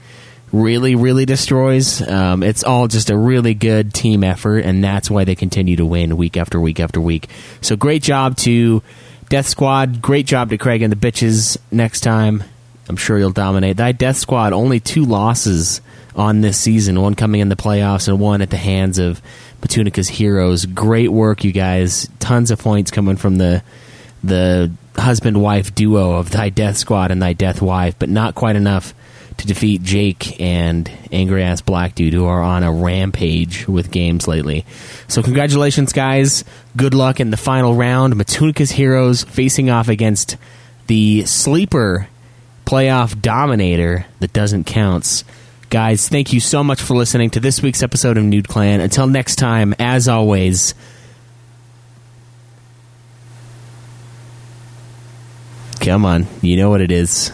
really, really destroys. Um, it's all just a really good team effort, and that's why they continue to win week after week after week. So great job to Death Squad. Great job to Craig and the bitches next time. I'm sure you'll dominate. That Death Squad, only two losses on this season one coming in the playoffs and one at the hands of Petunica's Heroes. Great work, you guys. Tons of points coming from the the husband wife duo of Thy Death Squad and Thy Death Wife, but not quite enough to defeat Jake and Angry Ass Black Dude, who are on a rampage with games lately. So, congratulations, guys. Good luck in the final round. Matunica's Heroes facing off against the sleeper playoff dominator that doesn't counts. Guys, thank you so much for listening to this week's episode of Nude Clan. Until next time, as always, come on, you know what it is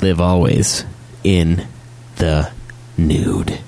live always in the nude.